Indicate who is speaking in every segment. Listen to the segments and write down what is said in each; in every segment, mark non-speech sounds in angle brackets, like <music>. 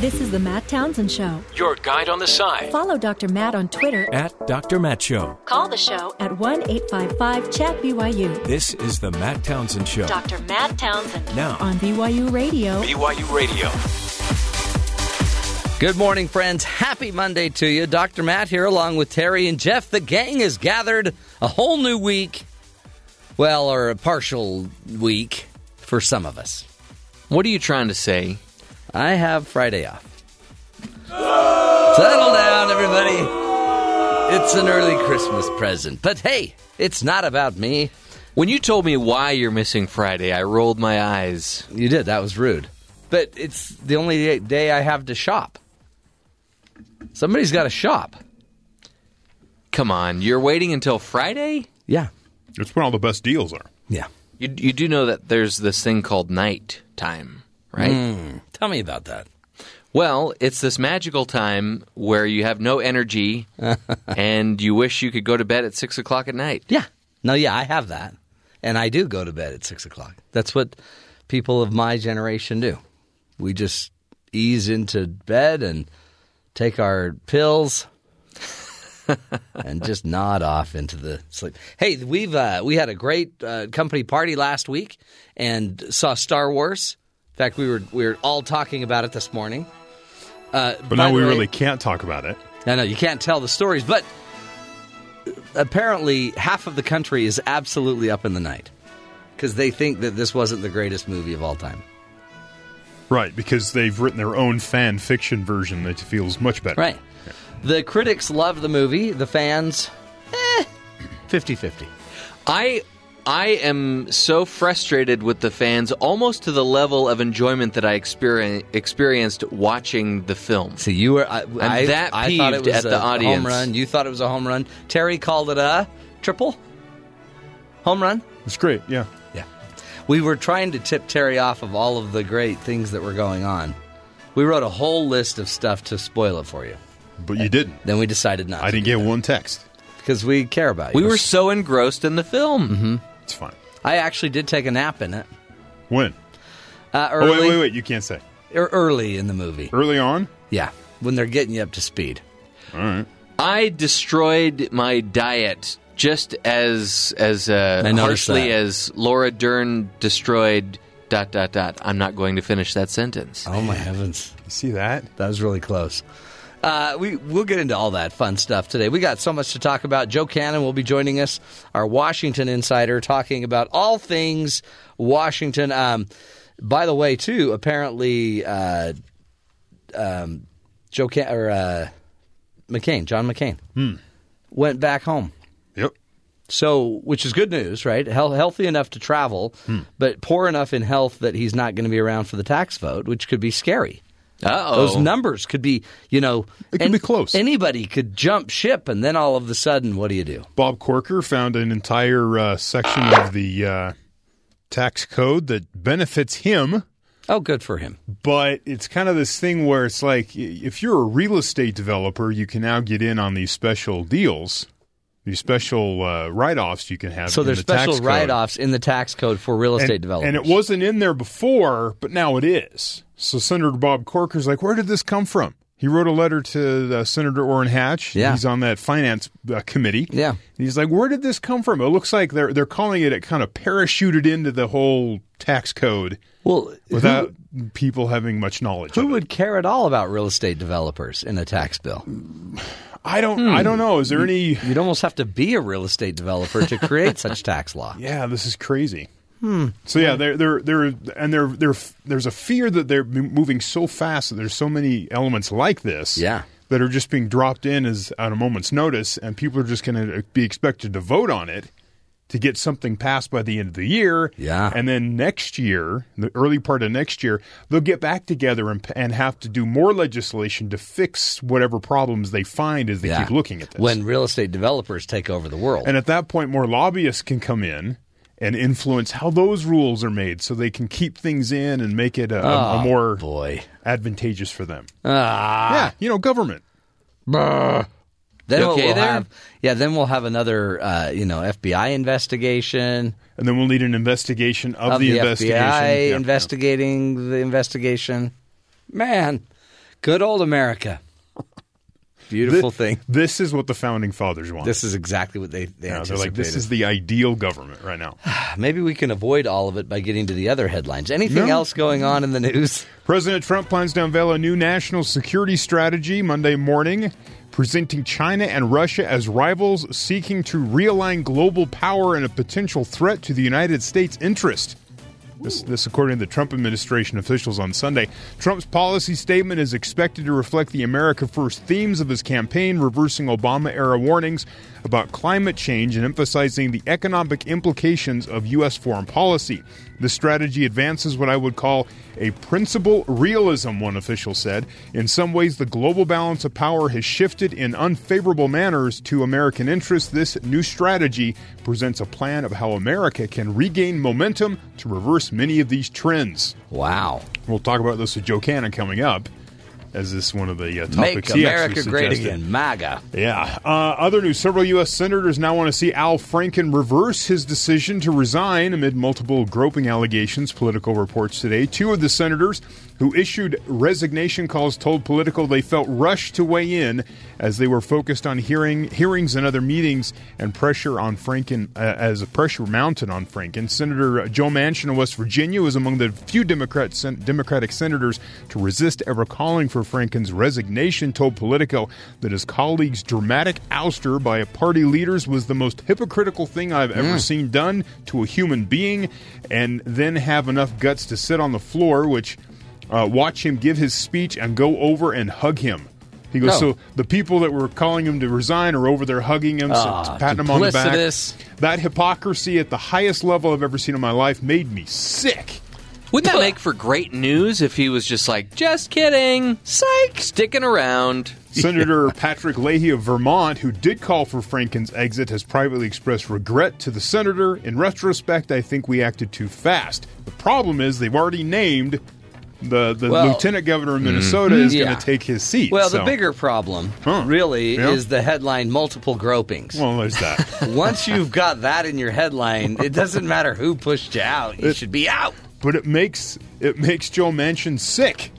Speaker 1: This is the Matt Townsend Show.
Speaker 2: Your guide on the side
Speaker 1: Follow Dr. Matt on Twitter.
Speaker 2: at Dr. Matt Show.
Speaker 1: Call the show at 1 855 Chat BYU.
Speaker 2: This is the Matt Townsend Show.
Speaker 1: Dr. Matt Townsend.
Speaker 2: Now.
Speaker 1: On BYU Radio.
Speaker 2: BYU Radio.
Speaker 3: Good morning, friends. Happy Monday to you. Dr. Matt here, along with Terry and Jeff. The gang is gathered a whole new week. Well, or a partial week for some of us.
Speaker 4: What are you trying to say?
Speaker 3: I have Friday off. Settle down, everybody. It's an early Christmas present. But hey, it's not about me.
Speaker 4: When you told me why you're missing Friday, I rolled my eyes.
Speaker 3: You did. That was rude. But it's the only day- day I have to shop. Somebody's got to shop.
Speaker 4: Come on, you're waiting until Friday?
Speaker 3: Yeah.
Speaker 5: It's when all the best deals are.
Speaker 3: Yeah.
Speaker 4: You, you do know that there's this thing called night time, right?
Speaker 3: Hmm. Tell me about that.
Speaker 4: Well, it's this magical time where you have
Speaker 3: <laughs>
Speaker 4: no energy and you wish you could go to bed at six o'clock at night.
Speaker 3: Yeah. No, yeah, I have that. And I do go to bed at six o'clock. That's what people of my generation do. We just ease into bed and take our
Speaker 5: <laughs>
Speaker 3: pills and just nod off into the sleep. Hey, we've uh, we had a great uh, company party last week and saw Star Wars. In fact, we were we were all talking about it this morning. Uh,
Speaker 5: But
Speaker 3: by
Speaker 5: now
Speaker 3: the
Speaker 5: we
Speaker 3: way-
Speaker 5: really can't talk about it.
Speaker 3: I know you can't tell the stories, but apparently half of the country is absolutely up in the night because they think that this wasn't the greatest movie of all time.
Speaker 5: Right, because they've written their own fan fiction version that feels much better.
Speaker 3: Right. The critics love the movie, the fans, eh, 50 50.
Speaker 4: I I am so frustrated with the fans, almost to the level of enjoyment that I experien experienced watching the film.
Speaker 3: So you were, I, I,
Speaker 4: that
Speaker 3: I thought it
Speaker 4: peeved
Speaker 3: was
Speaker 4: at
Speaker 3: a
Speaker 4: the audience.
Speaker 3: home run. You thought it was a home run. Terry called it a triple home run.
Speaker 5: It's great, yeah.
Speaker 3: Yeah. We were trying to tip Terry off of all of the great things that were going on. We wrote a whole list of stuff to spoil it for you.
Speaker 5: But you didn't.
Speaker 3: Then we decided not
Speaker 5: I didn't get one text.
Speaker 3: because we care about you. Mm-hmm.
Speaker 4: We were so engrossed in the film.
Speaker 5: It's fine.
Speaker 3: I actually did take a nap in it.
Speaker 5: When?
Speaker 3: Uh,
Speaker 5: Oh,
Speaker 3: early,
Speaker 5: wait, wait, wait. You can't say.
Speaker 3: er- early in the movie.
Speaker 5: Early on?
Speaker 3: Yeah, when they're getting you up to speed.
Speaker 5: All right.
Speaker 4: I destroyed my diet just as as uh,
Speaker 3: I noticed
Speaker 4: harshly
Speaker 3: that.
Speaker 4: as Laura Dern destroyed dot dot dot. I'm not going to finish that sentence.
Speaker 3: Oh my heavens,
Speaker 5: You see that?
Speaker 3: that was really close. Uh, we we'll get into all that fun stuff today. We got so much to talk about. Joe Cannon will be joining us, our Washington insider, talking about all things Washington. Um, by the way, too, apparently, uh, um, Joe Can- or uh, McCain, John McCain, went back home.
Speaker 5: Yep.
Speaker 3: So, which is good news, right? Hel- healthy enough to travel,
Speaker 5: Hmm.
Speaker 3: but poor enough in health that he's not going to be around for the tax vote, which could be scary.
Speaker 4: Uh
Speaker 3: Those
Speaker 4: oh.
Speaker 3: numbers could be, you know,
Speaker 5: It could be close.
Speaker 3: Anybody could jump ship, and then all of a sudden, what do you do?
Speaker 5: Bob Corker found an entire uh, section of the uh, tax code that benefits him,
Speaker 3: Oh, good for him.
Speaker 5: but it's kind of this thing where it's like i- if you're a real estate developer, you can now get in on these special deals, these special uh, write offs you can have.
Speaker 3: So
Speaker 5: in
Speaker 3: there's
Speaker 5: the
Speaker 3: special
Speaker 5: tax code.
Speaker 3: write-offs in the tax code for real estate
Speaker 5: and,
Speaker 3: developers.
Speaker 5: And it wasn't in there before, but now it is. So Senator Bob Corker's like, where did this come from? He wrote a letter to uh, Senator Orrin Hatch.
Speaker 3: Yeah.
Speaker 5: He's on that finance uh, committee.
Speaker 3: Yeah.
Speaker 5: And he's like, where did this come from? It looks like they're they're calling it, it kind of parachuted into the whole tax code
Speaker 3: well,
Speaker 5: without people having much knowledge
Speaker 3: who, who
Speaker 5: of it.
Speaker 3: would care at all about real estate developers in a tax bill? Hmm.
Speaker 5: I don't I don't know. Is there any
Speaker 3: You'd almost have to be a real estate developer to create such tax law.
Speaker 5: <laughs> Yeah, this is crazy. So yeah, they're they're they're and they're they're there's a fear that they're m- moving so fast that there's so many elements like this.
Speaker 3: Yeah.
Speaker 5: That are just being dropped in as at a moment's notice, and people are just going to be expected to vote on it to get something passed by the end of the year.
Speaker 3: Yeah.
Speaker 5: and then next year, the early part of next year, they'll get back together and, and have to do more legislation to fix whatever problems they find as they
Speaker 3: Yeah.
Speaker 5: keep looking at this.
Speaker 3: When real estate developers take over the world.
Speaker 5: And at that point, more lobbyists can come in and influence how those rules are made so they can keep things in and make it a, a- a more
Speaker 3: Ah, boy.
Speaker 5: advantageous for them.
Speaker 3: Ah.
Speaker 5: yeah, you know, government.
Speaker 3: Then
Speaker 4: You
Speaker 3: what
Speaker 4: okay
Speaker 3: we'll
Speaker 4: there?
Speaker 3: have, yeah, then we'll have another, uh, you know, FBI investigation
Speaker 5: And then we'll need an investigation of,
Speaker 3: of
Speaker 5: the,
Speaker 3: the,
Speaker 5: investigation.
Speaker 3: FBI
Speaker 5: Yeah,
Speaker 3: investigating the investigation. Man, Good old America. Beautiful
Speaker 5: Thi-
Speaker 3: thing.
Speaker 5: This is what the founding fathers wanted.
Speaker 3: This is exactly what they, they
Speaker 5: Yeah, they're
Speaker 3: anticipated.
Speaker 5: like, this is the ideal government right now.
Speaker 3: <sighs> Maybe we can avoid all of it by getting to the other headlines. Anything
Speaker 5: No.
Speaker 3: else going on in the news?
Speaker 5: President Trump plans to unveil a new national security strategy Monday morning, presenting China and Russia as rivals seeking to realign global power and a potential threat to the United States' interest. This, this, according to the Trump administration officials on Sunday. Trump's policy statement is expected to reflect the America First themes of his campaign, reversing Obama era warnings about climate change and emphasizing the economic implications of U.S. foreign policy. The strategy advances what I would call a principle realism, one official said. In some ways, the global balance of power has shifted in unfavorable manners to American interests. This new strategy presents a plan of how America can regain momentum to reverse many of these trends.
Speaker 3: Wow.
Speaker 5: We'll talk about this with Joe Cannon coming up, as this is one of the uh,
Speaker 3: Make
Speaker 5: topics he actually
Speaker 3: America great
Speaker 5: suggested.
Speaker 3: again. MAGA.
Speaker 5: Yeah. Uh, other news several U.S. senators now want to see Al Franken reverse his decision to resign amid multiple groping allegations, political reports today. Two of the senators who issued resignation calls told Political they felt rushed to weigh in as they were focused on hearing hearings and other meetings and pressure on Franken uh, as a pressure mounted on Franken. Senator uh, Joe Manchin of West Virginia was among the few Democrat sen- Democratic senators to resist ever calling for Franken's resignation. Told Politico that his colleague's dramatic ouster by a party leaders was the most hypocritical thing I've ever seen done to a human being, and then have enough guts to sit on the floor, which uh, watch him give his speech and go over and hug him. He goes,
Speaker 3: Oh.
Speaker 5: so the people that were calling him to resign are over there hugging him, so
Speaker 3: Ah,
Speaker 5: patting him on the back.
Speaker 3: duplicitous.
Speaker 5: That hypocrisy at the highest level I've ever seen in my life made me
Speaker 3: <laughs>
Speaker 5: sick.
Speaker 4: Wouldn't that make for great news if he was just like, just kidding, psych, sticking around?
Speaker 5: Senator Patrick Leahy of Vermont, who did call for Franken's exit, has privately expressed regret to the senator. In retrospect, I think we acted too fast. The problem is they've already named the, the
Speaker 3: Well, mm-hmm.
Speaker 5: lieutenant governor of Minnesota is
Speaker 3: yeah.
Speaker 5: going to take his seat.
Speaker 3: Well, the
Speaker 5: so-
Speaker 3: bigger problem,
Speaker 5: Huh.
Speaker 3: really,
Speaker 5: Yeah.
Speaker 3: is the headline multiple gropings.
Speaker 5: Well, there's
Speaker 3: <laughs>
Speaker 5: that.
Speaker 3: Once you've got that in your headline, it doesn't matter who pushed you out. You should be out.
Speaker 5: but it makes it makes Joe Manchin sick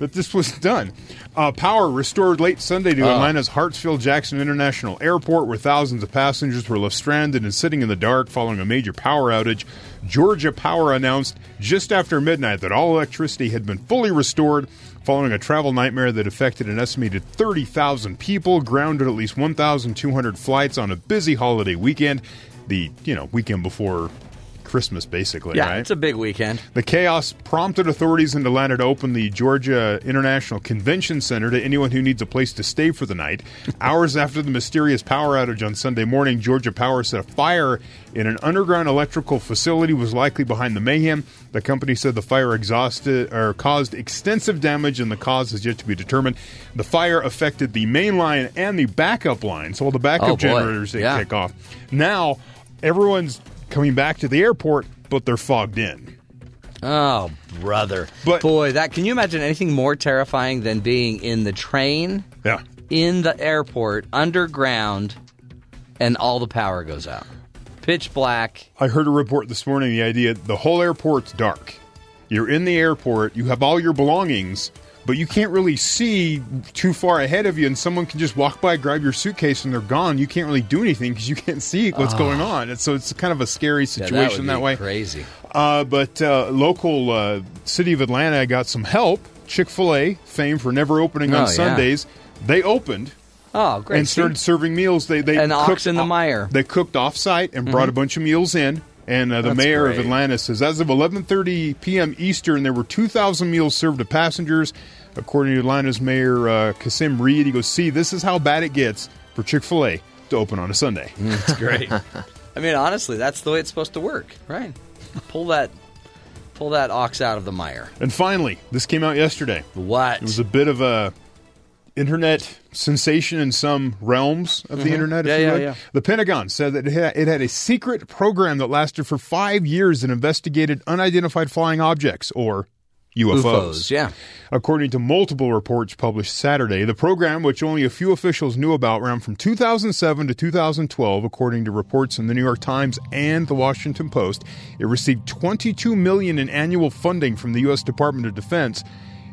Speaker 5: that this was done. Uh, power restored late Sunday to Atlanta's Hartsfield-Jackson International Airport, where thousands of passengers were left stranded and sitting in the dark following a major power outage. Georgia Power announced just after midnight that all electricity had been fully restored following a travel nightmare that affected an estimated 30,000 people, grounded at least 1,200 flights on a busy holiday weekend, the you know weekend before Christmas, basically.
Speaker 3: Yeah,
Speaker 5: right?
Speaker 3: it's a big weekend.
Speaker 5: The chaos prompted authorities in Atlanta to open the Georgia International Convention Center to anyone who needs a place to stay for the
Speaker 3: <laughs>
Speaker 5: night. Hours after the mysterious power outage on Sunday morning, Georgia Power said a fire in an underground electrical facility was likely behind the mayhem. The company said the fire exhausted or caused extensive damage and the cause is yet to be determined. The fire affected the main line and the backup line, so all the backup
Speaker 3: Oh, boy.
Speaker 5: generators didn't
Speaker 3: Yeah.
Speaker 5: kick off. Now everyone's coming back to the airport, but they're fogged in.
Speaker 3: Oh, brother.
Speaker 5: But-
Speaker 3: Boy, that can you imagine anything more terrifying than being in the train,
Speaker 5: Yeah.
Speaker 3: in the airport, underground, and all the power goes out? Pitch black.
Speaker 5: I heard a report this morning the idea the whole airport's dark. You're in the airport, you have all your belongings, but you can't really see too far ahead of you, and someone can just walk by, grab your suitcase, and they're gone. You can't really do anything because you can't see
Speaker 3: Ah.
Speaker 5: what's going on. And so it's kind of a scary
Speaker 3: Yeah,
Speaker 5: situation
Speaker 3: would
Speaker 5: that
Speaker 3: be
Speaker 5: way.
Speaker 3: Crazy.
Speaker 5: Uh, but uh, local uh, city of Atlanta got some help. Chick fil A, famed for never opening
Speaker 3: Oh,
Speaker 5: on
Speaker 3: yeah.
Speaker 5: Sundays, they opened.
Speaker 3: Oh, great.
Speaker 5: and started
Speaker 3: See?
Speaker 5: serving meals. They they
Speaker 3: An ox
Speaker 5: cooked
Speaker 3: in the
Speaker 5: o-
Speaker 3: mire. Mm-hmm.
Speaker 5: They cooked off site and brought a bunch of meals in. And uh, the
Speaker 3: That's
Speaker 5: mayor of
Speaker 3: great.
Speaker 5: Atlanta says as of 11:30 p.m. Eastern, there were 2,000 meals served to passengers, according to Atlanta's mayor uh, Kasim Reed. He goes, "See, this is how bad it gets for Chick-fil-A to open on a Sunday."
Speaker 3: It's great. I mean, honestly, that's the way it's supposed to work, right? Pull that, pull that ox out of the mire.
Speaker 5: and finally, this came out yesterday.
Speaker 3: What?
Speaker 5: It was a bit of a internet sensation in some realms of the internet.
Speaker 3: Mm-hmm.
Speaker 5: If
Speaker 3: Yeah,
Speaker 5: you
Speaker 3: yeah,
Speaker 5: would.
Speaker 3: yeah.
Speaker 5: The Pentagon said that it had, it had a secret program that lasted for five years and investigated unidentified flying objects or UFOs.
Speaker 3: UFOs, yeah.
Speaker 5: According to multiple reports published Saturday, the program, which only a few officials knew about, ran from 2007 to 2012, according to reports in the New York Times and the Washington Post. It received 22 million in annual funding from the U.S. Department of Defense.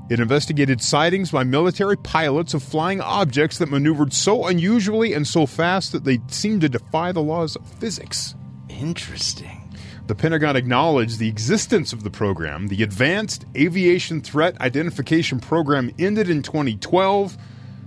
Speaker 5: It investigated sightings by military pilots of flying objects that maneuvered so unusually and so fast that they seemed to defy the laws of physics.
Speaker 3: Interesting.
Speaker 5: The Pentagon acknowledged the existence of the program. The Advanced Aviation Threat Identification Program ended in 2012.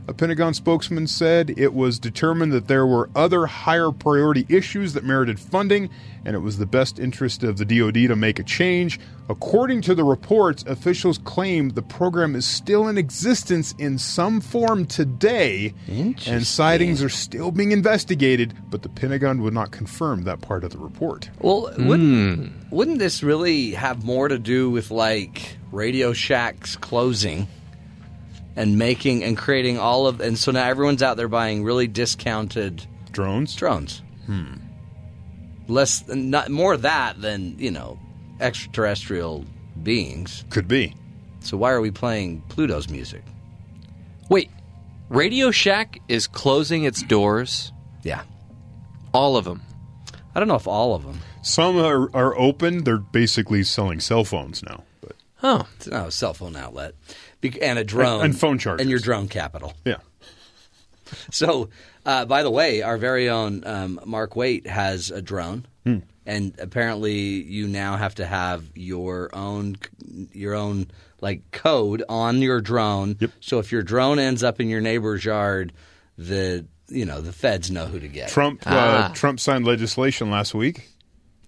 Speaker 5: A Pentagon spokesman said it was determined that there were other higher priority issues that merited funding, and it was the best interest of the DoD to make a change. According to the reports, officials claim the program is still in existence in some form today, and sightings are still being investigated, but the Pentagon would not confirm that part of the report.
Speaker 3: Well,
Speaker 5: Hmm.
Speaker 3: wouldn't wouldn't this really have more to do with like Radio Shack's closing and making and creating all of and so now everyone's out there buying really discounted
Speaker 5: Drones?
Speaker 3: drones. Hmm. Less not more that than, you know, extraterrestrial beings.
Speaker 5: Could be.
Speaker 3: So why are we playing Pluto's music?
Speaker 4: Wait, Radio Shack is closing its doors,
Speaker 3: Yeah.
Speaker 4: all of them.
Speaker 3: I don't know if all of them.
Speaker 5: Some are, are open. They're basically selling cell phones now. But
Speaker 4: Oh,
Speaker 3: No, a cell phone outlet Bec- and a drone
Speaker 5: and phone chargers.
Speaker 3: and your drone capital.
Speaker 5: yeah,
Speaker 3: <laughs> So, uh, by the way, our very own um, Mark Waite has a drone,
Speaker 5: Hmm.
Speaker 3: and apparently you now have to have your own your own like code on your drone.
Speaker 5: Yep.
Speaker 3: So if your drone ends up in your neighbor's yard, the you know the feds know who to get.
Speaker 5: Trump uh, Trump signed legislation last week.
Speaker 3: Ah.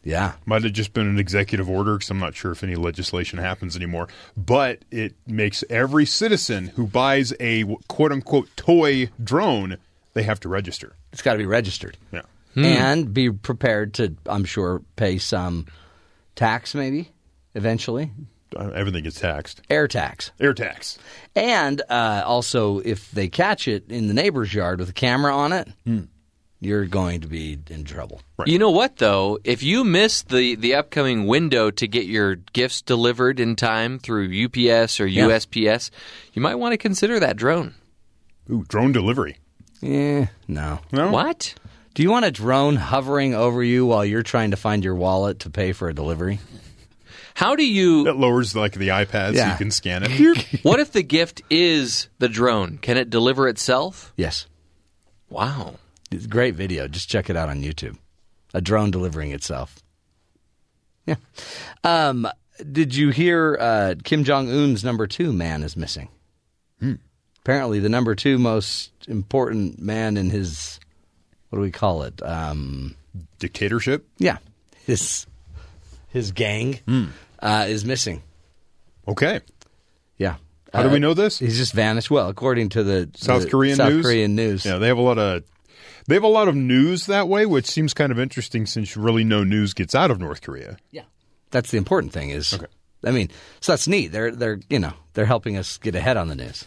Speaker 3: Yeah.
Speaker 5: Might have just been an executive order because I'm not sure if any legislation happens anymore. But it makes every citizen who buys a quote unquote toy drone they have to register.
Speaker 3: It's got to be registered.
Speaker 5: Yeah,
Speaker 3: and be prepared to, I'm sure, pay some tax maybe eventually,
Speaker 5: Uh, everything gets taxed.
Speaker 3: air tax.
Speaker 5: Air tax.
Speaker 3: And uh, also, if they catch it in the neighbor's yard with a camera on it,
Speaker 5: Hmm.
Speaker 3: you're going to be in trouble.
Speaker 4: You know what though? If you miss the the upcoming window to get your gifts delivered in time through UPS or USPS, you might want to consider that drone.
Speaker 5: Ooh, drone delivery.
Speaker 3: Yeah, Eh, no.
Speaker 5: No,
Speaker 4: What?
Speaker 3: Do you want a drone hovering over you while you're trying to find your wallet to pay for a delivery?
Speaker 4: How do you
Speaker 5: That lowers like the iPad so
Speaker 3: Yeah.
Speaker 5: you can scan
Speaker 4: <laughs>
Speaker 5: it.
Speaker 4: What if the gift is the drone? Can it deliver itself?
Speaker 3: Yes.
Speaker 4: Wow.
Speaker 3: It's a great video. Just check it out on YouTube. A drone delivering itself. Yeah. Um, did you hear uh, Kim Jong Un's number two man is missing? Apparently, the number two most important man in his what do we call it? Um,
Speaker 5: Dictatorship.
Speaker 3: yeah, his his gang uh, is missing.
Speaker 5: Okay.
Speaker 3: Yeah.
Speaker 5: How do
Speaker 3: Uh,
Speaker 5: we know this?
Speaker 3: He's just vanished. Well, according to the
Speaker 5: South
Speaker 3: the
Speaker 5: Korean
Speaker 3: South
Speaker 5: news.
Speaker 3: Korean news.
Speaker 5: Yeah, they have a lot of they have a lot of news that way, which seems kind of interesting since really no news gets out of North Korea.
Speaker 3: Yeah, that's the important thing. Is I mean, so that's neat. They're they're you know they're helping us get ahead on the news.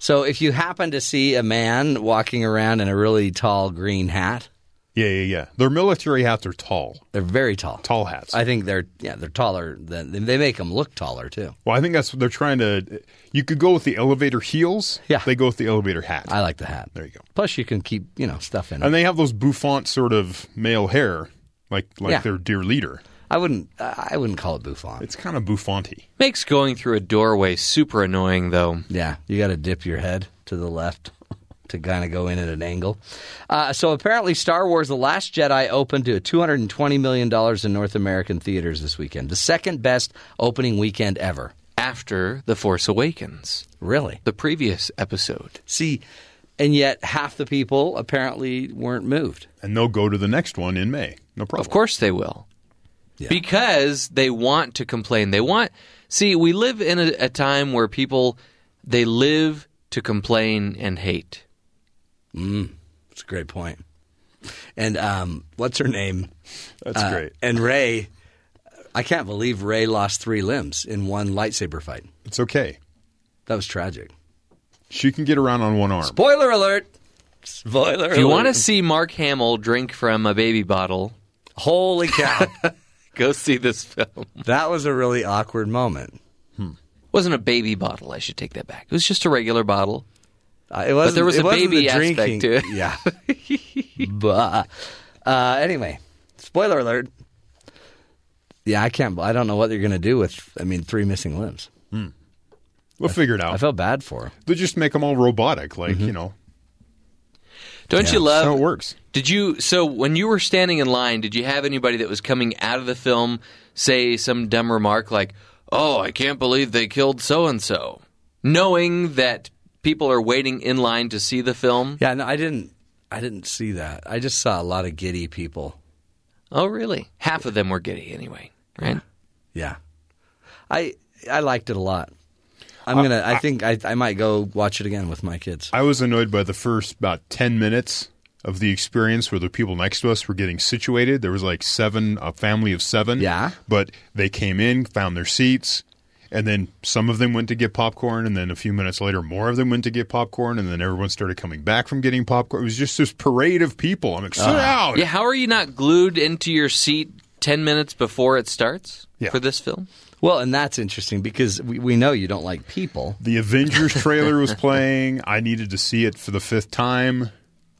Speaker 3: so if you happen to see a man walking around in a really tall green hat,
Speaker 5: Yeah, yeah, yeah. Their military hats are tall,
Speaker 3: they're very tall.
Speaker 5: tall hats.
Speaker 3: I think they're yeah they're taller than they make them look taller too.
Speaker 5: well, I think that's what they're trying to. You could go with the elevator heels.
Speaker 3: Yeah.
Speaker 5: they go with the elevator hat,
Speaker 3: I like the hat.
Speaker 5: There you go.
Speaker 3: Plus you can keep you know stuff in. it.
Speaker 5: and they have those bouffant sort of male hair, like like
Speaker 3: Yeah.
Speaker 5: their dear leader.
Speaker 3: I wouldn't I wouldn't call it bouffant.
Speaker 5: It's kind of bouffanty.
Speaker 4: Makes going through a doorway super annoying though.
Speaker 3: Yeah, you got to dip your head to the left <laughs> to kind of go in at an angle. Uh, so apparently, Star Wars: The Last Jedi opened to 220 million dollars in North American theaters this weekend, the second best opening weekend ever.
Speaker 4: After The Force Awakens,
Speaker 3: Really?
Speaker 4: the previous episode.
Speaker 3: See, and yet half the people apparently weren't moved.
Speaker 5: And they'll go to the next one in May. No problem.
Speaker 4: Of course they will. Because they want to complain. They want See, we live in a, a time where people they live to complain and hate.
Speaker 3: That's a great point. And um, what's her name?
Speaker 5: that's
Speaker 3: Uh,
Speaker 5: great.
Speaker 3: And Ray, I can't believe Ray lost three limbs in one lightsaber fight.
Speaker 5: It's okay.
Speaker 3: That was tragic.
Speaker 5: She can get around on one arm.
Speaker 3: Spoiler alert. Spoiler
Speaker 4: If you want to
Speaker 3: alert.
Speaker 4: see Mark Hamill drink from a baby bottle,
Speaker 3: Holy
Speaker 4: <laughs>
Speaker 3: cow.
Speaker 4: go see this film.
Speaker 3: that was a really awkward moment.
Speaker 4: Hmm. wasn't a baby bottle, I should take that back. It was just a regular bottle.
Speaker 3: Uh, it was
Speaker 4: there was
Speaker 3: it
Speaker 4: a
Speaker 3: wasn't
Speaker 4: baby
Speaker 3: the
Speaker 4: aspect
Speaker 3: drinking.
Speaker 4: to it.
Speaker 3: Yeah.
Speaker 4: <laughs>
Speaker 3: but uh, anyway, spoiler alert. Yeah, I can't. I don't know what they're going to do with. I mean, three missing limbs.
Speaker 5: Hmm. We'll figure it out.
Speaker 3: I felt bad for him.
Speaker 5: they just make them all robotic, like
Speaker 3: Mm-hmm.
Speaker 5: you know.
Speaker 4: Don't you
Speaker 5: That's how
Speaker 4: love
Speaker 5: it works.
Speaker 4: Did you so when you were standing in line, did you have anybody that was coming out of the film say some dumb remark like, "Oh, I can't believe they killed so and so," knowing that people are waiting in line to see the film?
Speaker 3: Yeah, no, I didn't. I didn't see that. I just saw a lot of giddy people.
Speaker 4: Oh, really? Half of them were giddy anyway,
Speaker 3: Uh,
Speaker 4: right?
Speaker 3: Yeah, I I liked it a lot.
Speaker 5: Uh,
Speaker 3: I'm gonna. I think I I might go watch it again with my kids.
Speaker 5: I was annoyed by the first about 10 minutes of the experience where the people next to us were getting situated. There was like seven, a family of seven.
Speaker 3: Yeah.
Speaker 5: But they came in, found their seats, and then some of them went to get popcorn, and then a few minutes later, more of them went to get popcorn, and then everyone started coming back from getting popcorn. It was just this parade of people. I'm like,
Speaker 3: Uh-huh.
Speaker 5: sit down.
Speaker 4: Yeah, how are you not glued into your seat 10 minutes before it starts
Speaker 5: Yeah.
Speaker 4: for this film?
Speaker 3: Well, and that's interesting because we, we know you don't like people.
Speaker 5: The Avengers trailer was playing. I needed to see it for the fifth time.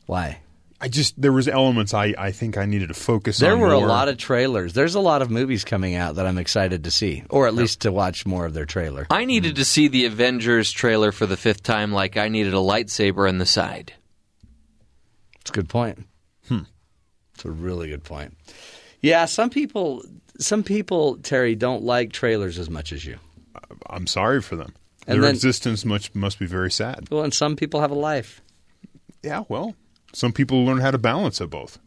Speaker 3: Why?
Speaker 5: I just there was elements I, I think I needed to focus
Speaker 3: There
Speaker 5: on.
Speaker 3: were a
Speaker 5: more.
Speaker 3: lot of trailers. There's a lot of movies coming out that I'm excited to see, or at least to watch more of their trailer.
Speaker 4: I needed to see the Avengers trailer for the fifth time like I needed a lightsaber on the side.
Speaker 3: It's a good point. Hmm. It's a really good point. Yeah, some people, some people, Terry, don't like trailers as much as you.
Speaker 5: I'm sorry for them.
Speaker 3: And
Speaker 5: Their
Speaker 3: then-
Speaker 5: existence must must be very sad.
Speaker 3: Well, and some people have a life.
Speaker 5: Yeah, well, some people learn how to balance
Speaker 3: <laughs>
Speaker 5: it both.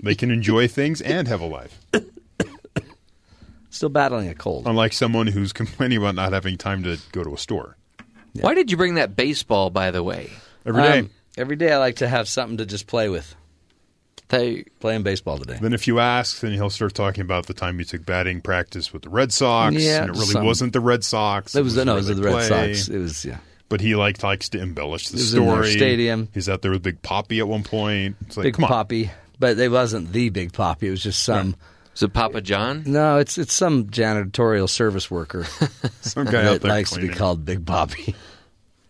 Speaker 5: they can enjoy things and have a life.
Speaker 3: Still battling a cold.
Speaker 5: Unlike someone who's complaining about not having time to go to a store
Speaker 4: Why did you bring that baseball, by the way?
Speaker 5: every day.
Speaker 3: Um, every day, I like to have something to just play with.
Speaker 4: They,
Speaker 3: Playing baseball today.
Speaker 5: then if you ask, then he'll start talking about the time he took batting practice with the Red Sox,
Speaker 3: Yeah,
Speaker 5: and it really
Speaker 3: some-
Speaker 5: wasn't the Red Sox.
Speaker 3: It was, no, it
Speaker 5: where
Speaker 3: was
Speaker 5: they
Speaker 3: the Red
Speaker 5: play.
Speaker 3: Sox. It was yeah.
Speaker 5: But he like likes to embellish the
Speaker 3: was in their
Speaker 5: story.
Speaker 3: stadium.
Speaker 5: He's out there with Big Poppy at one point. It's like,
Speaker 3: Big
Speaker 5: come on,
Speaker 3: Poppy, but it wasn't the Big Poppy. It was just some.
Speaker 4: was it Papa John?
Speaker 3: No, it's it's some janitorial service worker
Speaker 5: <laughs>
Speaker 3: <laughs>
Speaker 5: some guy out
Speaker 3: that
Speaker 5: there
Speaker 3: likes to be
Speaker 5: cleaning.
Speaker 3: called Big Poppy.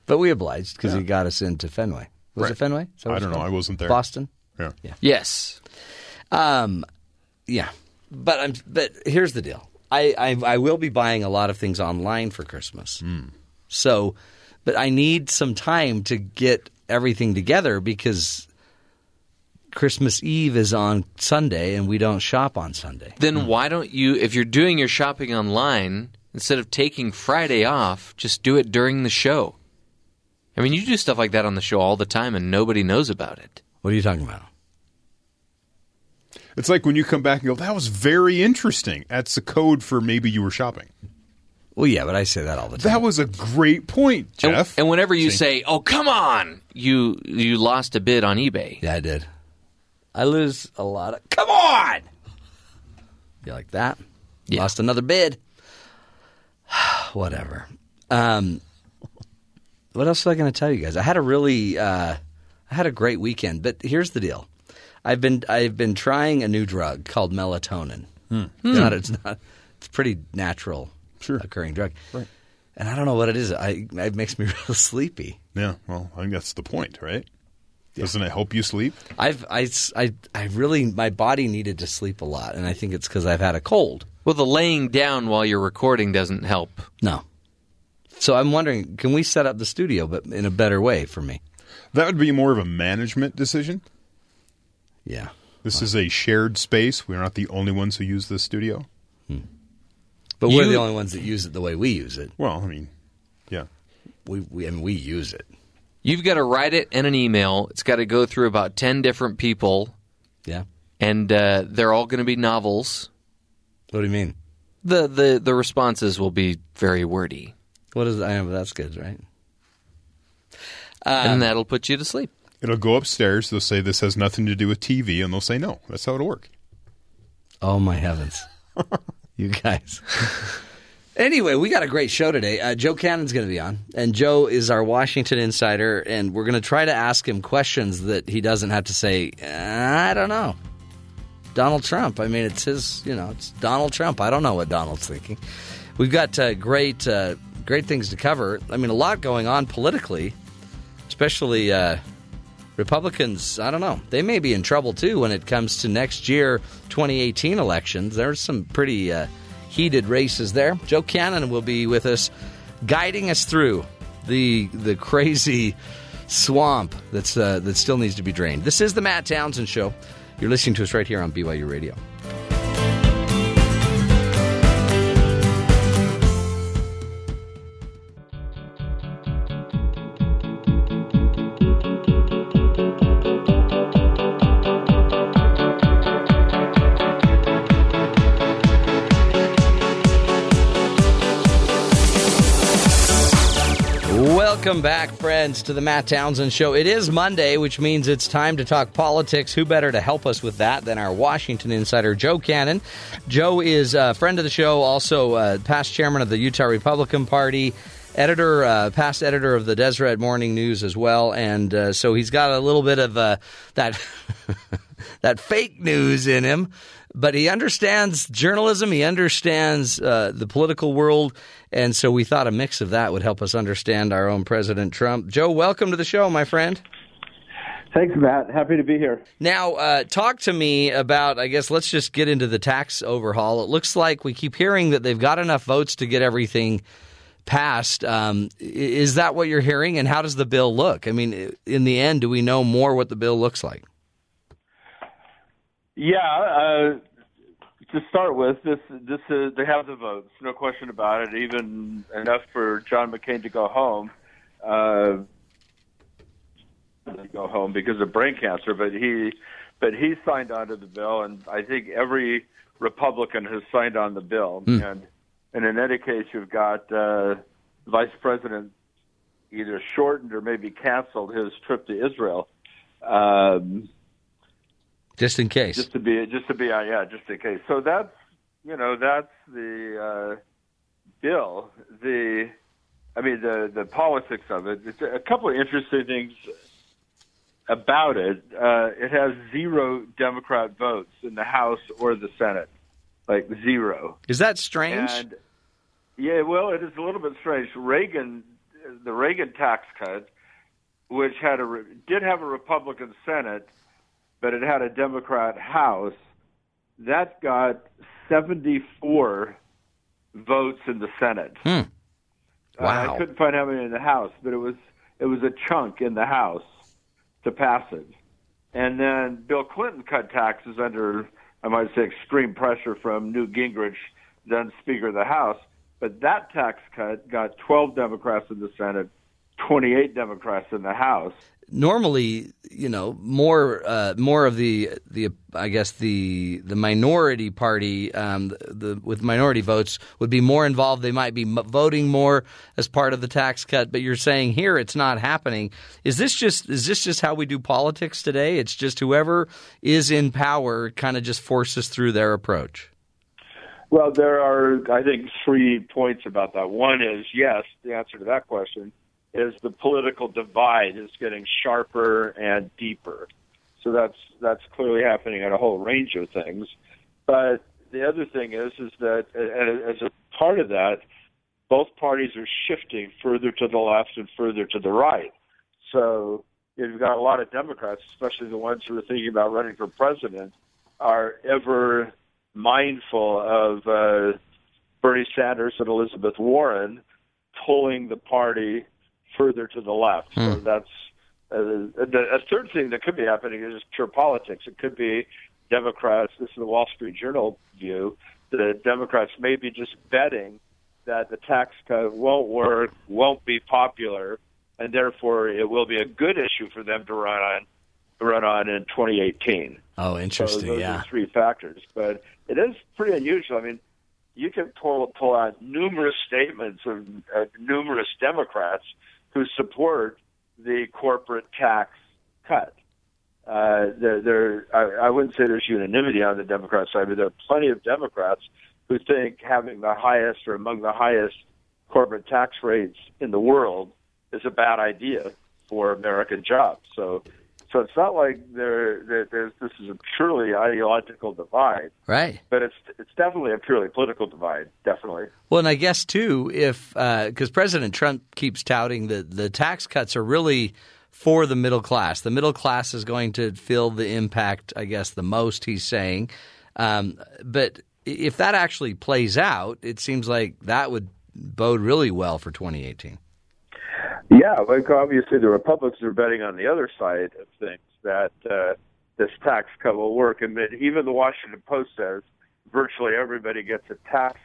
Speaker 3: But we obliged because he got us into Fenway. Was it
Speaker 5: Right.
Speaker 3: Fenway? Is that what
Speaker 5: I
Speaker 3: it's
Speaker 5: don't know.
Speaker 3: called?
Speaker 5: I wasn't there.
Speaker 3: Boston.
Speaker 5: Yeah.
Speaker 4: Yes.
Speaker 3: Um, yeah, but I'm. But here's the deal. I, I I will be buying a lot of things online for Christmas.
Speaker 5: Hmm.
Speaker 3: So, but I need some time to get everything together because Christmas Eve is on Sunday and we don't shop on Sunday.
Speaker 4: Then why don't you, if you're doing your shopping online, instead of taking Friday off, just do it during the show? I mean, you do stuff like that on the show all the time and nobody knows about it.
Speaker 3: What are you talking about?
Speaker 5: It's like when you come back and go, that was very interesting. That's the code for maybe you were shopping.
Speaker 3: Well, yeah, but I say that all the time.
Speaker 5: That was a great point,
Speaker 4: And-
Speaker 5: Jeff.
Speaker 4: And, whenever you say, "Oh, come on," you you lost a bid on eBay.
Speaker 3: yeah, I did. I lose a lot of. Come on. You like that?
Speaker 4: Yeah.
Speaker 3: Lost another bid. <sighs> Whatever. Um, what else was I going to tell you guys? I had a really, uh, I had a great weekend. But here's the deal: I've been I've been trying a new drug called melatonin.
Speaker 4: Hmm.
Speaker 3: It's not it's not it's a pretty natural occurring drug. Right. And I don't know what it is. I it makes me <laughs> real sleepy.
Speaker 5: yeah, well, I think that's the point, right? Doesn't it help you sleep?
Speaker 3: I've I, s- I- I really my body needed to sleep a lot, and I think it's because I've had a cold.
Speaker 4: Well, the laying down while you're recording doesn't help.
Speaker 3: No, so I'm wondering, can we set up the studio, but in a better way for me?
Speaker 5: That would be more of a management decision.
Speaker 3: Yeah,
Speaker 5: This is a shared space. We're not the only ones who use this studio.
Speaker 3: Hmm. but we're
Speaker 4: You-
Speaker 3: the only ones that use it the way we use it.
Speaker 5: Well, I mean, yeah.
Speaker 3: We, we and we use it.
Speaker 4: You've got to write it in an email. It's got to go through about ten different people,
Speaker 3: Yeah.
Speaker 4: and uh, they're all going to be novels.
Speaker 3: What do you mean?
Speaker 4: the the The responses will be very wordy,
Speaker 3: What is I know, but that's good, right? Ah.
Speaker 4: and that'll put you to sleep.
Speaker 5: It'll go upstairs. They'll say this has nothing to do with TV, and they'll say no. That's how it'll work.
Speaker 3: Oh my heavens, <laughs> you guys. Anyway, we got a great show today. Uh, Joe Cannon's going to be on, and Joe is our Washington insider, and we're going to try to ask him questions that he doesn't have to say. I don't know. Donald Trump. I mean, it's his. You know, it's Donald Trump. I don't know what Donald's thinking. We've got uh, great, uh, great things to cover. I mean, a lot going on politically, especially uh, Republicans. I don't know. They may be in trouble too when it comes to next year, 2018 elections. There's some pretty uh, heated races there. Joe Cannon will be with us guiding us through the the crazy swamp that's uh, that still needs to be drained. This is the Matt Townsend Show. You're listening to us right here on BYU Radio. Welcome back, friends, to the Matt Townsend Show. It is Monday, which means it's time to talk politics. Who better to help us with that than our Washington insider, Joe Cannon? Joe is a friend of the show, also uh, past chairman of the Utah Republican Party, editor, uh, past editor of the Deseret Morning News as well, and uh, so he's got a little bit of uh, that <laughs> that fake news in him but he understands journalism. He understands uh, the political world, and so we thought a mix of that would help us understand our own President Trump. Joe, welcome to the show, my friend.
Speaker 6: Thanks, Matt. Happy to be here.
Speaker 3: Now, uh, talk to me about. I guess let's just get into the tax overhaul. It looks like we keep hearing that they've got enough votes to get everything passed. Um, i- is that what you're hearing? And how does the bill look? I mean, i- in the end, do we know more what the bill looks like?
Speaker 6: Yeah. Uh, to start with, this this is they have the votes, no question about it. Even enough for John McCain to go home. Uh, go home because of brain cancer, but he but he signed on to the bill, and I think every Republican has signed on the bill. And, and in any case, you've got uh, Vice President either shortened or maybe canceled his trip to Israel. Um,
Speaker 3: Just in case.
Speaker 6: just to be just to be uh, yeah just in case so that's you know that's the uh bill the i mean the the politics of it it's a couple of interesting things about it uh it has zero democrat votes in the house or the senate like zero
Speaker 3: is that strange?
Speaker 6: and yeah, well, it is a little bit strange. Reagan, the Reagan tax cut, which had a re- did have a Republican Senate, but it had a Democrat House, that got 74 votes in the Senate.
Speaker 3: Hmm,
Speaker 6: Uh,
Speaker 3: Wow.
Speaker 6: I couldn't find how many in the House, but it was it was a chunk in the House to pass it. And then Bill Clinton cut taxes under, I might say, extreme pressure from Newt Gingrich, then Speaker of the House. But that tax cut got 12 Democrats in the Senate, 28 Democrats in the House.
Speaker 3: normally, you know, more uh, more of the the I guess the the minority party um, the, with minority votes would be more involved. They might be m- voting more as part of the tax cut. But you're saying here it's not happening. Is this just is this just how we do politics today? It's just whoever is in power kind of just forces through their approach.
Speaker 6: Well, there are, I think, three points about that. One is yes, the answer to that question is the political divide is getting sharper and deeper. So that's that's clearly happening on a whole range of things. But the other thing is is that and as a part of that, both parties are shifting further to the left and further to the right. So you've got a lot of Democrats, especially the ones who are thinking about running for president, are ever mindful of uh, Bernie Sanders and Elizabeth Warren pulling the party further to the left. So
Speaker 3: Hmm.
Speaker 6: that's uh, the, a third thing that could be happening is pure politics. It could be Democrats. This is the Wall Street Journal view. The Democrats may be just betting that the tax cut won't work, won't be popular, and therefore it will be a good issue for them to run on, run on in 2018.
Speaker 3: Oh, interesting.
Speaker 6: So those
Speaker 3: yeah.
Speaker 6: are three factors, but it is pretty unusual. I mean, you can pull pull out numerous statements of uh, numerous Democrats who support the corporate tax cut. Uh, there, there, I, I wouldn't say there's unanimity on the Democrat side, but there are plenty of Democrats who think having the highest or among the highest corporate tax rates in the world is a bad idea for American jobs. So, so it's not like there, there there's this is a purely ideological divide,
Speaker 3: Right.
Speaker 6: but it's it's definitely a purely political divide. Definitely.
Speaker 3: Well, and I guess too, if because President Trump keeps touting that the tax cuts are really for the middle class. The middle class is going to feel the impact, I guess, the most. He's saying, um, but i- if that actually plays out, it seems like that would bode really well for 2018.
Speaker 6: Yeah, like obviously the Republicans are betting on the other side of things that uh, this tax cut will work, and that even the Washington Post says virtually everybody gets a tax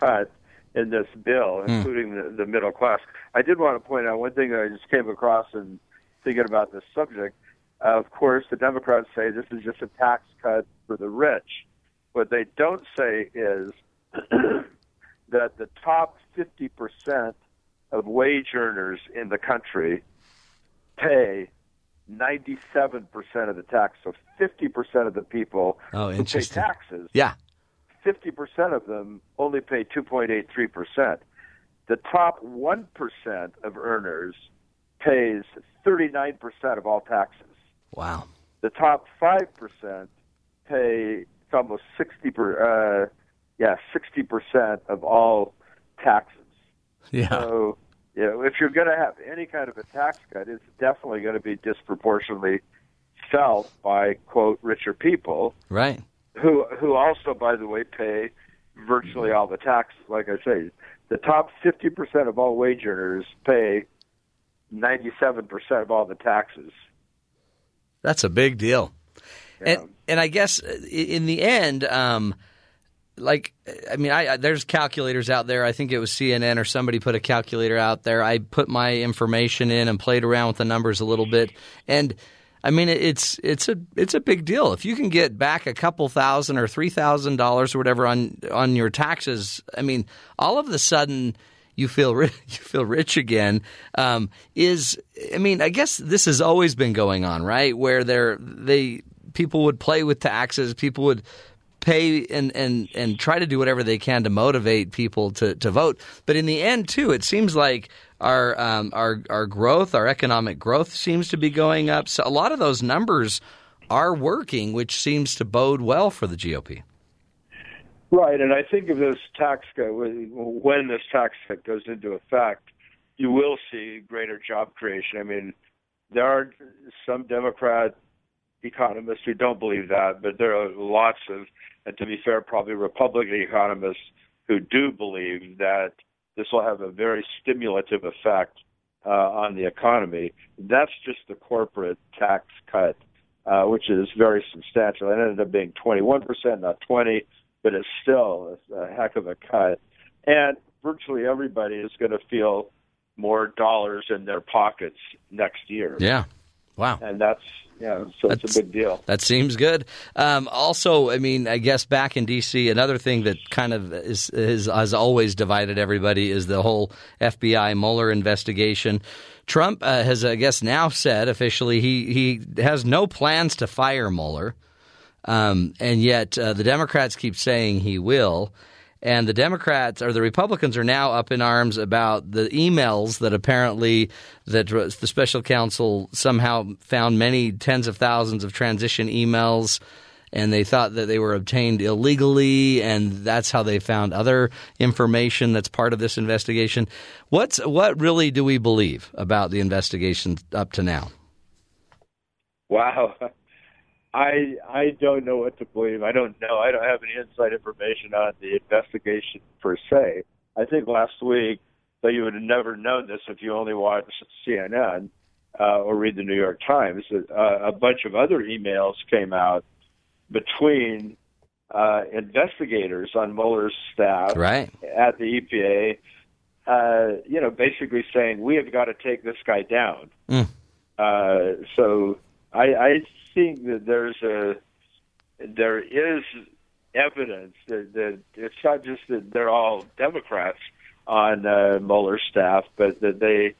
Speaker 6: cut in this bill, including the, the middle class. I did want to point out one thing that I just came across in thinking about this subject. Uh, of course, the Democrats say this is just a tax cut for the rich. What they don't say is <clears throat> that the top 50% of wage earners in the country pay 97% of the tax. So 50% of the people
Speaker 3: Oh,
Speaker 6: who pay
Speaker 3: interesting.
Speaker 6: taxes
Speaker 3: Yeah.
Speaker 6: 50% of them only pay 2.83%. The top 1% of earners pays 39% of all taxes.
Speaker 3: Wow.
Speaker 6: The top 5% pay it's almost 60 per, uh, yeah, 60% of all taxes.
Speaker 3: Yeah.
Speaker 6: So, you know, if you're going to have any kind of a tax cut, it's definitely going to be disproportionately felt by quote richer people
Speaker 3: Right.
Speaker 6: who who also, by the way, pay virtually all the tax. Like I say, the top fifty percent of all wage earners pay ninety-seven percent of all the taxes.
Speaker 3: That's a big deal. And and I guess uh, i- in the end, um, like I mean, I, I there's calculators out there. I think it was CNN or somebody put a calculator out there. I put my information in and played around with the numbers a little bit, and I mean, it- it's it's a it's a big deal if you can get back a couple thousand or three thousand dollars or whatever on on your taxes. I mean, all of a sudden you feel ri- <laughs> you feel rich again um, is I mean I guess this has always been going on right where they're they people would play with taxes people would pay and and and try to do whatever they can to motivate people to to vote but in the end too it seems like our um, our our growth our economic growth seems to be going up so a lot of those numbers are working which seems to bode well for the GOP
Speaker 6: Right, and I think if this tax cut, when when this tax cut goes into effect, you will see greater job creation. I mean, there are some Democrat economists who don't believe that, but there are lots of, and to be fair, probably Republican economists who do believe that this will have a very stimulative effect uh, on the economy. That's just the corporate tax cut, uh, which is very substantial. It ended up being 21%, not 20, but it's still a heck of a cut. And virtually everybody is going to feel more dollars in their pockets next year.
Speaker 3: yeah wow
Speaker 6: And that's, yeah, so it's
Speaker 3: That's-
Speaker 6: a big deal.
Speaker 3: That seems good. Um, also, I mean, I guess back in D.C., another thing that kind of is, is has always divided everybody is the whole FBI Mueller investigation. Trump uh, has, I guess, now said officially he he has no plans to fire Mueller, um, and yet uh, the Democrats keep saying he will. And the Democrats or the Republicans are now up in arms about the emails that apparently that the special counsel somehow found many tens of thousands of transition emails, and they thought that they were obtained illegally, and that's how they found other information that's part of this investigation. What's what really do we believe about the investigation up to now?
Speaker 6: Wow. <laughs> I I don't know what to believe. I don't know. I don't have any inside information on the investigation per se. I think last week, though you would have never known this if you only watched CNN uh, or read the New York Times, uh, a bunch of other emails came out between uh, investigators on Mueller's staff
Speaker 3: Right?
Speaker 6: at the EPA, uh, you know, basically saying we have got to take this guy down.
Speaker 3: Mm.
Speaker 6: Uh, so I, I think that there's a there is evidence that, that it's not just that they're all Democrats on uh, Mueller's staff, but that they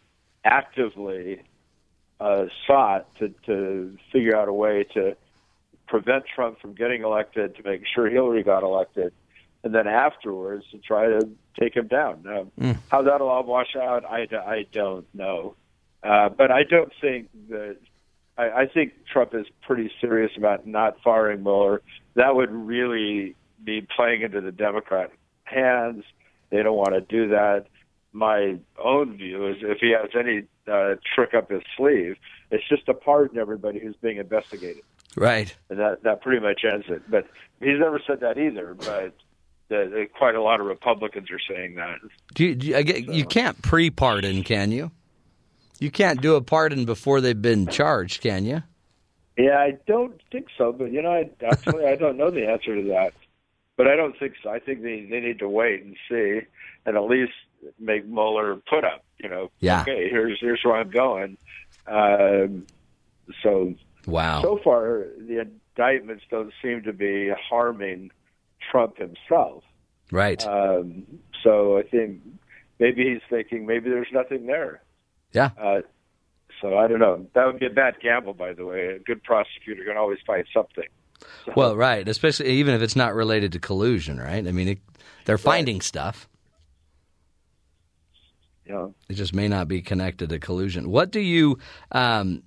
Speaker 6: actively uh, sought to, to figure out a way to prevent Trump from getting elected, to make sure Hillary got elected, and then afterwards to try to take him down. Now,
Speaker 3: Hmm.
Speaker 6: How that'll all wash out, I, I don't know. Uh, but I don't think that. I, I think Trump is pretty serious about not firing Mueller. That would really be playing into the Democrat hands. They don't want to do that. My own view is if he has any uh, trick up his sleeve, it's just to pardon everybody who's being investigated
Speaker 3: Right.
Speaker 6: and that that pretty much ends it. But he's never said that either. But that uh, quite a lot of Republicans are saying that.
Speaker 3: Do you, do you, I get, you can't pre-pardon, can you? You can't do a pardon before they've been charged, can you?
Speaker 6: Yeah, I don't think so, but you know, I actually I don't know the answer to that. But I don't think so. I think they they need to wait and see, and at least make Mueller put up. You know,
Speaker 3: Yeah.
Speaker 6: okay, here's here's where I'm going. Um, so
Speaker 3: Wow.
Speaker 6: so far, the indictments don't seem to be harming Trump himself.
Speaker 3: right.
Speaker 6: Um, so I think maybe he's thinking maybe there's nothing there.
Speaker 3: yeah.
Speaker 6: Uh, so I don't know. That would be a bad gamble, by the way. A good prosecutor can always find something.
Speaker 3: Well, right, especially even if it's not related to collusion, right? I mean, it, they're finding stuff.
Speaker 6: You know.
Speaker 3: It just may not be connected to collusion. What do you? Um,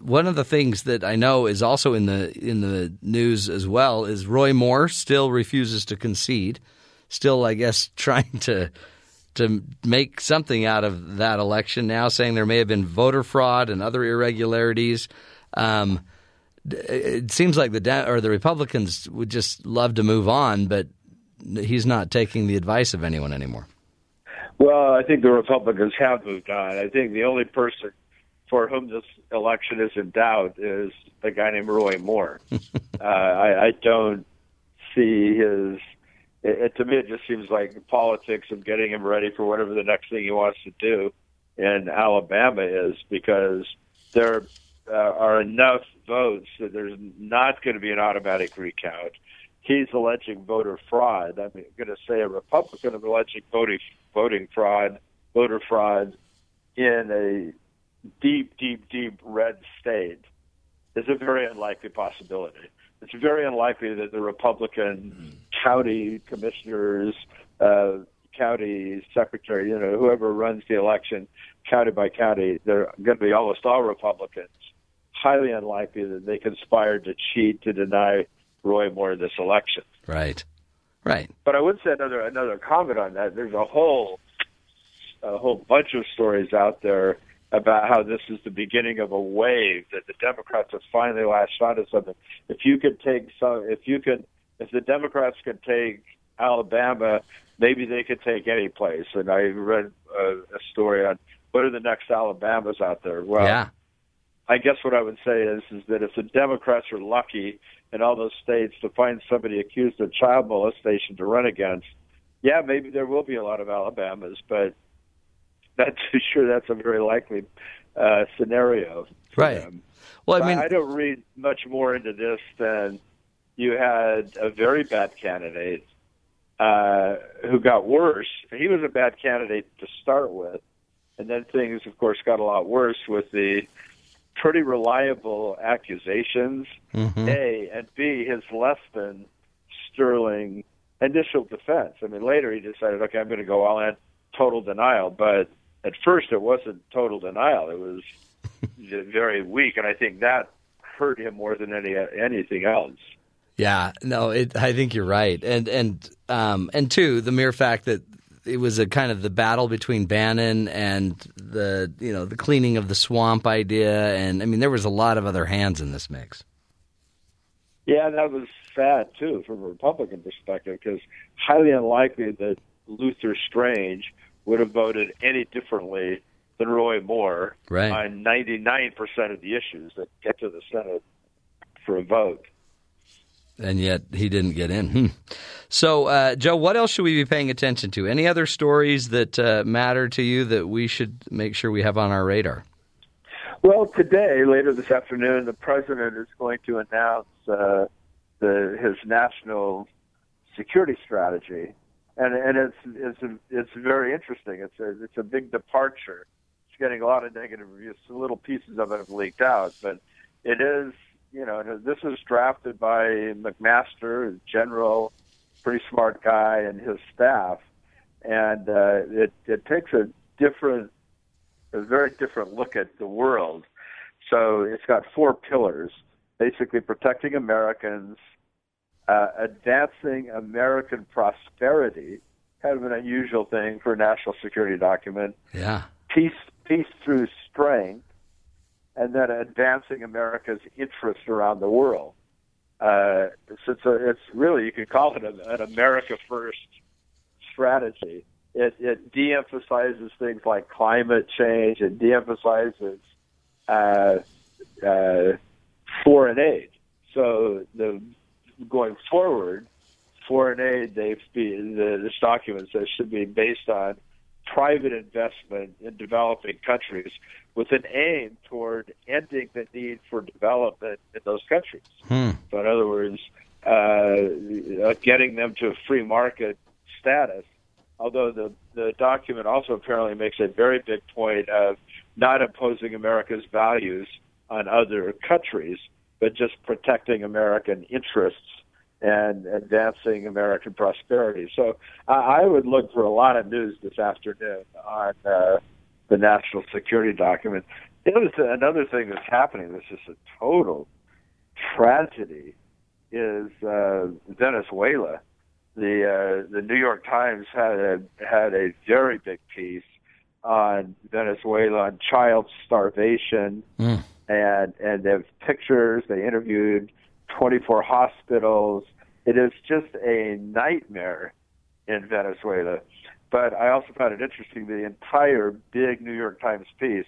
Speaker 3: one of the things that I know is also in the in the news as well is Roy Moore still refuses to concede, still I guess <laughs> trying to to make something out of that election. Now saying there may have been voter fraud and other irregularities. Um, it seems like the De- or the Republicans would just love to move on, but he's not taking the advice of anyone anymore.
Speaker 6: Well, I think the Republicans have moved on. I think the only person for whom this election is in doubt is a guy named Roy Moore.
Speaker 3: <laughs>
Speaker 6: uh, I, I don't see his. It, it, to me, it just seems like politics of getting him ready for whatever the next thing he wants to do in Alabama is, because there uh, are enough votes that there's not going to be an automatic recount. He's alleging voter fraud. I'm going to say a Republican of alleging voting voting fraud, voter fraud in a deep, deep, deep red state is a very unlikely possibility. It's very unlikely that the Republican county commissioners, uh, county secretary, you know, whoever runs the election, county by county, they're going to be almost all Republicans. Highly unlikely that they conspired to cheat to deny Roy Moore this election.
Speaker 3: Right, right.
Speaker 6: But I would say another another comment on that. There's a whole a whole bunch of stories out there about how this is the beginning of a wave that the Democrats have finally lashed onto something. If you could take some, if you could, if the Democrats could take Alabama, maybe they could take any place. And I read a, a story on what are the next Alabamas out there. Well,
Speaker 3: yeah.
Speaker 6: I guess what I would say is is that if the Democrats are lucky in all those states to find somebody accused of child molestation to run against, yeah, maybe there will be a lot of Alabamas, but not too <laughs> sure that's a very likely uh, scenario. for
Speaker 3: Right.
Speaker 6: them.
Speaker 3: Well,
Speaker 6: But
Speaker 3: I mean,
Speaker 6: I don't read much more into this than you had a very bad candidate uh, who got worse. He was a bad candidate to start with, and then things, of course, got a lot worse with the pretty reliable accusations.
Speaker 2: Mm-hmm.
Speaker 1: Hmm.
Speaker 6: A and B, his less than sterling initial defense. I mean, later he decided, okay, I'm going to go all in total denial, but at first it wasn't total denial. It was <laughs> very weak, and I think that hurt him more than any anything else.
Speaker 3: yeah. No, it, I think you're right, and and um, and two, the mere fact that it was a kind of the battle between Bannon and the you know the cleaning of the swamp idea, and I mean there was a lot of other hands in this mix.
Speaker 6: Yeah, that was sad too from a Republican perspective because highly unlikely that Luther Strange would have voted any differently than Roy Moore
Speaker 3: Right.
Speaker 6: on 99% of the issues that get to the Senate for a vote.
Speaker 3: and yet he didn't get in. Hmm. So, uh, Joe, what else should we be paying attention to? Any other stories that uh, matter to you that we should make sure we have on our radar?
Speaker 6: Well, today, later this afternoon, the president is going to announce uh, the, his national security strategy, and and it's it's a, it's very interesting. It's a it's a big departure. It's getting a lot of negative reviews. So little pieces of it have leaked out, but it is you know it- this is drafted by McMaster, general, pretty smart guy, and his staff, and uh, it it takes a different a very different look at the world. So it's got four pillars basically protecting Americans, uh, advancing American prosperity, kind of an unusual thing for a national security document,
Speaker 3: Yeah,
Speaker 6: peace, peace through strength, and then advancing America's interests around the world. Uh, it's, it's, a, it's really, you could call it an, an America First strategy. It, it de emphasizes things like climate change, it de emphasizes uh, uh, foreign aid. So the going forward, foreign aid, they the, this document says should be based on private investment in developing countries with an aim toward ending the need for development in those countries.
Speaker 3: Hmm.
Speaker 6: So, in other words, uh, getting them to a free market status. Although the the document also apparently makes a very big point of not imposing America's values on other countries, but just protecting American interests and advancing American prosperity. So I I would look for a lot of news this afternoon on uh, the national security document. The other th- another thing that's happening that's just a total tragedy is uh, Venezuela. The uh, the New York Times had a, had a very big piece on Venezuela on child starvation and and they have pictures. They interviewed 24 hospitals. It is just a nightmare in Venezuela. But I also found it interesting the entire big New York Times piece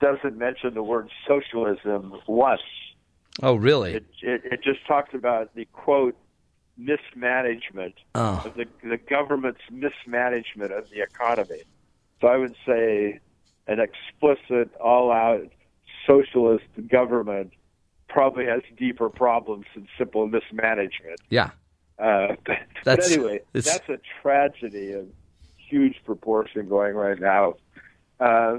Speaker 6: doesn't mention the word socialism once.
Speaker 3: Oh, really?
Speaker 6: It it, it just talks about the quote mismanagement
Speaker 3: Oh.
Speaker 6: of the the government's mismanagement of the economy. So I would say an explicit, all-out socialist government probably has deeper problems than simple mismanagement.
Speaker 3: yeah.
Speaker 6: Uh, but, but
Speaker 3: That's-
Speaker 6: anyway,
Speaker 3: it's-
Speaker 6: that's a tragedy of huge proportion going right now. Uh,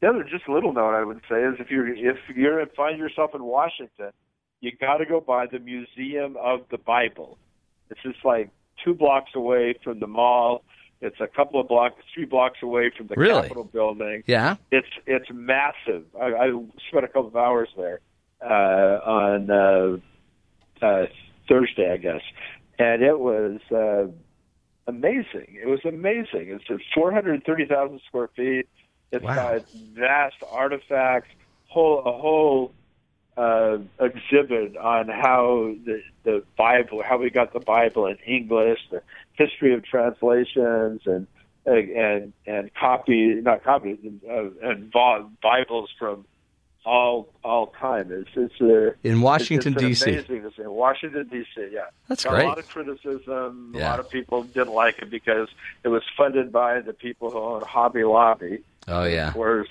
Speaker 6: the other just little note I would say is if you're if you're find yourself in Washington, you got to go by the Museum of the Bible. It's just like two blocks away from the mall. It's a couple of blocks, three blocks away from the
Speaker 3: Really?
Speaker 6: Capitol building.
Speaker 3: Yeah.
Speaker 6: It's it's massive. I, I spent a couple of hours there uh, on uh, uh, Thursday, I guess, and it was uh, amazing. It was amazing. It's at 430,000 square feet. It's
Speaker 3: Wow.
Speaker 6: got vast artifacts, whole a whole uh, exhibit on how the, the Bible, how we got the Bible in English, the history of translations, and and and copy, not copies, uh, and vol- Bibles from all all time. It's it's uh,
Speaker 3: In Washington,
Speaker 6: it's- it's an
Speaker 3: D.C..
Speaker 6: amazing to see. Washington D.C. Yeah,
Speaker 3: That's
Speaker 6: Got
Speaker 3: great.
Speaker 6: A lot of criticism.
Speaker 3: Yeah.
Speaker 6: A lot of people didn't like it because it was funded by the people who own Hobby Lobby.
Speaker 3: Oh, yeah.
Speaker 6: Of course,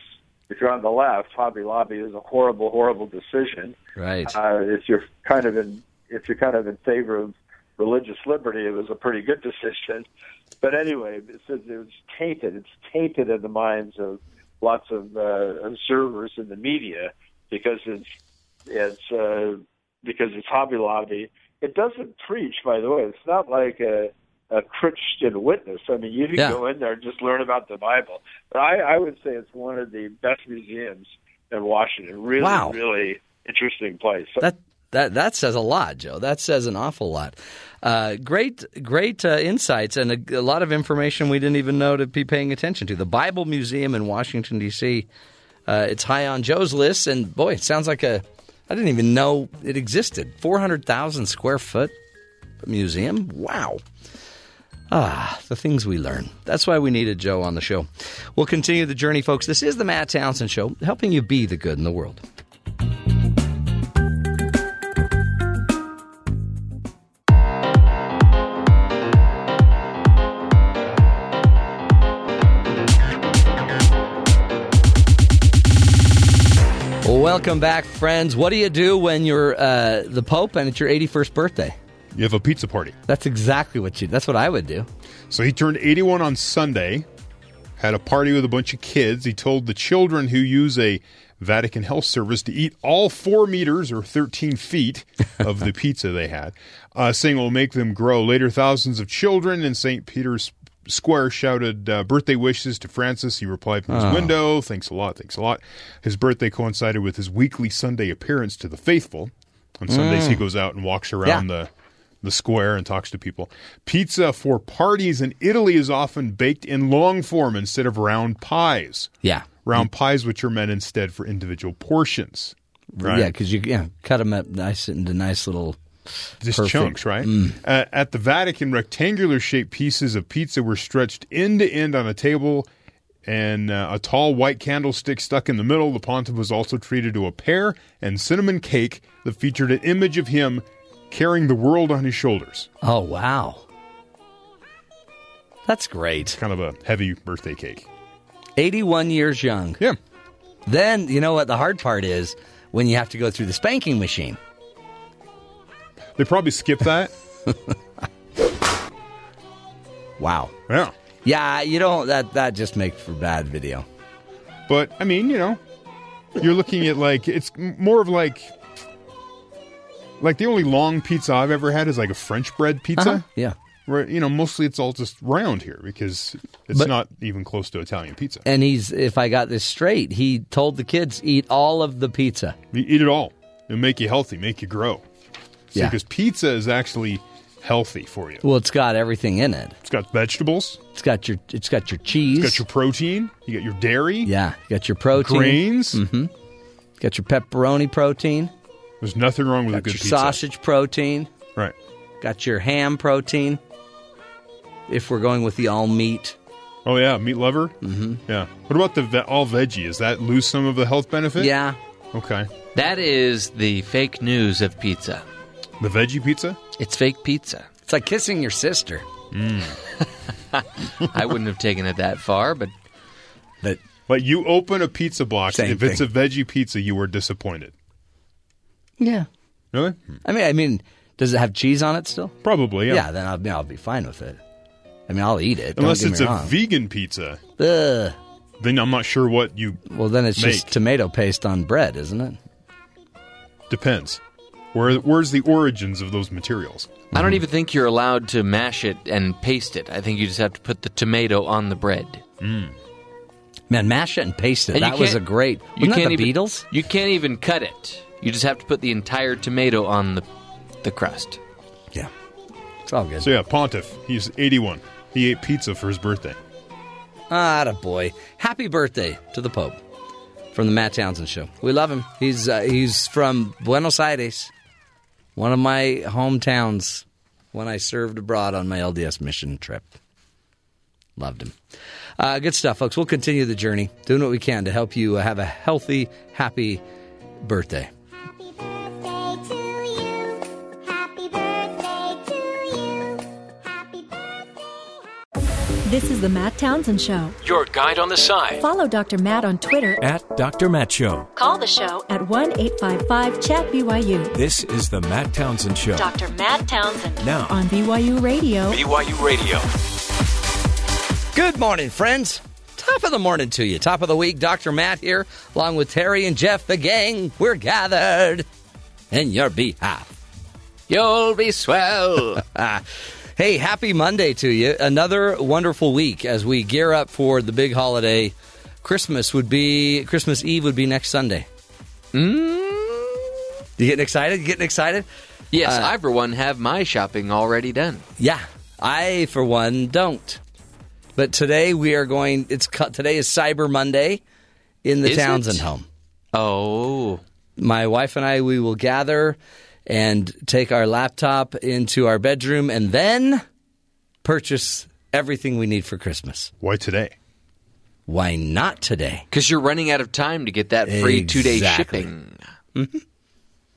Speaker 6: if you're on the left, Hobby Lobby is a horrible, horrible decision.
Speaker 3: Right.
Speaker 6: Uh, if you're kind of in if you're kind of in favor of religious liberty, it was a pretty good <laughs> decision. But anyway, it's, it's tainted. It's tainted in the minds of lots of uh, observers in the media because it's it's uh, because it's Hobby Lobby. It doesn't preach, by the way. It's not like a a Christian witness. I mean, you can
Speaker 3: Yeah.
Speaker 6: go in there and just learn about the Bible. But I, I would say it's one of the best museums in Washington. Really,
Speaker 3: Wow.
Speaker 6: really interesting place. So
Speaker 3: That that that says a lot, Joe. That says an awful lot. Uh, great, great uh, insights and a, a lot of information we didn't even know to be paying attention to. The Bible Museum in Washington D.C. Uh, it's high on Joe's list, and boy, it sounds like a I didn't even know it existed. Four hundred thousand square foot museum. Wow. Ah, the things we learn. That's why we needed Joe on the show. We'll continue the journey, folks. This is the Matt Townsend Show, helping you be the good in the world. Welcome back, friends. What do you do when you're uh, the Pope and it's your 81st birthday?
Speaker 5: You have a pizza party.
Speaker 3: That's exactly what you. That's what I would do.
Speaker 5: So he turned 81 on Sunday, had a party with a bunch of kids. He told the children who use a Vatican Health Service to eat all four meters or 13 feet of the pizza they had, uh, saying it will make them grow. Later, thousands of children in St. Peter's Square shouted uh, birthday wishes to Francis. He replied from his window, Thanks a lot, thanks a lot. His birthday coincided with his weekly Sunday appearance to the faithful. On Sundays,
Speaker 3: Mm.
Speaker 5: he goes out and walks around the the square and talks to people. Pizza for parties in Italy is often baked in long form instead of round pies.
Speaker 3: Yeah,
Speaker 5: Round pies, which are meant instead for individual portions. Right.
Speaker 3: yeah, because you yeah, cut them up nice into nice little
Speaker 5: just
Speaker 3: Perfect. Mm.
Speaker 5: chunks, right? Uh, at the Vatican, rectangular shaped pieces of pizza were stretched end to end on a table, and uh, a tall white candlestick stuck in the middle. The pontiff was also treated to a pear and cinnamon cake that featured an image of him carrying the world on his shoulders.
Speaker 3: Oh, wow. That's great.
Speaker 5: Kind of a heavy birthday cake.
Speaker 3: 81 years young.
Speaker 5: Yeah.
Speaker 3: Then, you know what the hard part is? When you have to go through the spanking machine.
Speaker 5: They probably skipped that.
Speaker 3: <laughs> Wow.
Speaker 5: yeah.
Speaker 3: Yeah, you don't, that, that just makes for bad video.
Speaker 5: But I mean, you know, you're looking at like it's m- more of like like the only long pizza I've ever had is like a French bread pizza.
Speaker 3: Uh-huh. Yeah.
Speaker 5: Where you know mostly it's all just round here because it's
Speaker 3: But-
Speaker 5: not even close to Italian pizza.
Speaker 3: And he's, if I got this straight, he told the kids, eat all of the pizza.
Speaker 5: You eat it all. It'll make you healthy, make you grow. See,
Speaker 3: Yeah.
Speaker 5: because pizza is actually healthy for you.
Speaker 3: Well, it's got everything in it.
Speaker 5: It's got vegetables,
Speaker 3: It's got your, it's got your cheese.
Speaker 5: it's got your protein, you got your dairy,
Speaker 3: yeah. You got your protein. Mm-hmm.
Speaker 5: grains.
Speaker 3: Got your pepperoni protein.
Speaker 5: There's nothing wrong with a
Speaker 3: Got
Speaker 5: good
Speaker 3: your
Speaker 5: pizza.
Speaker 3: sausage protein.
Speaker 5: Right.
Speaker 3: Got your ham protein. If we're going with the all meat.
Speaker 5: Oh yeah, meat lover. Mm-hmm. Yeah. What about the ve- all veggie? Is that lose some of the health benefit?
Speaker 3: Yeah.
Speaker 5: Okay.
Speaker 4: That is the fake news of pizza.
Speaker 5: The veggie pizza.
Speaker 4: It's fake pizza.
Speaker 3: It's like kissing your sister.
Speaker 4: <laughs>
Speaker 3: Hmm.
Speaker 4: I wouldn't have taken it that far, but
Speaker 3: But
Speaker 5: Like you open a pizza box,
Speaker 3: Same
Speaker 5: if it's a
Speaker 3: thing.
Speaker 5: veggie pizza, you are disappointed.
Speaker 3: yeah.
Speaker 5: Really?
Speaker 3: I mean, I mean, does it have cheese on it still?
Speaker 5: Probably. Yeah.
Speaker 3: Yeah. then I'll, I'll be fine with it. I mean, I'll eat it. Don't
Speaker 5: Unless
Speaker 3: get
Speaker 5: it's
Speaker 3: me
Speaker 5: a
Speaker 3: wrong.
Speaker 5: vegan pizza,
Speaker 3: Ugh.
Speaker 5: then I'm not sure what you
Speaker 3: Well, then it's just
Speaker 5: Make.
Speaker 3: tomato paste on bread, isn't it?
Speaker 5: depends. Where where's the origins of those materials?
Speaker 3: Mm-hmm.
Speaker 4: I don't even think you're allowed to mash it and paste it. I think you just have to put the tomato on the bread.
Speaker 5: Mm.
Speaker 3: Man, mash it and paste it.
Speaker 4: And you
Speaker 3: that was a
Speaker 4: can't-
Speaker 3: great.
Speaker 4: You
Speaker 3: Wasn't that
Speaker 4: can't
Speaker 3: the
Speaker 4: even,
Speaker 3: Beatles?
Speaker 4: You can't even cut it. You just have to put the entire tomato on the the crust.
Speaker 3: Yeah. It's all good.
Speaker 5: So yeah, Pontiff, he's 81. He ate pizza for his birthday.
Speaker 3: Ah, boy. Happy birthday to the Pope from the Matt Townsend Show. We love him. He's uh, he's from Buenos Aires, one of my hometowns. When I served abroad on my LDS mission trip, loved him. Uh, good stuff, folks. We'll continue the journey, doing what we can to help you uh, have a healthy, happy birthday.
Speaker 7: Happy birthday to you. Happy birthday to you. Happy birthday.
Speaker 1: This is the Matt Townsend Show.
Speaker 2: Your guide on the side.
Speaker 1: Follow Dr. Matt on Twitter.
Speaker 2: At Dr. Matt Show.
Speaker 1: Call the show at 1 855 Chat BYU.
Speaker 2: This is the Matt Townsend Show.
Speaker 1: Dr. Matt Townsend.
Speaker 2: Now.
Speaker 1: On BYU Radio.
Speaker 2: BYU Radio.
Speaker 3: Good morning, friends. Top of the morning to you. Top of the week, Dr. Matt here, along with Terry and Jeff, the gang. We're gathered in your behalf.
Speaker 4: You'll be swell.
Speaker 3: Ah. Hey, happy Monday to you. Another wonderful week as we gear up for the big holiday. Christmas would be, Christmas Eve would be next Sunday.
Speaker 4: Mm?
Speaker 3: You getting excited? You getting excited? Uh,
Speaker 4: yes, I for one have my shopping already done.
Speaker 3: Yeah, I for one don't. But today we are going. It's cu- today is Cyber Monday in the
Speaker 4: Is it?
Speaker 3: Townsend home.
Speaker 4: Oh,
Speaker 3: My wife and I we will gather and take our laptop into our bedroom and then purchase everything we need for Christmas.
Speaker 5: Why today?
Speaker 3: Why not today?
Speaker 4: because you're running out of time to get that free two day
Speaker 3: Exactly. Mm-hmm.
Speaker 4: shipping.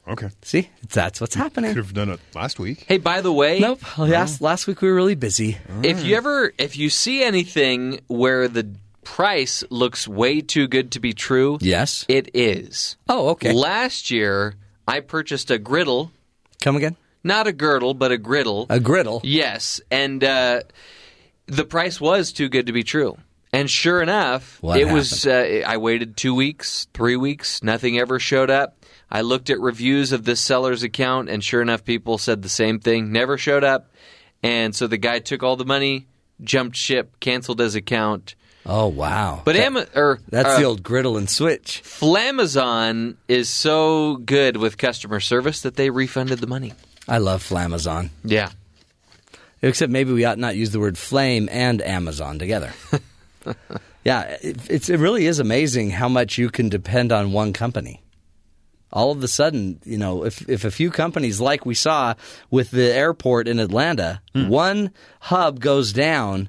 Speaker 5: Okay.
Speaker 3: See, that's what's
Speaker 5: Could
Speaker 3: happening.
Speaker 5: have done it last week.
Speaker 4: Hey, by the way,
Speaker 3: Nope. Last last week we were really busy.
Speaker 4: If you ever if you see anything where the price looks way too good to be true,
Speaker 3: Yes.
Speaker 4: it is.
Speaker 3: Oh, okay.
Speaker 4: Last year, I purchased a griddle,
Speaker 3: Come again?
Speaker 4: not a girdle, but a griddle.
Speaker 3: A griddle.
Speaker 4: yes, and uh, the price was too good to be true. And sure enough,
Speaker 3: What
Speaker 4: it was. Uh, I waited two weeks, three weeks, nothing ever showed up. I looked at reviews of this seller's account, and sure enough, people said the same thing. Never showed up, and so the guy took all the money, jumped ship, canceled his account.
Speaker 3: Oh wow.
Speaker 4: But
Speaker 3: That-
Speaker 4: Ama- or
Speaker 3: that's
Speaker 4: uh,
Speaker 3: the old griddle and switch.
Speaker 4: Flamazon is so good with customer service that they refunded the money.
Speaker 3: I love Flamazon.
Speaker 4: Yeah.
Speaker 3: Except maybe we ought not use the word flame and Amazon together. yeah, it, it's, it really is amazing how much you can depend on one company. all of a sudden, you know, if if a few companies like we saw with the airport in Atlanta, one hub goes down,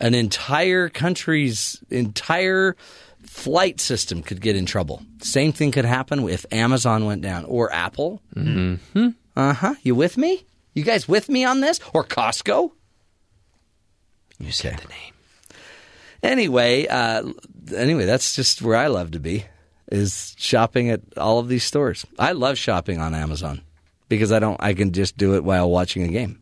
Speaker 3: an entire country's entire flight system could get in trouble. Same thing could happen if Amazon went down or Apple. Mm-hmm. Uh huh. You with me? You guys with me on this? Or Costco?
Speaker 4: You said the name.
Speaker 3: Anyway, uh, anyway, that's just where I love to be is shopping at all of these stores. I love shopping on Amazon because I don't. I can just do it while watching a game.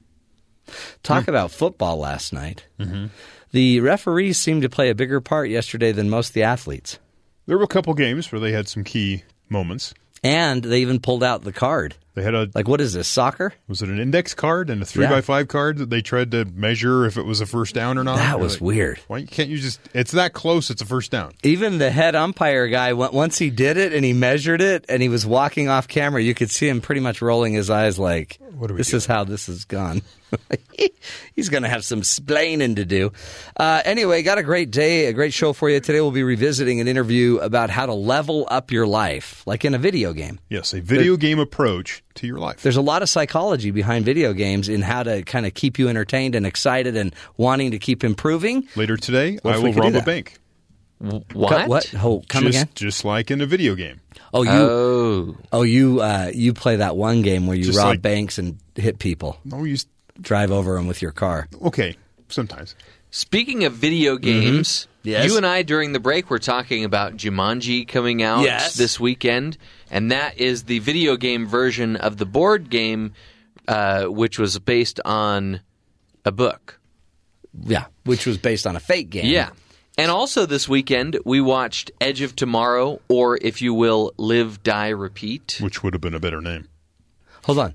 Speaker 3: Talk about football last night.
Speaker 5: Mm-hmm.
Speaker 3: The referees seemed to play a bigger part yesterday than most of the athletes,
Speaker 5: There were a couple games where they had some key moments.
Speaker 3: and they even pulled out the card.
Speaker 5: They had a
Speaker 3: Like, what is this soccer?
Speaker 5: was it an index card and a three
Speaker 3: Yeah.
Speaker 5: by five card that they tried to measure if it was a first down or not?
Speaker 3: That
Speaker 5: You're
Speaker 3: was
Speaker 5: like,
Speaker 3: weird.
Speaker 5: Why can't you just? It's that close. It's a first down.
Speaker 3: Even the head umpire guy, on- once he did it and he measured it and he was walking off camera, you could see him pretty much rolling his eyes like,
Speaker 5: What are we
Speaker 3: this is how this has gone. <laughs> He's going to have some splaining to do. Uh, anyway, got a great day, a great show for you. Today we'll be revisiting an interview about how to level up your life, like in a video game.
Speaker 5: Yes, a video game approach to your life.
Speaker 3: There's a lot of psychology behind video games in how to kind of keep you entertained and excited and wanting to keep improving.
Speaker 5: Later today,
Speaker 3: What
Speaker 5: I
Speaker 3: if we
Speaker 5: will
Speaker 3: could do
Speaker 5: rob a
Speaker 3: that?
Speaker 5: bank.
Speaker 4: What?
Speaker 3: What? Oh, come
Speaker 5: just,
Speaker 3: again?
Speaker 5: just like in a video game.
Speaker 3: Oh, you.
Speaker 4: Oh,
Speaker 3: Oh, you uh, you play that one game where you
Speaker 5: Just
Speaker 3: rob
Speaker 5: like-
Speaker 3: banks and hit people,
Speaker 5: No, you. s-
Speaker 3: drive over them with your car.
Speaker 5: Okay, sometimes.
Speaker 4: speaking of video games,
Speaker 3: Mm-hmm. Yes.
Speaker 4: you and I during the break were talking about Jumanji coming out
Speaker 3: Yes.
Speaker 4: this weekend, and that is the video game version of the board game, uh, which was based on a book.
Speaker 3: Yeah, which was based on a fake game.
Speaker 4: Yeah. And also this weekend, we watched Edge of Tomorrow, or if you will, Live, Die, Repeat.
Speaker 5: Which would have been a better name.
Speaker 3: Hold on,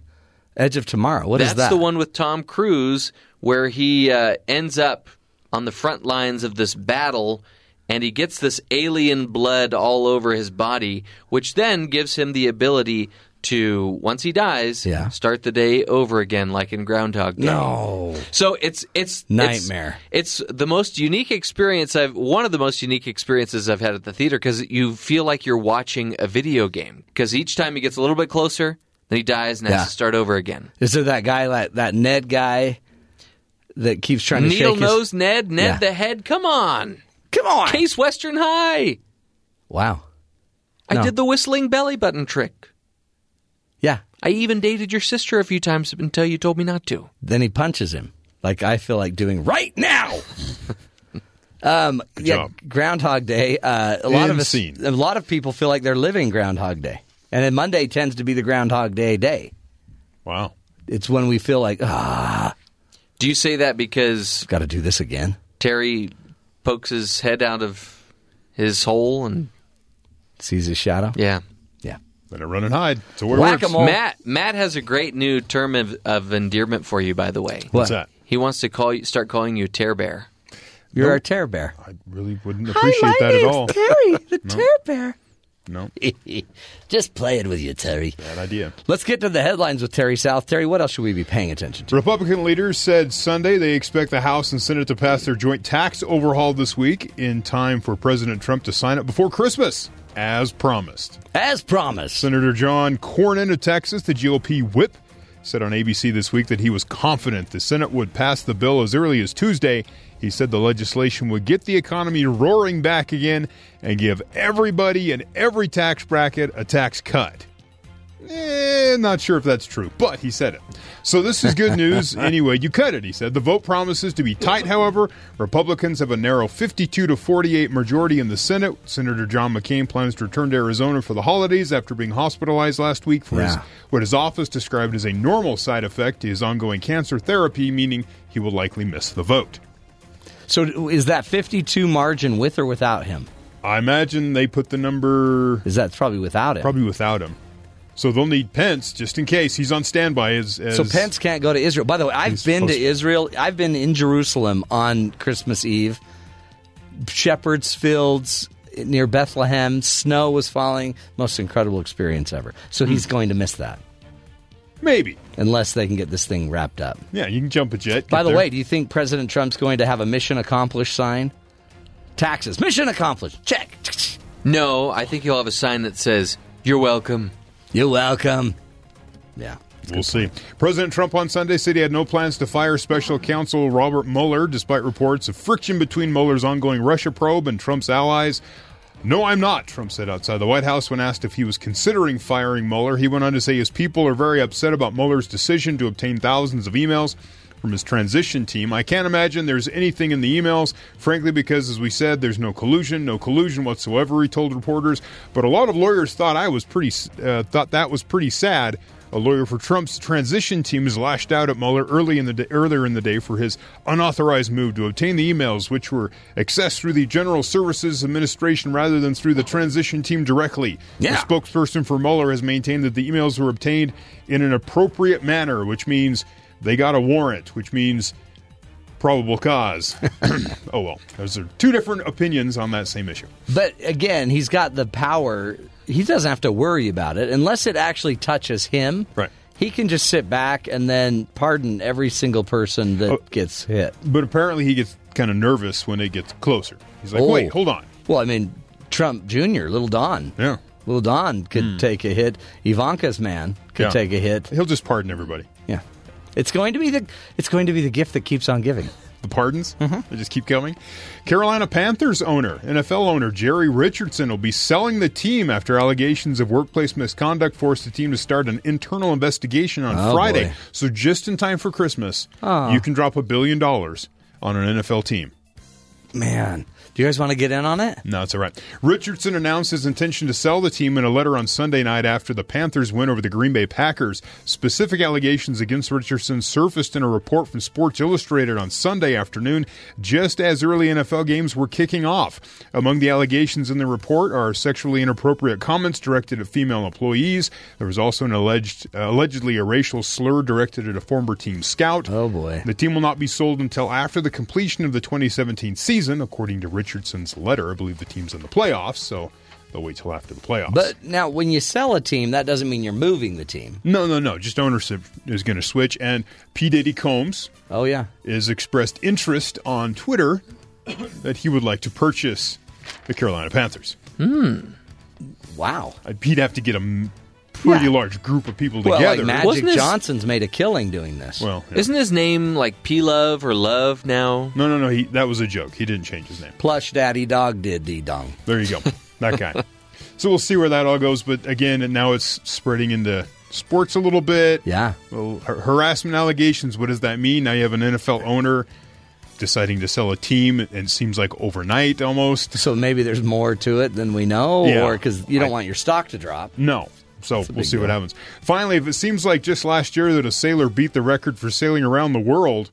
Speaker 3: Edge of Tomorrow. What is
Speaker 4: That's
Speaker 3: that?
Speaker 4: the one with Tom Cruise where he uh, ends up on the front lines of this battle and he gets this alien blood all over his body, which then gives him the ability to, once he dies,
Speaker 3: Yeah.
Speaker 4: start the day over again, like in Groundhog Day.
Speaker 3: No.
Speaker 4: So it's it's it's-
Speaker 3: Nightmare.
Speaker 4: It's, the most unique experience I've one of the most unique experiences I've had at the theater because you feel like you're watching a video game because each time he gets a little bit closer, then he dies and
Speaker 3: Yeah.
Speaker 4: has to start over again.
Speaker 3: Is there that guy that that Ned guy that keeps trying to
Speaker 4: Needle
Speaker 3: shake his?
Speaker 4: nose Ned, Ned
Speaker 3: Yeah.
Speaker 4: the head. Come on,
Speaker 3: Come on.
Speaker 4: Case Western High.
Speaker 3: Wow.
Speaker 4: I
Speaker 3: No.
Speaker 4: did the whistling belly button trick.
Speaker 3: Yeah.
Speaker 4: I even dated your sister a few times until you told me not to.
Speaker 3: Then he punches him. Like I feel like doing right
Speaker 4: <laughs>
Speaker 3: now. um, yeah,
Speaker 5: job.
Speaker 3: Groundhog Day. Uh, a lot of us,
Speaker 5: Insane.
Speaker 3: a lot of people feel like they're living Groundhog Day, and then Monday tends to be the Groundhog Day day.
Speaker 5: Wow.
Speaker 3: It's when we feel like, ah,
Speaker 4: Do you say that because
Speaker 3: got to do this again.
Speaker 4: Terry pokes his head out of his hole and
Speaker 3: Sees his shadow.
Speaker 4: yeah?
Speaker 3: Yeah.
Speaker 5: Better run and hide. So where
Speaker 3: Whack
Speaker 5: works.
Speaker 3: 'em all.
Speaker 4: Matt Matt has a great new term of, of endearment for you, by the way.
Speaker 5: What's that?
Speaker 4: He wants to call you, start calling you Tear Bear.
Speaker 3: You're our tear bear.
Speaker 5: I really wouldn't appreciate that at all.
Speaker 3: Terry, the tear
Speaker 5: No,
Speaker 3: bear. <laughs> Just playing with you, Terry.
Speaker 5: bad idea.
Speaker 3: Let's get to the headlines with Terry South. Terry, what else should we be paying attention to?
Speaker 5: Republican leaders said Sunday they expect the House and Senate to pass their joint tax overhaul this week in time for President Trump to sign it before Christmas, as promised.
Speaker 3: As promised.
Speaker 5: Senator John Cornyn of Texas, the GOP whip, said on ABC this week that he was confident the Senate would pass the bill as early as Tuesday. He said the legislation would get the economy roaring back again and give everybody in every tax bracket a tax cut. Eh, not sure if that's true, but he said it. So this is
Speaker 3: <laughs>
Speaker 5: good news. anyway, you cut it, he said. The vote promises to be tight, however. Republicans have a narrow 52 to 48 majority in the Senate. Senator John McCain plans to return to Arizona for the holidays after being hospitalized last week for his,
Speaker 3: Yeah.
Speaker 5: what his office described as a normal side effect to his ongoing cancer therapy, meaning he will likely miss the vote.
Speaker 3: So is that 52 margin with or without him?
Speaker 5: I imagine they put the number
Speaker 3: Is that probably without him?
Speaker 5: probably without him. So they'll need Pence just in case. He's on standby as, as
Speaker 3: So Pence can't go to Israel. By the way, I've
Speaker 5: He's
Speaker 3: been to
Speaker 5: supposed to.
Speaker 3: Israel. I've been in Jerusalem on Christmas Eve. Shepherds fields near Bethlehem. Snow was falling. Most incredible experience ever. So
Speaker 5: Hmm.
Speaker 3: he's going to miss that
Speaker 5: Maybe.
Speaker 3: unless they can get this thing wrapped up.
Speaker 5: Yeah, you can jump a jet.
Speaker 3: By
Speaker 5: get
Speaker 3: the
Speaker 5: there.
Speaker 3: way, do you think President Trump's going to have a mission accomplished sign? Taxes. Mission accomplished. Check.
Speaker 4: No, I think he'll have a sign that says "You're welcome."
Speaker 3: You're welcome. Yeah.
Speaker 5: We'll see. President Trump on Sunday said he had no plans to fire special counsel Robert Mueller, despite reports of friction between Mueller's ongoing Russia probe and Trump's allies. No, I'm not, Trump said outside the White House when asked if he was considering firing Mueller. He went on to say his people are very upset about Mueller's decision to obtain thousands of emails from his transition team. I can't imagine there's anything in the emails, frankly, because as we said, there's no collusion, no collusion whatsoever. He told reporters, but a lot of lawyers thought I was pretty uh, thought that was pretty sad. A lawyer for Trump's transition team has lashed out at Mueller early in the day, earlier in the day for his unauthorized move to obtain the emails, which were accessed through the General Services Administration rather than through the transition team directly.
Speaker 3: Yeah.
Speaker 5: The spokesperson for Mueller has maintained that the emails were obtained in an appropriate manner, which means they got a warrant, which means
Speaker 3: <coughs>
Speaker 5: probable cause. <coughs> oh well, those are two different opinions on that same issue.
Speaker 3: But again, he's got the power. He doesn't have to worry about it unless it actually touches him.
Speaker 5: Right.
Speaker 3: He can just sit back and then pardon every single person that
Speaker 5: Oh.
Speaker 3: gets hit.
Speaker 5: But apparently, he gets kind of nervous when it gets closer. He's like,
Speaker 3: Oh.
Speaker 5: "Wait, hold on."
Speaker 3: Well, I mean, Trump Jr., Little Don.
Speaker 5: Yeah. Hmm.
Speaker 3: Little Don could take a hit. Ivanka's man could
Speaker 5: Yeah.
Speaker 3: take a hit.
Speaker 5: He'll just pardon everybody.
Speaker 3: Yeah. It's going to be the it's going to be the gift that keeps on giving. Mm-hmm.
Speaker 5: The pardons, they just keep coming. Carolina Panthers owner, NFL owner Jerry Richardson will be selling the team after allegations of workplace misconduct forced the team to start an internal investigation on
Speaker 3: Oh,
Speaker 5: Friday.
Speaker 3: boy.
Speaker 5: So just in time for Christmas, you can drop a billion dollars on an NFL team.
Speaker 3: Man, do you guys want to get in on it?
Speaker 5: No, it's all right. Richardson announced his intention to sell the team in a letter on Sunday night after the Panthers win over the Green Bay Packers. Specific allegations against Richardson surfaced in a report from Sports Illustrated on Sunday afternoon, just as early NFL games were kicking off. Among the allegations in the report are sexually inappropriate comments directed at female employees. There was also an alleged, uh, allegedly a racial slur directed at a former team scout.
Speaker 3: Oh, boy.
Speaker 5: The team will not be sold until after the completion of the 2017 season, according to Richardson's letter. I believe the team's in the playoffs, so they'll wait till after the playoffs.
Speaker 3: But now when you sell a team, that doesn't mean you're moving the team.
Speaker 5: no, no, no. Just ownership is going to switch. And P. Diddy Combs
Speaker 3: Oh yeah.
Speaker 5: has expressed interest on Twitter that he would like to purchase the Carolina Panthers.
Speaker 3: Hmm. Wow.
Speaker 5: Uh, He'd have to get a m- pretty
Speaker 3: Yeah.
Speaker 5: large group of people
Speaker 3: Well,
Speaker 5: together.
Speaker 3: like Magic
Speaker 4: Wasn't this-
Speaker 3: Johnson's made a killing doing this.
Speaker 5: Well, yeah.
Speaker 4: Isn't his name like P Love or Love now?
Speaker 5: no, no, no. He, that was a joke. He didn't change his name.
Speaker 3: Plush Daddy Dog did D Dong.
Speaker 5: There you go. That
Speaker 3: <laughs>
Speaker 5: guy. so we'll see where that all goes. But again, and now it's spreading into sports a little bit.
Speaker 3: Yeah.
Speaker 5: Well, har- harassment allegations. What does that mean? Now you have an NFL owner deciding to sell a team, and it seems like overnight almost.
Speaker 3: So maybe there's more to it than we know,
Speaker 5: Yeah.
Speaker 3: or because you don't want your stock to drop.
Speaker 5: No. So we'll
Speaker 3: big
Speaker 5: see what
Speaker 3: deal.
Speaker 5: happens. Finally, if it seems like just last year that a sailor beat the record for sailing around the world,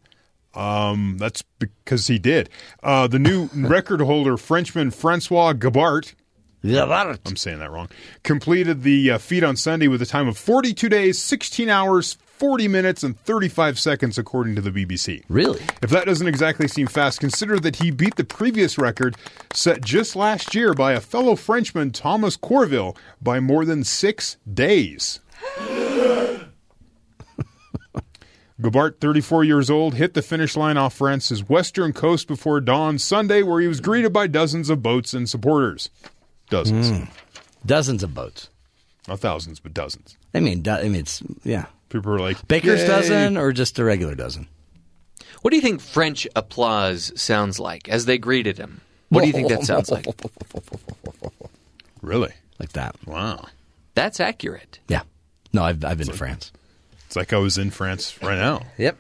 Speaker 5: um, that's because he did. Uh, the
Speaker 3: <laughs>
Speaker 5: new record holder, Frenchman Francois Gabart, I'm saying that wrong. Completed the uh, feat on Sunday with a time of 42 days, 16 hours, 40 minutes, and 35 seconds, according to the BBC.
Speaker 3: Really?
Speaker 5: If that doesn't exactly seem fast, consider that he beat the previous record set just last year by a fellow Frenchman, Thomas Corville, by more than six days. <laughs> Gabart, 34 years old, hit the finish line off France's western coast before dawn Sunday, where he was greeted by dozens of boats and supporters. Dozens.
Speaker 3: Hmm. Dozens of boats.
Speaker 5: Not thousands, but dozens.
Speaker 3: I mean, do- I mean, it's yeah,
Speaker 5: People are like
Speaker 3: baker's
Speaker 5: "Yay."
Speaker 3: dozen or just a regular dozen.
Speaker 4: What do you think French applause sounds like as they greeted him? What do you think that sounds like?
Speaker 5: <laughs> Really?
Speaker 3: Like that.
Speaker 5: Wow.
Speaker 4: That's accurate.
Speaker 3: Yeah. No, I've I've been to France.
Speaker 5: It's like I was in France right now.
Speaker 3: <laughs> Yep.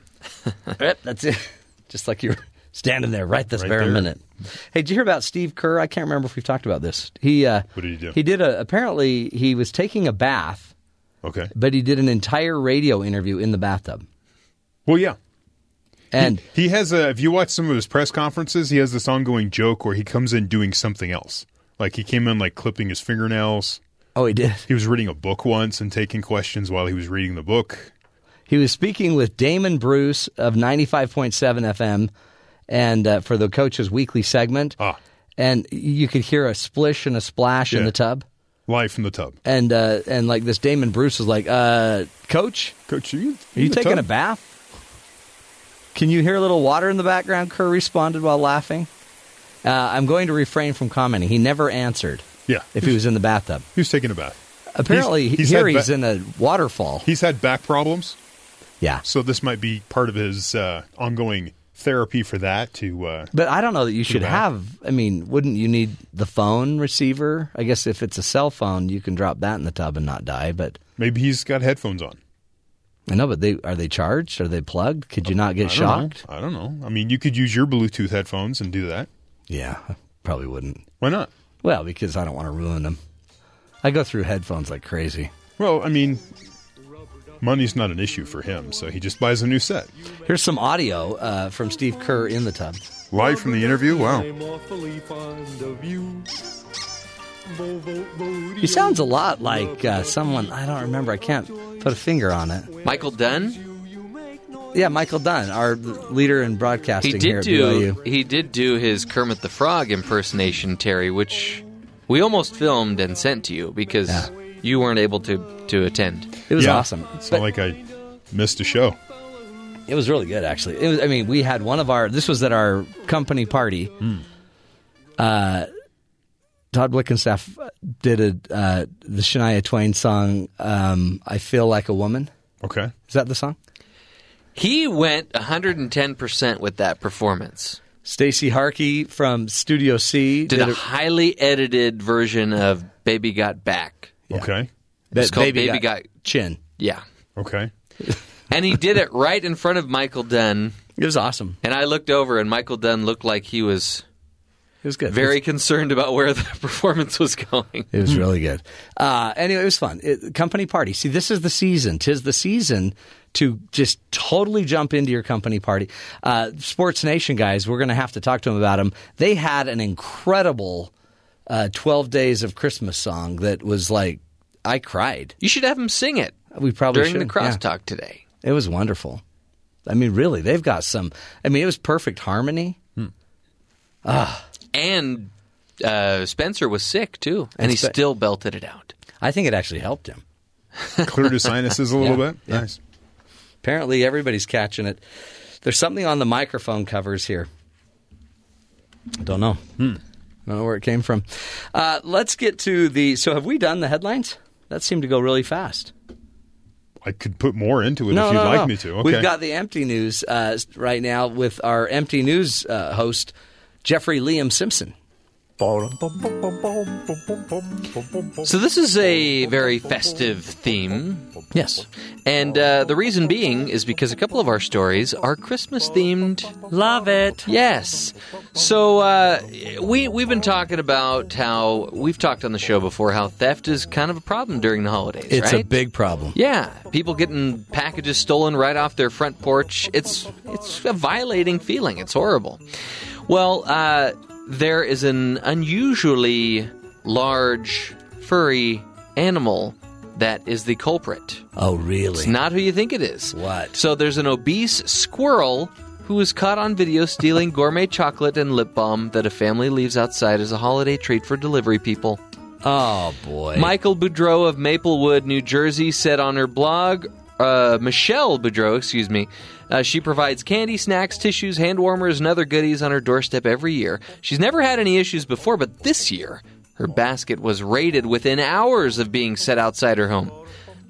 Speaker 3: yep. That's it. <laughs> Just like you're standing there right this
Speaker 5: Right
Speaker 3: very
Speaker 5: there.
Speaker 3: minute. Hey, did you hear about Steve Kerr? I can't remember if we've talked about this. He uh,
Speaker 5: What did he do?
Speaker 3: He did a. Apparently, he was taking a bath,
Speaker 5: Okay.
Speaker 3: but he did an entire radio interview in the bathtub.
Speaker 5: Well, yeah.
Speaker 3: And
Speaker 5: He has a. If you watch some of his press conferences, he has this ongoing joke where he comes in doing something else. Like he came in like clipping his fingernails.
Speaker 3: oh, he did.
Speaker 5: He was reading a book once and taking questions while he was reading the book.
Speaker 3: He was speaking with Damon Bruce of 95.7 FM and uh, for the coach's weekly segment.
Speaker 5: Ah.
Speaker 3: And you could hear a splish and a splash in
Speaker 5: Yeah.
Speaker 3: the tub.
Speaker 5: Live from the tub.
Speaker 3: And uh, and like this Damon Bruce is like, uh, coach,
Speaker 5: Coach, are you,
Speaker 3: are you
Speaker 5: in the
Speaker 3: taking
Speaker 5: tub?
Speaker 3: a bath? Can you hear a little water in the background? Kerr responded while laughing. Uh, I'm going to refrain from commenting. He never answered
Speaker 5: Yeah.
Speaker 3: if he was in the bathtub.
Speaker 5: He was taking a bath.
Speaker 3: Apparently,
Speaker 5: He's- he's
Speaker 3: here
Speaker 5: had
Speaker 3: he's
Speaker 5: ba-
Speaker 3: in a waterfall.
Speaker 5: He's had back problems,
Speaker 3: yeah.
Speaker 5: so this might be part of his uh, ongoing therapy for that. To uh,
Speaker 3: But I don't know that you should
Speaker 5: bad.
Speaker 3: have. I mean, wouldn't you need the phone receiver? I guess if it's a cell phone, you can drop that in the tub and not die. But
Speaker 5: maybe he's got headphones on.
Speaker 3: I know, but they are they charged? Are they plugged? Could you not get
Speaker 5: I don't know.
Speaker 3: shocked?
Speaker 5: I don't know. I mean, you could use your Bluetooth headphones and do that.
Speaker 3: Yeah, I probably wouldn't.
Speaker 5: Why not?
Speaker 3: Well, because I don't want to ruin them. I go through headphones like crazy.
Speaker 5: Well, I mean, money's not an issue for him, so he just buys a new set.
Speaker 3: Here's some audio uh, from Steve Kerr in the tub.
Speaker 5: Live from the interview? Wow.
Speaker 8: I'm awfully fond of you.
Speaker 3: He sounds a lot like uh, someone I don't remember. I can't put a finger on it.
Speaker 4: Michael Dunn.
Speaker 3: Yeah, Michael Dunn, our leader in broadcasting
Speaker 4: He
Speaker 3: here
Speaker 4: did
Speaker 3: at
Speaker 4: do.
Speaker 3: BYU.
Speaker 4: He did do his Kermit the Frog impersonation, Terry, which we almost filmed and sent to you because
Speaker 3: Yeah.
Speaker 4: you weren't able to to attend.
Speaker 3: It was
Speaker 5: Yeah.
Speaker 3: awesome.
Speaker 5: It's
Speaker 3: But-
Speaker 5: not like I missed a show.
Speaker 3: It was really good, actually. It was, I mean, we had one of our. This was at our company party. Uh, Todd Blickenstaff did a uh, the Shania Twain song. Um, I feel like a woman.
Speaker 5: Okay.
Speaker 3: Is that the song?
Speaker 4: He went 110 percent with that performance.
Speaker 3: Stacy Harkey from Studio C
Speaker 4: Did a highly edited version of "Baby Got Back."
Speaker 5: Okay.
Speaker 3: that
Speaker 4: it's called Baby Got-
Speaker 3: Chin.
Speaker 4: Yeah,
Speaker 5: Okay.
Speaker 4: and he did it right in front of Michael Dunn.
Speaker 3: It was awesome.
Speaker 4: And I looked over, and Michael Dunn looked like he was
Speaker 3: It was good.
Speaker 4: very concerned about where the <laughs> performance was going.
Speaker 3: It was really good. Uh, anyway, it was fun. It, company party. See, this is the season. Tis the season to just totally jump into your company party. Uh, Sports Nation guys, we're going to have to talk to them about them. They had an incredible uh, 12 Days of Christmas song that was like, I cried.
Speaker 4: You should have him sing it
Speaker 3: We probably
Speaker 4: during the
Speaker 3: should, yeah.
Speaker 4: crosstalk today.
Speaker 3: It was wonderful. I mean, really, they've got some. I mean, it was perfect harmony.
Speaker 4: Hmm.
Speaker 3: Ah.
Speaker 4: And uh, Spencer was sick too, and, he
Speaker 3: Spe-
Speaker 4: still belted it out.
Speaker 3: I think it actually helped him.
Speaker 5: Cleared his sinuses a
Speaker 3: <laughs>
Speaker 5: little
Speaker 3: Yeah,
Speaker 5: bit.
Speaker 3: yeah.
Speaker 5: Nice.
Speaker 3: Apparently, everybody's catching it. There's something on the microphone covers here. I don't know.
Speaker 4: Hmm.
Speaker 3: I don't know where it came from. Uh, let's get to the. So, have we done the headlines? That seemed to go really fast.
Speaker 5: I could put more into it
Speaker 3: No,
Speaker 5: if you'd
Speaker 3: no,
Speaker 5: like
Speaker 3: no.
Speaker 5: me to. Okay.
Speaker 3: We've got the empty news uh, s- right now with our empty news uh, host, Jeffrey Liam Simpson.
Speaker 4: So this is a very festive theme,
Speaker 3: Yes.
Speaker 4: and uh, the reason being is because a couple of our stories are Christmas themed
Speaker 1: Love it.
Speaker 4: Yes. So uh, we we've been talking about how we've talked on the show before how theft is kind of a problem during the holidays.
Speaker 3: It's a
Speaker 4: right?
Speaker 3: big problem.
Speaker 4: yeah. People getting packages stolen right off their front porch. It's it's a violating feeling. It's horrible. Well, uh, there is an unusually large furry animal that is the culprit.
Speaker 3: Oh, really?
Speaker 4: It's not who you think it is.
Speaker 3: What?
Speaker 4: So there's an obese squirrel who was caught on video stealing gourmet chocolate and lip balm that a family leaves outside as a holiday treat for delivery people.
Speaker 3: oh, boy.
Speaker 4: Michael Boudreau of Maplewood, New Jersey, said on her blog, uh, Michelle Boudreau, excuse me, uh, she provides candy, snacks, tissues, hand warmers, and other goodies on her doorstep every year. She's never had any issues before, but this year, her basket was raided within hours of being set outside her home.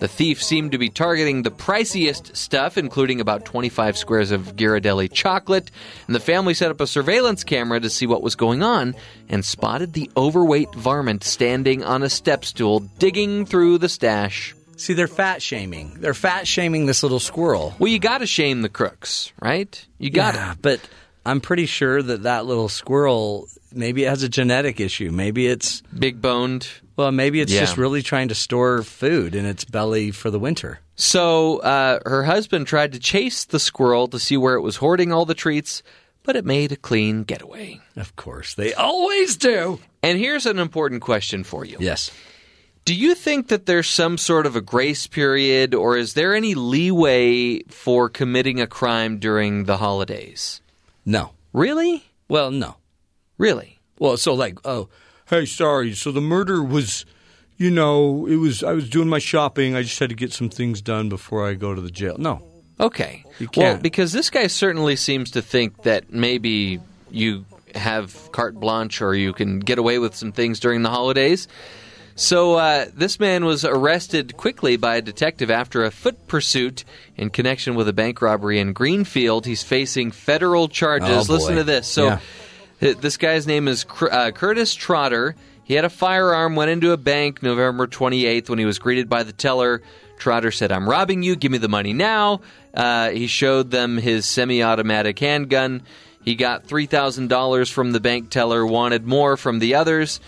Speaker 4: The thief seemed to be targeting the priciest stuff, including about 25 squares of Ghirardelli chocolate, and the family set up a surveillance camera to see what was going on and spotted the overweight varmint standing on a step stool digging through the stash.
Speaker 3: See, they're fat shaming. They're fat shaming this little squirrel.
Speaker 4: Well, you gotta shame the crooks, right? You gotta.
Speaker 3: Yeah, but I'm pretty sure that that little squirrel maybe it has a genetic issue. Maybe it's
Speaker 4: Big boned.
Speaker 3: well, maybe it's
Speaker 4: Yeah.
Speaker 3: just really trying to store food in its belly for the winter.
Speaker 4: So uh, her husband tried to chase the squirrel to see where it was hoarding all the treats, but it made a clean getaway.
Speaker 3: Of course, they always do.
Speaker 4: And here's an important question for you.
Speaker 3: Yes.
Speaker 4: Do you think that there's some sort of a grace period, or is there any leeway for committing a crime during the holidays?
Speaker 3: No.
Speaker 4: Really?
Speaker 3: Well, no.
Speaker 4: Really?
Speaker 3: Well, so like, oh, hey, sorry. So the murder was, you know, it was. I was doing my shopping. I just had to get some things done before I go to the jail. No.
Speaker 4: Okay.
Speaker 3: You
Speaker 4: Well,
Speaker 3: can't.
Speaker 4: because this guy certainly seems to think that maybe you have carte blanche or you can get away with some things during the holidays. So uh, this man was arrested quickly by a detective after a foot pursuit in connection with a bank robbery in Greenfield. He's facing federal charges.
Speaker 3: Oh, boy.
Speaker 4: Listen to this. So
Speaker 3: Yeah.
Speaker 4: th- this guy's name is Cur- uh, Curtis Trotter. He had a firearm, went into a bank November 28th when he was greeted by the teller. Trotter said, I'm robbing you. Give me the money now. Uh, he showed them his semi automatic handgun. He got $3,000 from the bank teller, wanted more from the others.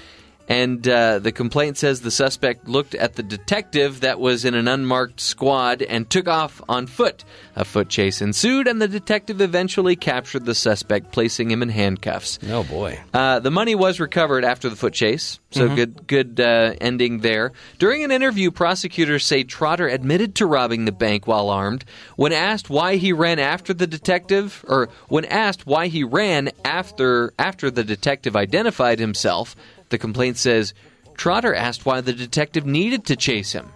Speaker 4: And uh, the complaint says the suspect looked at the detective that was in an unmarked squad and took off on foot. A foot chase ensued, and the detective eventually captured the suspect, placing him in handcuffs.
Speaker 3: Oh boy. Mm-hmm.
Speaker 4: Uh, the money was recovered after the foot chase, so good, good uh, ending there. During an interview, prosecutors say Trotter admitted to robbing the bank while armed. When asked why he ran after the detective, or when asked why he ran after after the detective identified himself, the complaint says Trotter asked why the detective needed to chase him.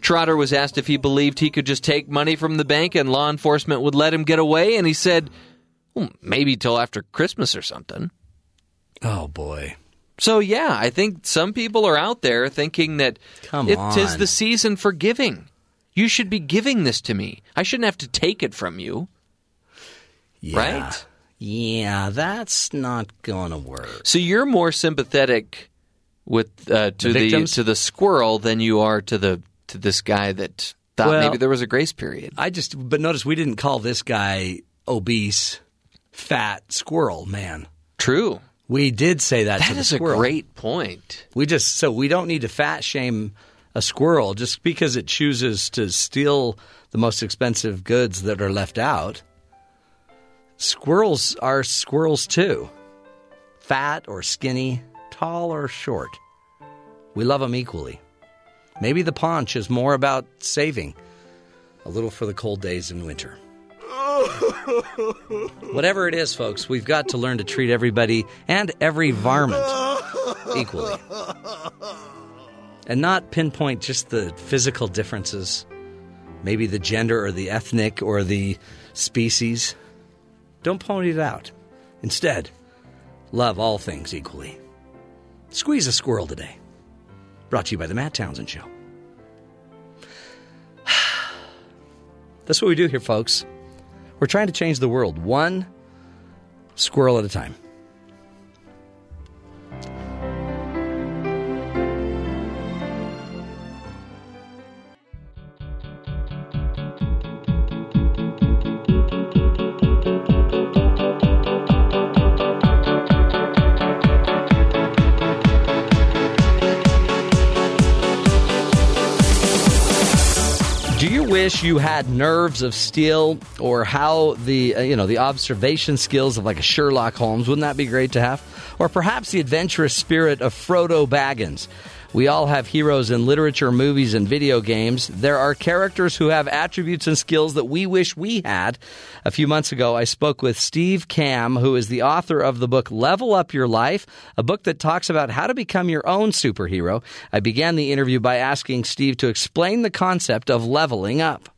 Speaker 4: Trotter was asked if he believed he could just take money from the bank and law enforcement would let him get away, and he said. Well, maybe till after Christmas or something.
Speaker 3: Oh boy.
Speaker 4: So yeah, I think some people are out there thinking that
Speaker 3: Come
Speaker 4: it
Speaker 3: on.
Speaker 4: is the season for giving. You should be giving this to me. I shouldn't have to take it from you,
Speaker 3: Yeah.
Speaker 4: right?
Speaker 3: Yeah, that's not going to work.
Speaker 4: So you're more sympathetic with uh, to
Speaker 3: The
Speaker 4: the,
Speaker 3: victims?
Speaker 4: to the squirrel than you are to the to this guy that thought
Speaker 3: Well-
Speaker 4: maybe there was a grace period.
Speaker 3: I just, but notice we didn't call this guy obese, fat squirrel man.
Speaker 4: True.
Speaker 3: We did say that, to
Speaker 4: That
Speaker 3: the
Speaker 4: is a
Speaker 3: squirrel.
Speaker 4: great point.
Speaker 3: We just so we don't need to fat shame a squirrel just because it chooses to steal the most expensive goods that are left out. Squirrels are squirrels too. Fat or skinny, tall or short. We love them equally. Maybe the paunch is more about saving a little for the cold days in winter. Whatever it is, folks, we've got to learn to treat everybody and every <laughs> varmint equally. And not pinpoint just the physical differences, maybe the gender or the ethnic or the species. Don't point it out. Instead, love all things equally. Squeeze a squirrel today. Brought to you by the Matt Townsend Show. <sighs> That's what we do here, folks. We're trying to change the world one squirrel at a time. Do you wish you had nerves of steel or how the uh, you know the observation skills of like a Sherlock Holmes wouldn't that be great to have or perhaps the adventurous spirit of Frodo Baggins? We all have heroes in literature, movies and video games. There are characters who have attributes and skills that we wish we had. A few months ago I spoke with Steve Cam who is the author of the book Level Up Your Life, a book that talks about how to become your own superhero. I began the interview by asking Steve to explain the concept of leveling up.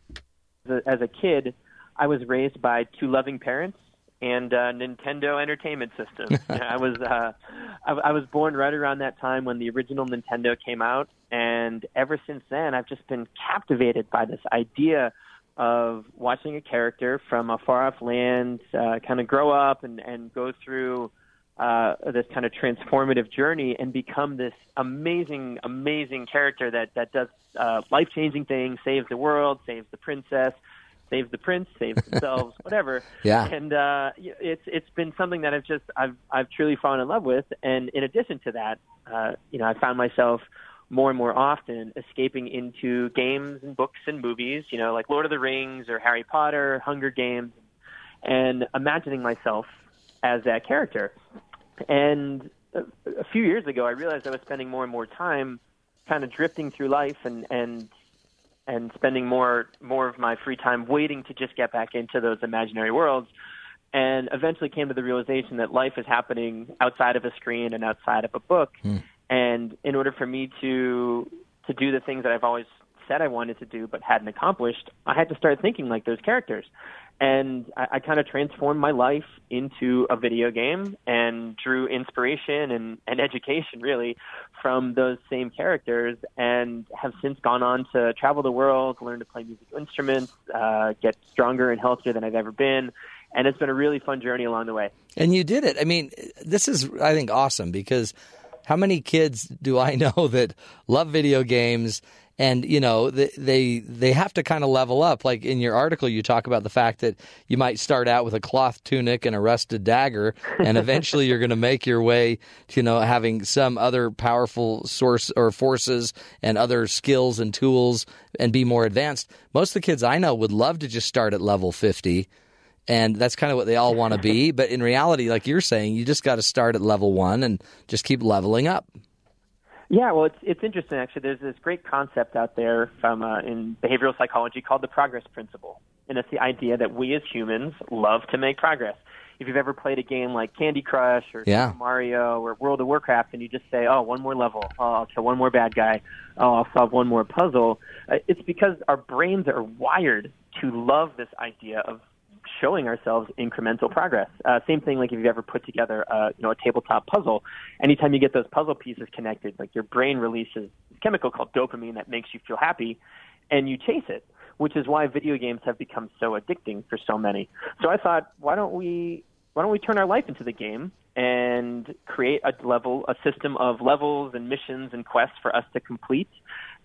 Speaker 9: as a, as a kid, I was raised by two loving parents and uh, Nintendo Entertainment System. I was uh, I, I was born right around that time when the original Nintendo came out, and ever since then, I've just been captivated by this idea of watching a character from a far off land uh, kind of grow up and and go through uh, this kind of transformative journey and become this amazing, amazing character that that does uh, life changing things, saves the world, saves the princess, saves the prince, saves themselves, whatever.
Speaker 3: Yeah.
Speaker 9: And uh, y- it's it's been something that I've just I've I've truly fallen in love with. And in addition to that, uh, you know, I found myself more and more often escaping into games and books and movies. You know, like Lord of the Rings or Harry Potter, Hunger Games, and imagining myself as that character. And a, a few years ago, I realized I was spending more and more time kind of drifting through life and and and spending more more of my free time waiting to just get back into those imaginary worlds. And eventually came to the realization that life is happening outside of a screen and outside of a book. And in order for me to to do the things that I've always said I wanted to do but hadn't accomplished, I had to start thinking like those characters. and I, I kind of transformed my life into a video game and drew inspiration and, and <laughs> education really from those same characters and have since gone on to travel the world, learn to play musical instruments, uh, get stronger and healthier than I've ever been. And it's been a really fun journey along the way.
Speaker 3: And you did it. I mean, this is, I think, awesome because how many kids do I <laughs> know that love video games and, you know, th- they, they have to kind of level up? Like in your article, you talk about the fact that you might start out with a cloth tunic and a rusted dagger, and eventually you're going to make your way to, you know, having some other powerful source or forces and other skills and tools and be more advanced. Most of the kids I know would love to just start at level 50 and that's kind of what they all want to be. But in reality, like you're saying, you just got to start at level one and just keep leveling up.
Speaker 9: Yeah, well, it's it's interesting actually. There's this great concept out there from uh, in behavioral psychology called the progress principle, and it's the idea that we as humans love to make progress. If you've ever played a game like Candy Crush or
Speaker 3: Yeah.
Speaker 9: Super Mario or World of Warcraft, and you just say, "Oh, one more level. Oh, I'll kill one more bad guy. Oh, I'll solve one more puzzle," uh, it's because our brains are wired to love this idea of showing ourselves incremental progress. Uh, same thing, like if you've ever put together, a, you know, a tabletop puzzle. Anytime you get those puzzle pieces connected, like your brain releases a chemical called dopamine that makes you feel happy, and you chase it. Which is why video games have become so addicting for so many. So I thought, why don't we why don't we turn our life into the game and create a level, a system of levels and missions and quests for us to complete.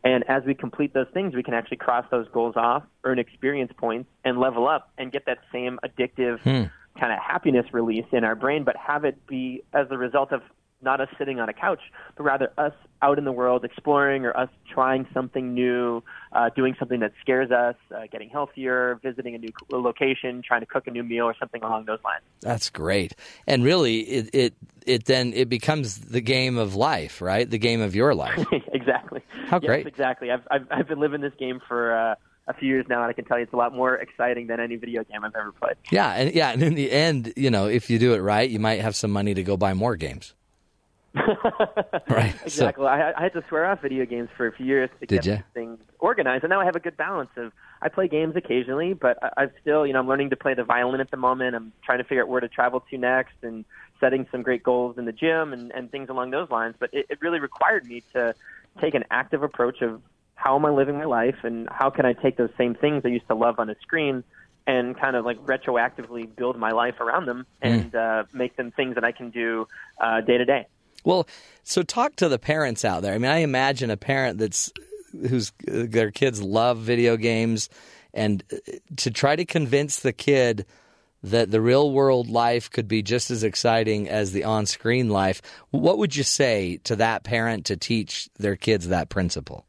Speaker 9: And as we complete those things, we can actually cross those goals off, earn experience points, and level up and get that same addictive kind of happiness release in our brain, but have it be as the result of not us sitting on a couch, but rather us out in the world exploring or us trying something new, uh, doing something that scares us, uh, getting healthier, visiting a new co- location, trying to cook a new meal or something along those lines.
Speaker 3: That's great. And really, it it it then it becomes the game of life, right? The game of your life.
Speaker 9: exactly.
Speaker 3: How
Speaker 9: Yes,
Speaker 3: great.
Speaker 9: Exactly. I've, I've I've been living this game for uh, a few years now, and I can tell you it's a lot more exciting than any video game I've ever
Speaker 3: <laughs>
Speaker 9: played.
Speaker 3: yeah, and yeah, and in the end, you know, if you do it right, you might have some money to go buy more games. right. So-
Speaker 9: Exactly. I, I had to swear off video games for a few years to
Speaker 3: Did
Speaker 9: get
Speaker 3: ya?
Speaker 9: things organized, and now I have a good balance of I play games occasionally, but I, I've still you know I'm learning to play the violin at the moment. I'm trying to figure out where to travel to next, and setting some great goals in the gym and, and things along those lines. But it, it really required me to take an active approach of how am I living my life, and how can I take those same things I used to love on a screen. And kind of like retroactively build my life around them and uh, make them things that I can do uh, day to day.
Speaker 3: Well, so talk to the parents out there. I mean, I imagine a parent that's whose their kids love video games, and uh, to try to convince the kid that the real world life could be just as exciting as the on screen life. What would you say to that parent to teach their kids that principle?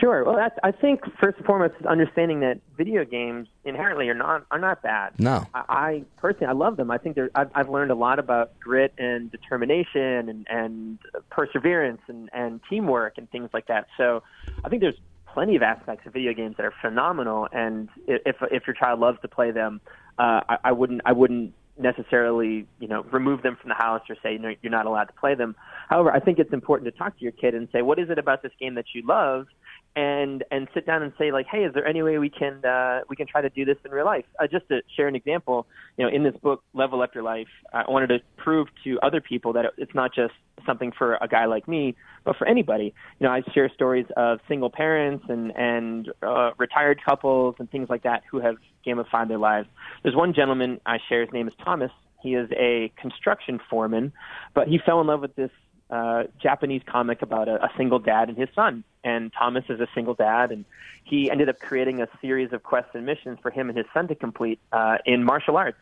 Speaker 9: Sure. Well, that's, I think first and foremost is understanding that video games inherently are not are not bad.
Speaker 3: No.
Speaker 9: I, I personally I love them. I think they're, I've, I've learned a lot about grit and determination and, and perseverance and, and teamwork and things like that. So I think there's plenty of aspects of video games that are phenomenal. And i- if if your child loves to play them, uh, I, I wouldn't I wouldn't necessarily you know remove them from the house or say you know you're not allowed to play them. However, I think it's important to talk to your kid and say what is it about this game that you love and and sit down and say like, hey, is there any way we can uh, we can try to do this in real life? Uh, just to share an example, you know, in this book, Level Up Your Life, I wanted to prove to other people that it- it's not just something for a guy like me, but for anybody. You know, I share stories of single parents and and uh, retired couples and things like that who have gamified their lives. There's one gentleman I share. His name is Thomas. He is a construction foreman, but he fell in love with this uh, Japanese comic about a, a single dad and his son. And Thomas is a single dad, and he ended up creating a series of quests and missions for him and his son to complete uh, in martial arts.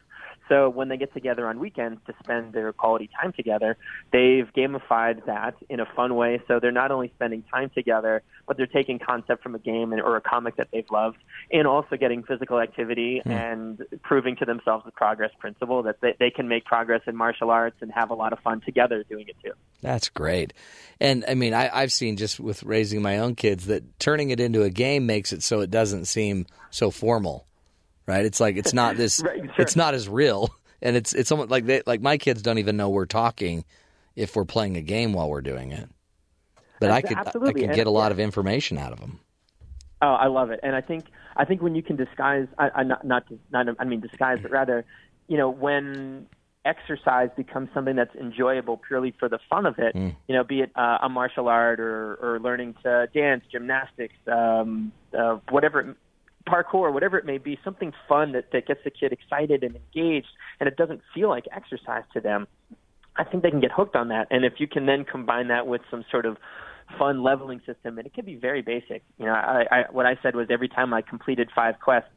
Speaker 9: So when they get together on weekends to spend their quality time together, they've gamified that in a fun way. So they're not only spending time together, but they're taking concept from a game and, or a comic that they've loved, and also getting physical activity and proving to themselves the progress principle that they, they can make progress in martial arts and have a lot of fun together doing it too.
Speaker 3: That's great. And I mean, I, I've seen just with raising my own kids that turning it into a game makes it so it doesn't seem so formal, right? It's like it's
Speaker 9: <laughs>
Speaker 3: not this,
Speaker 9: Right, sure.
Speaker 3: it's not as real, <laughs> and it's it's almost like they like my kids don't even know we're talking if we're playing a game while we're doing it. But I could I
Speaker 9: Absolutely,
Speaker 3: could
Speaker 9: and-
Speaker 3: get a lot
Speaker 9: yeah.
Speaker 3: of information out of them.
Speaker 9: Oh, I love it, and I think I think when you can disguise, I, I not not not I mean disguise, but rather, you know, when exercise becomes something that's enjoyable purely for the fun of it, you know, be it uh, a martial art or or learning to dance, gymnastics, um, uh, whatever, it, parkour, whatever it may be, something fun that that gets the kid excited and engaged, and it doesn't feel like exercise to them. I think they can get hooked on that. And if you can then combine that with some sort of fun leveling system, and it could be very basic. You know, I, I, what I said was every time I completed five quests,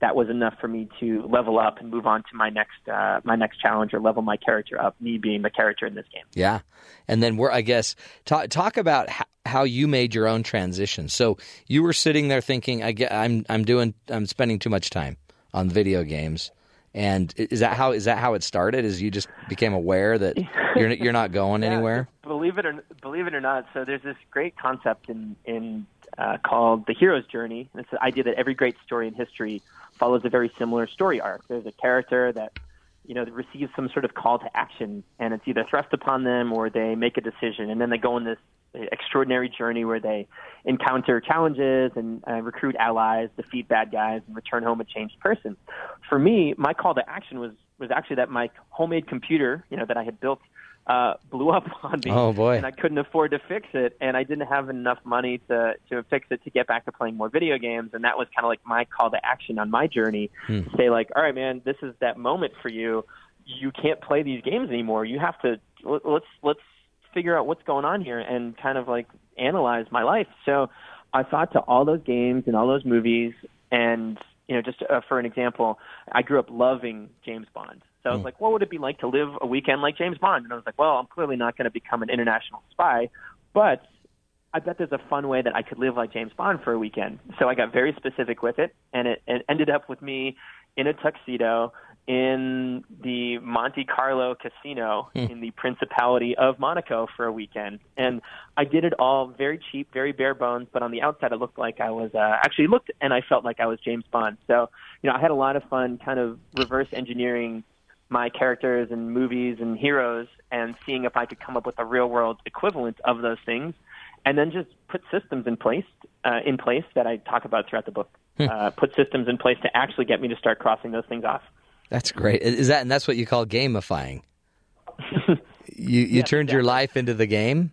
Speaker 9: that was enough for me to level up and move on to my next uh, my next challenge or level my character up. Me being the character in this game.
Speaker 3: Yeah, and then we're I guess talk talk about how, how you made your own transition. So you were sitting there thinking, I get, I'm I'm doing I'm spending too much time on video games, and i- is that how is that how it started? Is you just became aware that you're you're not going anywhere?
Speaker 9: Believe it or believe it or not, so there's this great concept in in uh, called the hero's journey, and it's the idea that every great story in history follows a very similar story arc. There's a character that you know receives some sort of call to action, and it's either thrust upon them or they make a decision, and then they go on this extraordinary journey where they encounter challenges and uh, recruit allies, defeat bad guys, and return home a changed person. For me, my call to action was was actually that my homemade computer, you know, that I had built, uh, blew up <laughs> on me.
Speaker 3: Oh, boy.
Speaker 9: And I couldn't afford to fix it, and I didn't have enough money to to fix it to get back to playing more video games, and that was kind of like my call to action on my journey
Speaker 10: Hmm. Mm-hmm.
Speaker 9: to say like, all right, man, this is that moment for you. You can't play these games anymore. You have to let- let's let's figure out what's going on here and kind of like analyze my life. So I thought to all those games and all those movies and you know just uh, for an example, I grew up loving James Bond.
Speaker 3: Hmm.
Speaker 9: So I was like, what would it be like to live a weekend like James Bond? And I was like, well, I'm clearly not going to become an international spy, but I bet there's a fun way that I could live like James Bond for a weekend. So I got very specific with it, and it, it ended up with me in a tuxedo in the Monte Carlo casino in the Principality of Monaco for a weekend. And I did it all very cheap, very bare bones, but on the outside it looked like I was uh, actually looked and I felt like I was James Bond. So, you know, I had a lot of fun kind of reverse engineering my characters and movies and heroes and seeing if I could come up with a real world equivalent of those things and then just put systems in place uh, in place that I talk about throughout the book.
Speaker 3: Hmm.
Speaker 9: uh, put systems in place to actually get me to start crossing those things off.
Speaker 3: <laughs> That's great. Is that and that's what you call gamifying? you you turned your life into the game.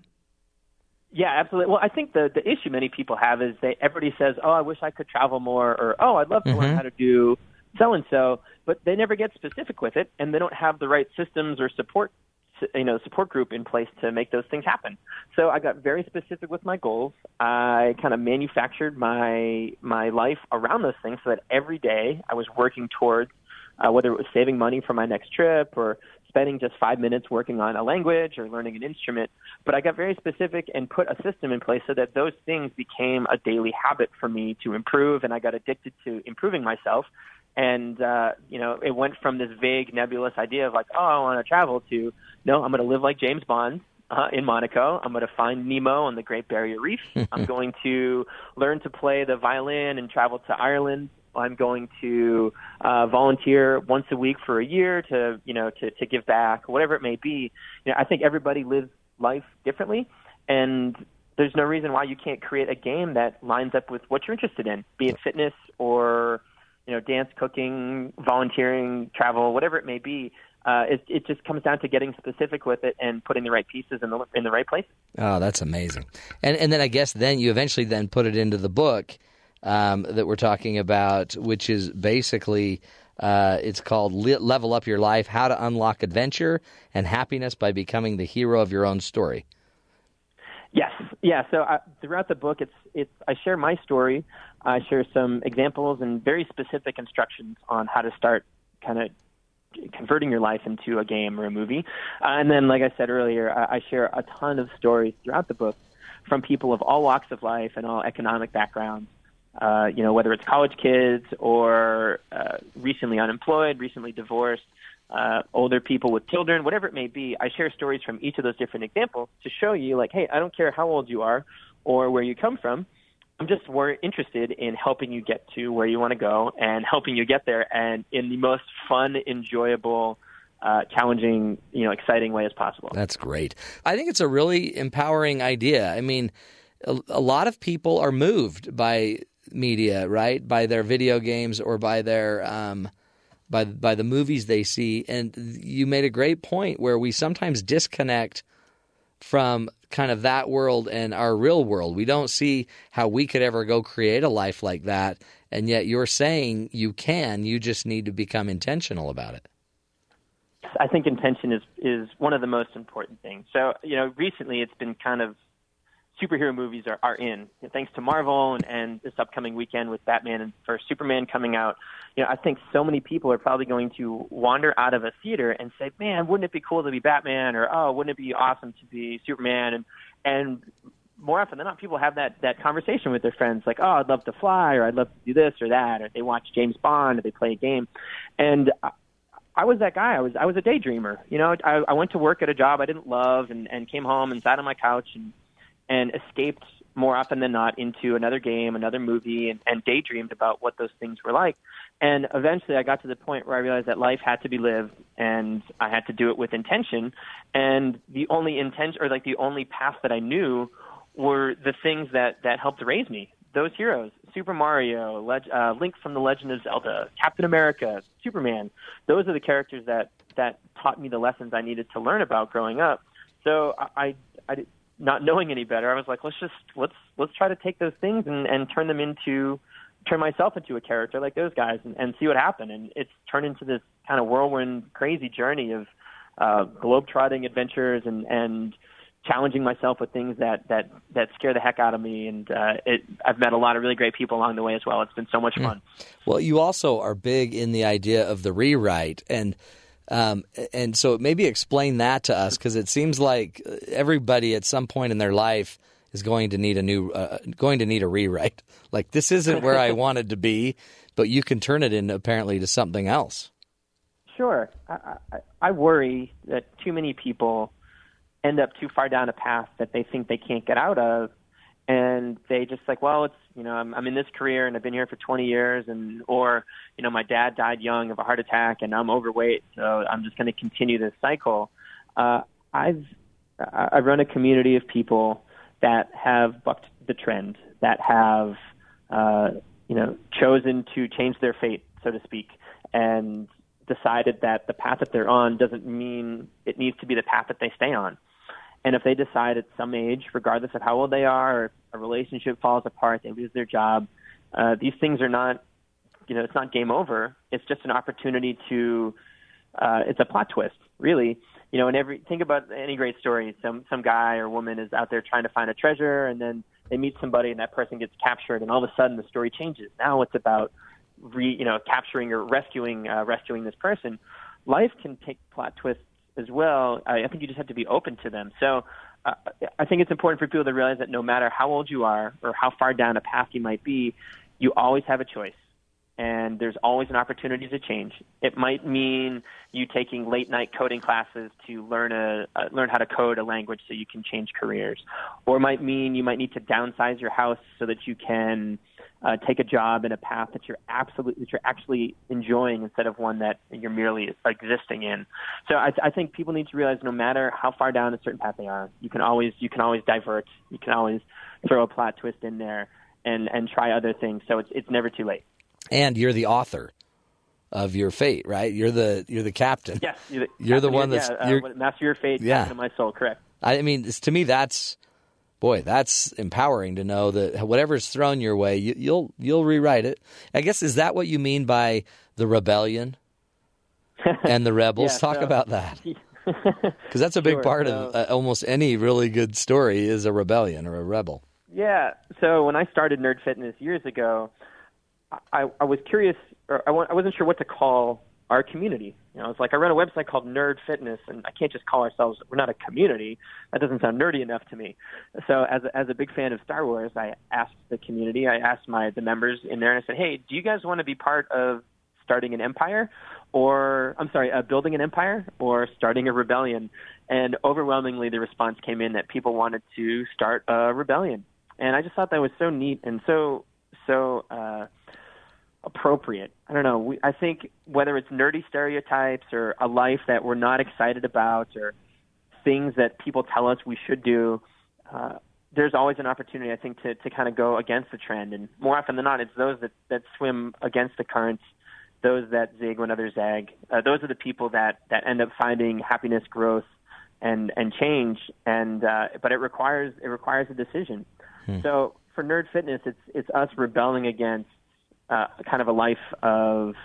Speaker 9: Yeah, absolutely. Well, I think the the issue many people have is that everybody says, "Oh, I wish I could travel more," or "Oh, I'd love to learn how to do so and so," but they never get specific with it, and they don't have the right systems or support, you know, support group in place to make those things happen. So I got very specific with my goals. I kind of manufactured my my life around those things, so that every day I was working towards uh, whether it was saving money for my next trip or spending just five minutes working on a language or learning an instrument. But I got very specific and put a system in place so that those things became a daily habit for me to improve, and I got addicted to improving myself. And uh, you know, it went from this vague, nebulous idea of like, oh, I want to travel to no, I'm going to live like James Bond uh, in Monaco. I'm going to find Nemo on the Great Barrier Reef. I'm going to learn to play the violin and travel to Ireland. I'm going to uh, volunteer once a week for a year to you know to, to give back, whatever it may be. You know, I think everybody lives life differently, and there's no reason why you can't create a game that lines up with what you're interested in, be it fitness or you know, dance, cooking, volunteering, travel, whatever it may be. Uh, it, it just comes down to getting specific with it and putting the right pieces in the in the right places.
Speaker 3: Oh, that's amazing. And and then I guess then you eventually then put it into the book um, that we're talking about, which is basically uh, it's called Le- Level Up Your Life: How to Unlock Adventure and Happiness by Becoming the Hero of Your Own Story.
Speaker 9: Yes, yeah. So I, throughout the book, it's it's I share my story, I share some examples and very specific instructions on how to start kind of converting your life into a game or a movie. Uh, and then, like I said earlier, I, I share a ton of stories throughout the book from people of all walks of life and all economic backgrounds. Uh, you know, whether it's college kids or uh, recently unemployed, recently divorced, uh, older people with children, whatever it may be, I share stories from each of those different examples to show you, like, hey, I don't care how old you are or where you come from. I'm just more interested in helping you get to where you want to go and helping you get there and in the most fun, enjoyable, uh, challenging, you know, exciting way as possible.
Speaker 3: That's great. I think it's a really empowering idea. I mean, a, a lot of people are moved by media, right? By their video games or by their um, by by the movies they see. And you made a great point where we sometimes disconnect from kind of that world and our real world. We don't see how we could ever go create a life like that. And yet you're saying you can, you just need to become intentional about it.
Speaker 9: I think intention is is one of the most important things. So you know, recently it's been kind of superhero movies are, are in thanks to Marvel and, and this upcoming weekend with Batman and first Superman coming out. You know, I think so many people are probably going to wander out of a theater and say, "Man, wouldn't it be cool to be Batman?" or "Oh, wouldn't it be awesome to be Superman?" and and more often than not, people have that that conversation with their friends, like, "Oh, I'd love to fly," or "I'd love to do this or that," or they watch James Bond, or they play a game, and uh, I- I was that guy. I was I was a daydreamer. You know, I, I went to work at a job I didn't love, and, and came home and sat on my couch and and escaped more often than not into another game, another movie, and, and daydreamed about what those things were like. And eventually, I got to the point where I realized that life had to be lived, and I had to do it with intention. And the only intention, or like the only path that I knew, were the things that that helped raise me. Those heroes, Super Mario, Leg- uh, Link from the Legend of Zelda, Captain America, Superman. Those are the characters that that taught me the lessons I needed to learn about growing up. So I, I, I did- not knowing any better, I was like, let's just let's let's try to take those things and, and turn them into turn myself into a character like those guys and, and see what happened. And it's turned into this kind of whirlwind, crazy journey of uh, globe-trotting adventures and and challenging myself with things that that that scare the heck out of me. And uh, it, I've met a lot of really great people along the way as well. It's been so much fun.
Speaker 3: Well, you also are big in the idea of the rewrite, and um, and so maybe explain that to us because it seems like everybody at some point in their life is going to need a new, uh, going to need a rewrite. <laughs> Like this isn't where
Speaker 9: <laughs>
Speaker 3: I wanted to be, but you can turn it into apparently to something else.
Speaker 9: Sure. I, I, I worry that too many people end up too far down a path that they think they can't get out of. And they just like, well, it's, you know, I'm, I'm in this career and I've been here for 20 years and, or, you know, my dad died young of a heart attack and I'm overweight. So I'm just going to continue this cycle. Uh, I've, I I run a community of people that have bucked the trend, that have, uh, you know, chosen to change their fate, so to speak, and decided that the path that they're on doesn't mean it needs to be the path that they stay on. And if they decide at some age, regardless of how old they are, or if a relationship falls apart, they lose their job, uh, these things are not, you know, it's not game over. It's just an opportunity to uh, it's a plot twist, really. You know, and every think about any great story. Some some guy or woman is out there trying to find a treasure, and then they meet somebody, and that person gets captured, and all of a sudden the story changes. Now it's about re, you know capturing or rescuing uh, rescuing this person. Life can take plot twists as well. I, I think you just have to be open to them. So. Uh, I think it's important for people to realize that no matter how old you are or how far down a path you might be, you always have a choice and there's always an opportunity to change. It might mean you taking late night coding classes to learn a uh, learn how to code a language so you can change careers, or it might mean you might need to downsize your house so that you can uh, take a job in a path that you're absolutely that you're actually enjoying instead of one that you're merely existing in. So I, I think people need to realize no matter how far down a certain path they are, you can always you can always divert, you can always throw a plot twist in there. And, and try other things. So it's, it's never
Speaker 3: <laughs>
Speaker 9: too late.
Speaker 3: And you're the author of your fate, right? You're the you're the captain.
Speaker 9: Yes, you're the,
Speaker 3: You're the
Speaker 9: Captain,
Speaker 3: one
Speaker 9: yeah,
Speaker 3: that's-
Speaker 9: uh,
Speaker 3: you're-
Speaker 9: what- master your fate,
Speaker 3: Yeah.
Speaker 9: captain of my soul. Correct.
Speaker 3: I mean, it's, to me, that's boy, that's empowering to know that whatever's thrown your way, you, you'll you'll rewrite it. I guess is that what you mean by the
Speaker 9: <laughs>
Speaker 3: rebellion and the rebels?
Speaker 9: Yeah,
Speaker 3: Talk
Speaker 9: so-
Speaker 3: about
Speaker 9: <laughs>
Speaker 3: that because that's a big
Speaker 9: Sure,
Speaker 3: part of
Speaker 9: so-
Speaker 3: uh, almost any really good story is a rebellion or a rebel.
Speaker 9: Yeah. So when I started Nerd Fitness years ago, I, I was curious, or I, wa- I wasn't sure what to call our community. You know, I was like, I run a website called Nerd Fitness, and I can't just call ourselves. We're not a community. That doesn't sound nerdy enough to me. So as a, as a big fan of Star Wars, I asked the community. I asked my the members in there, and I said, Hey, do you guys want to be part of starting an empire or I'm sorry, uh, building an empire or starting a rebellion. And overwhelmingly, the response came in that people wanted to start a rebellion. And I just thought that was so neat and so so uh, appropriate. I don't know. We, I think whether it's nerdy stereotypes or a life that we're not excited about or things that people tell us we should do, uh, there's always an opportunity, I think, to, to kind of go against the trend. And more often than not, it's those that, that swim against the currents, those that zig when others zag. Uh, those are the people that, that end up finding happiness, growth, and, and change. And uh, but it requires it requires a decision. So for Nerd Fitness, it's it's us rebelling against uh, kind of a life of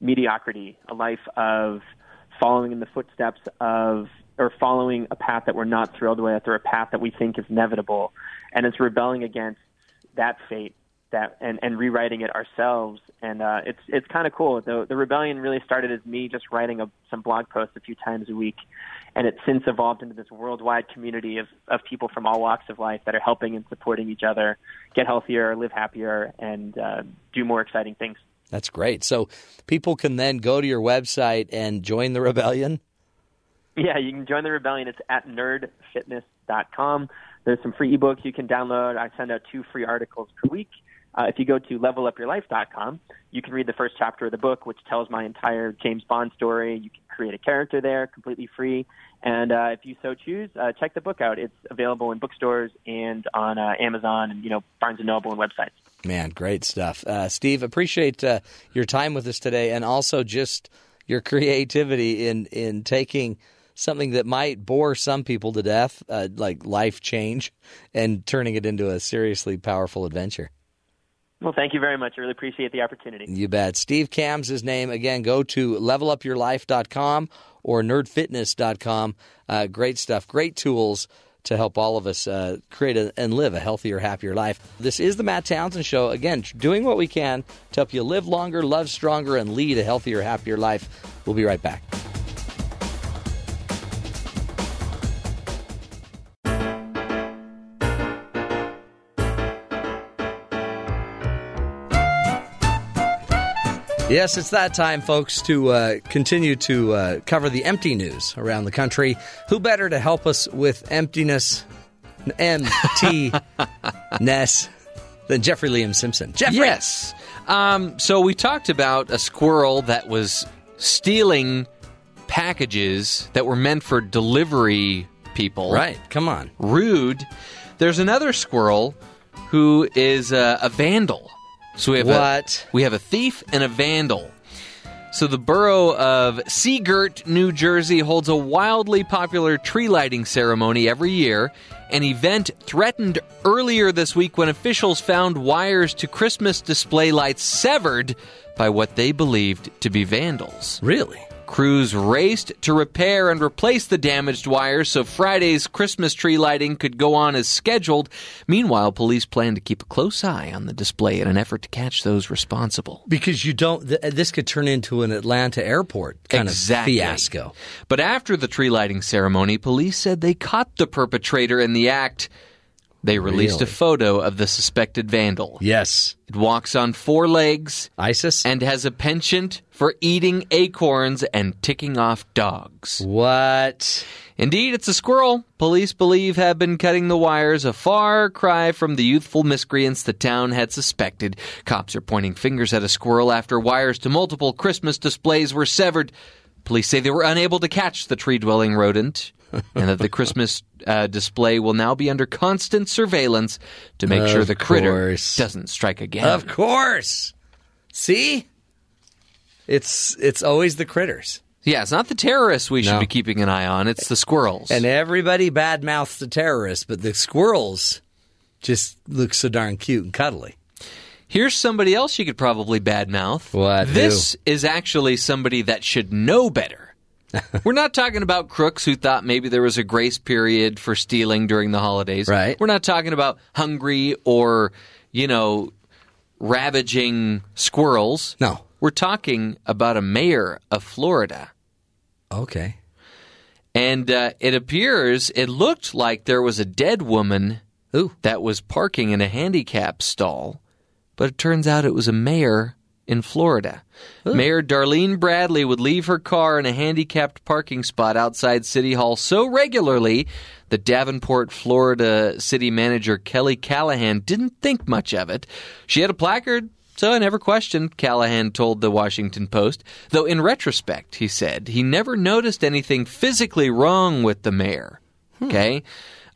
Speaker 9: mediocrity, a life of following in the footsteps of or following a path that we're not thrilled with or a path that we think is inevitable. And it's rebelling against that fate that and, and rewriting it ourselves. And uh, it's it's kind of cool. The, the rebellion really started as me just writing a, some blog posts a few times a week. And it's since evolved into this worldwide community of, of people from all walks of life that are helping and supporting each other get healthier, live happier, and uh, do more exciting things.
Speaker 3: That's great. So people can then go to your website and join the rebellion.
Speaker 9: Yeah, you can join the rebellion. It's at nerdfitness.com. There's some free ebooks you can download. I send out two free articles per week. Uh, if you go to levelupyourlife.com, you can read the first chapter of the book, which tells my entire James Bond story. You can create a character there completely free. And uh, if you so choose, uh, check the book out. It's available in bookstores and on uh, Amazon and, you know, Barnes & Noble and websites.
Speaker 3: Man, great stuff. Uh, Steve, appreciate uh, your time with us today and also just your creativity in, in taking something that might bore some people to death, uh, like life change, and turning it into a seriously powerful adventure.
Speaker 9: Well, thank you very much. I really appreciate the opportunity.
Speaker 3: You bet. Steve Cam's his name. Again, go to levelupyourlife.com or nerdfitness.com. Uh, great stuff, great tools to help all of us uh, create a, and live a healthier, happier life. This is the Matt Townsend Show. Again, tr- doing what we can to help you live longer, love stronger, and lead a healthier, happier life. We'll be right back. Yes, it's that time, folks, to uh, continue to uh, cover the empty news around the country. Who better to help us with emptiness, emptiness, than Jeffrey Liam Simpson? Jeffrey,
Speaker 4: Yes. Um, so we talked about a squirrel that was stealing packages that were meant for delivery people.
Speaker 3: right? Come on,
Speaker 4: Rude. There's another squirrel who is a, a vandal. So we have
Speaker 3: What?
Speaker 4: A, we have a thief and a vandal. So the borough of Seagirt, New Jersey, holds a wildly popular tree lighting ceremony every year. An event threatened earlier this week when officials found wires to Christmas display lights severed by what they believed to be vandals.
Speaker 3: really?
Speaker 4: Crews raced to repair and replace the damaged wires so Friday's Christmas tree lighting could go on as scheduled. Meanwhile, police plan to keep a close eye on the display in an effort to catch those responsible.
Speaker 3: Because you don't. Th- uh, this could turn into an Atlanta airport kind
Speaker 4: exactly.
Speaker 3: of fiasco.
Speaker 4: But after the tree lighting ceremony, police said they caught the perpetrator in the act. They released a
Speaker 3: Really?
Speaker 4: photo of the suspected vandal.
Speaker 3: Yes,
Speaker 4: It walks on four legs
Speaker 3: ISIS.
Speaker 4: and has a penchant for eating acorns and ticking off dogs.
Speaker 3: what?
Speaker 4: Indeed, it's a squirrel. Police believe have been cutting the wires a far cry from the youthful miscreants the town had suspected. Cops are pointing fingers at a squirrel after wires to multiple Christmas displays were severed. Police say they were unable to catch the tree dwelling rodent and that
Speaker 3: <laughs>
Speaker 4: the Christmas uh, display will now be under constant surveillance to make sure
Speaker 3: Of
Speaker 4: the critter
Speaker 3: course.
Speaker 4: doesn't strike again.
Speaker 3: Of course. See, it's it's always the critters.
Speaker 4: Yeah, it's not the terrorists we should
Speaker 3: No.
Speaker 4: be keeping an eye on, it's the squirrels.
Speaker 3: And everybody badmouths the terrorists, but the squirrels just look so darn cute and cuddly.
Speaker 4: Here's somebody else you could probably badmouth.
Speaker 3: What?
Speaker 4: This is actually somebody that should know
Speaker 3: <laughs>
Speaker 4: better. We're not talking about crooks who thought maybe there was a grace period for stealing during the holidays.
Speaker 3: Right.
Speaker 4: We're not talking about hungry or, you know, ravaging squirrels.
Speaker 3: No.
Speaker 4: We're talking about a mayor of Florida.
Speaker 3: Okay.
Speaker 4: And uh, it appears, it looked like there was a dead woman
Speaker 3: Ooh.
Speaker 4: that was parking in a handicap stall, but it turns out it was a mayor in Florida. Mayor Darlene Bradley would leave her car in a handicapped parking spot outside City Hall so regularly that Davenport, Florida city manager Kelly Callahan didn't think much of it. She had a placard. So I never questioned, Callahan told the Washington Post. Though in retrospect, he said, he never noticed anything physically wrong with the mayor. Okay?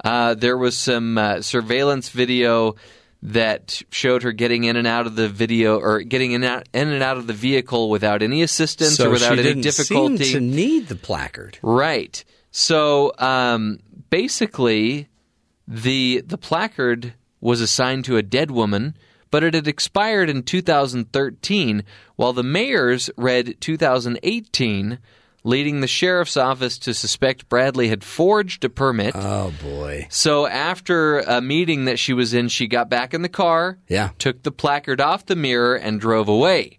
Speaker 4: Uh, there was some uh, surveillance video that showed her getting in and out of the video or getting in and out, in and out of the vehicle without any assistance or
Speaker 3: so
Speaker 4: without
Speaker 3: she
Speaker 4: any
Speaker 3: didn't
Speaker 4: difficulty.
Speaker 3: seem to need the placard.
Speaker 4: Right. So um, basically, the the placard was assigned to a dead woman, but it had expired in 2013, while the mayor's read 2018, leading the sheriff's office to suspect Bradley had forged a permit.
Speaker 3: Oh boy.
Speaker 4: So after a meeting that she was in, she got back in the car,
Speaker 3: Yeah.
Speaker 4: took the placard off the mirror, and drove away.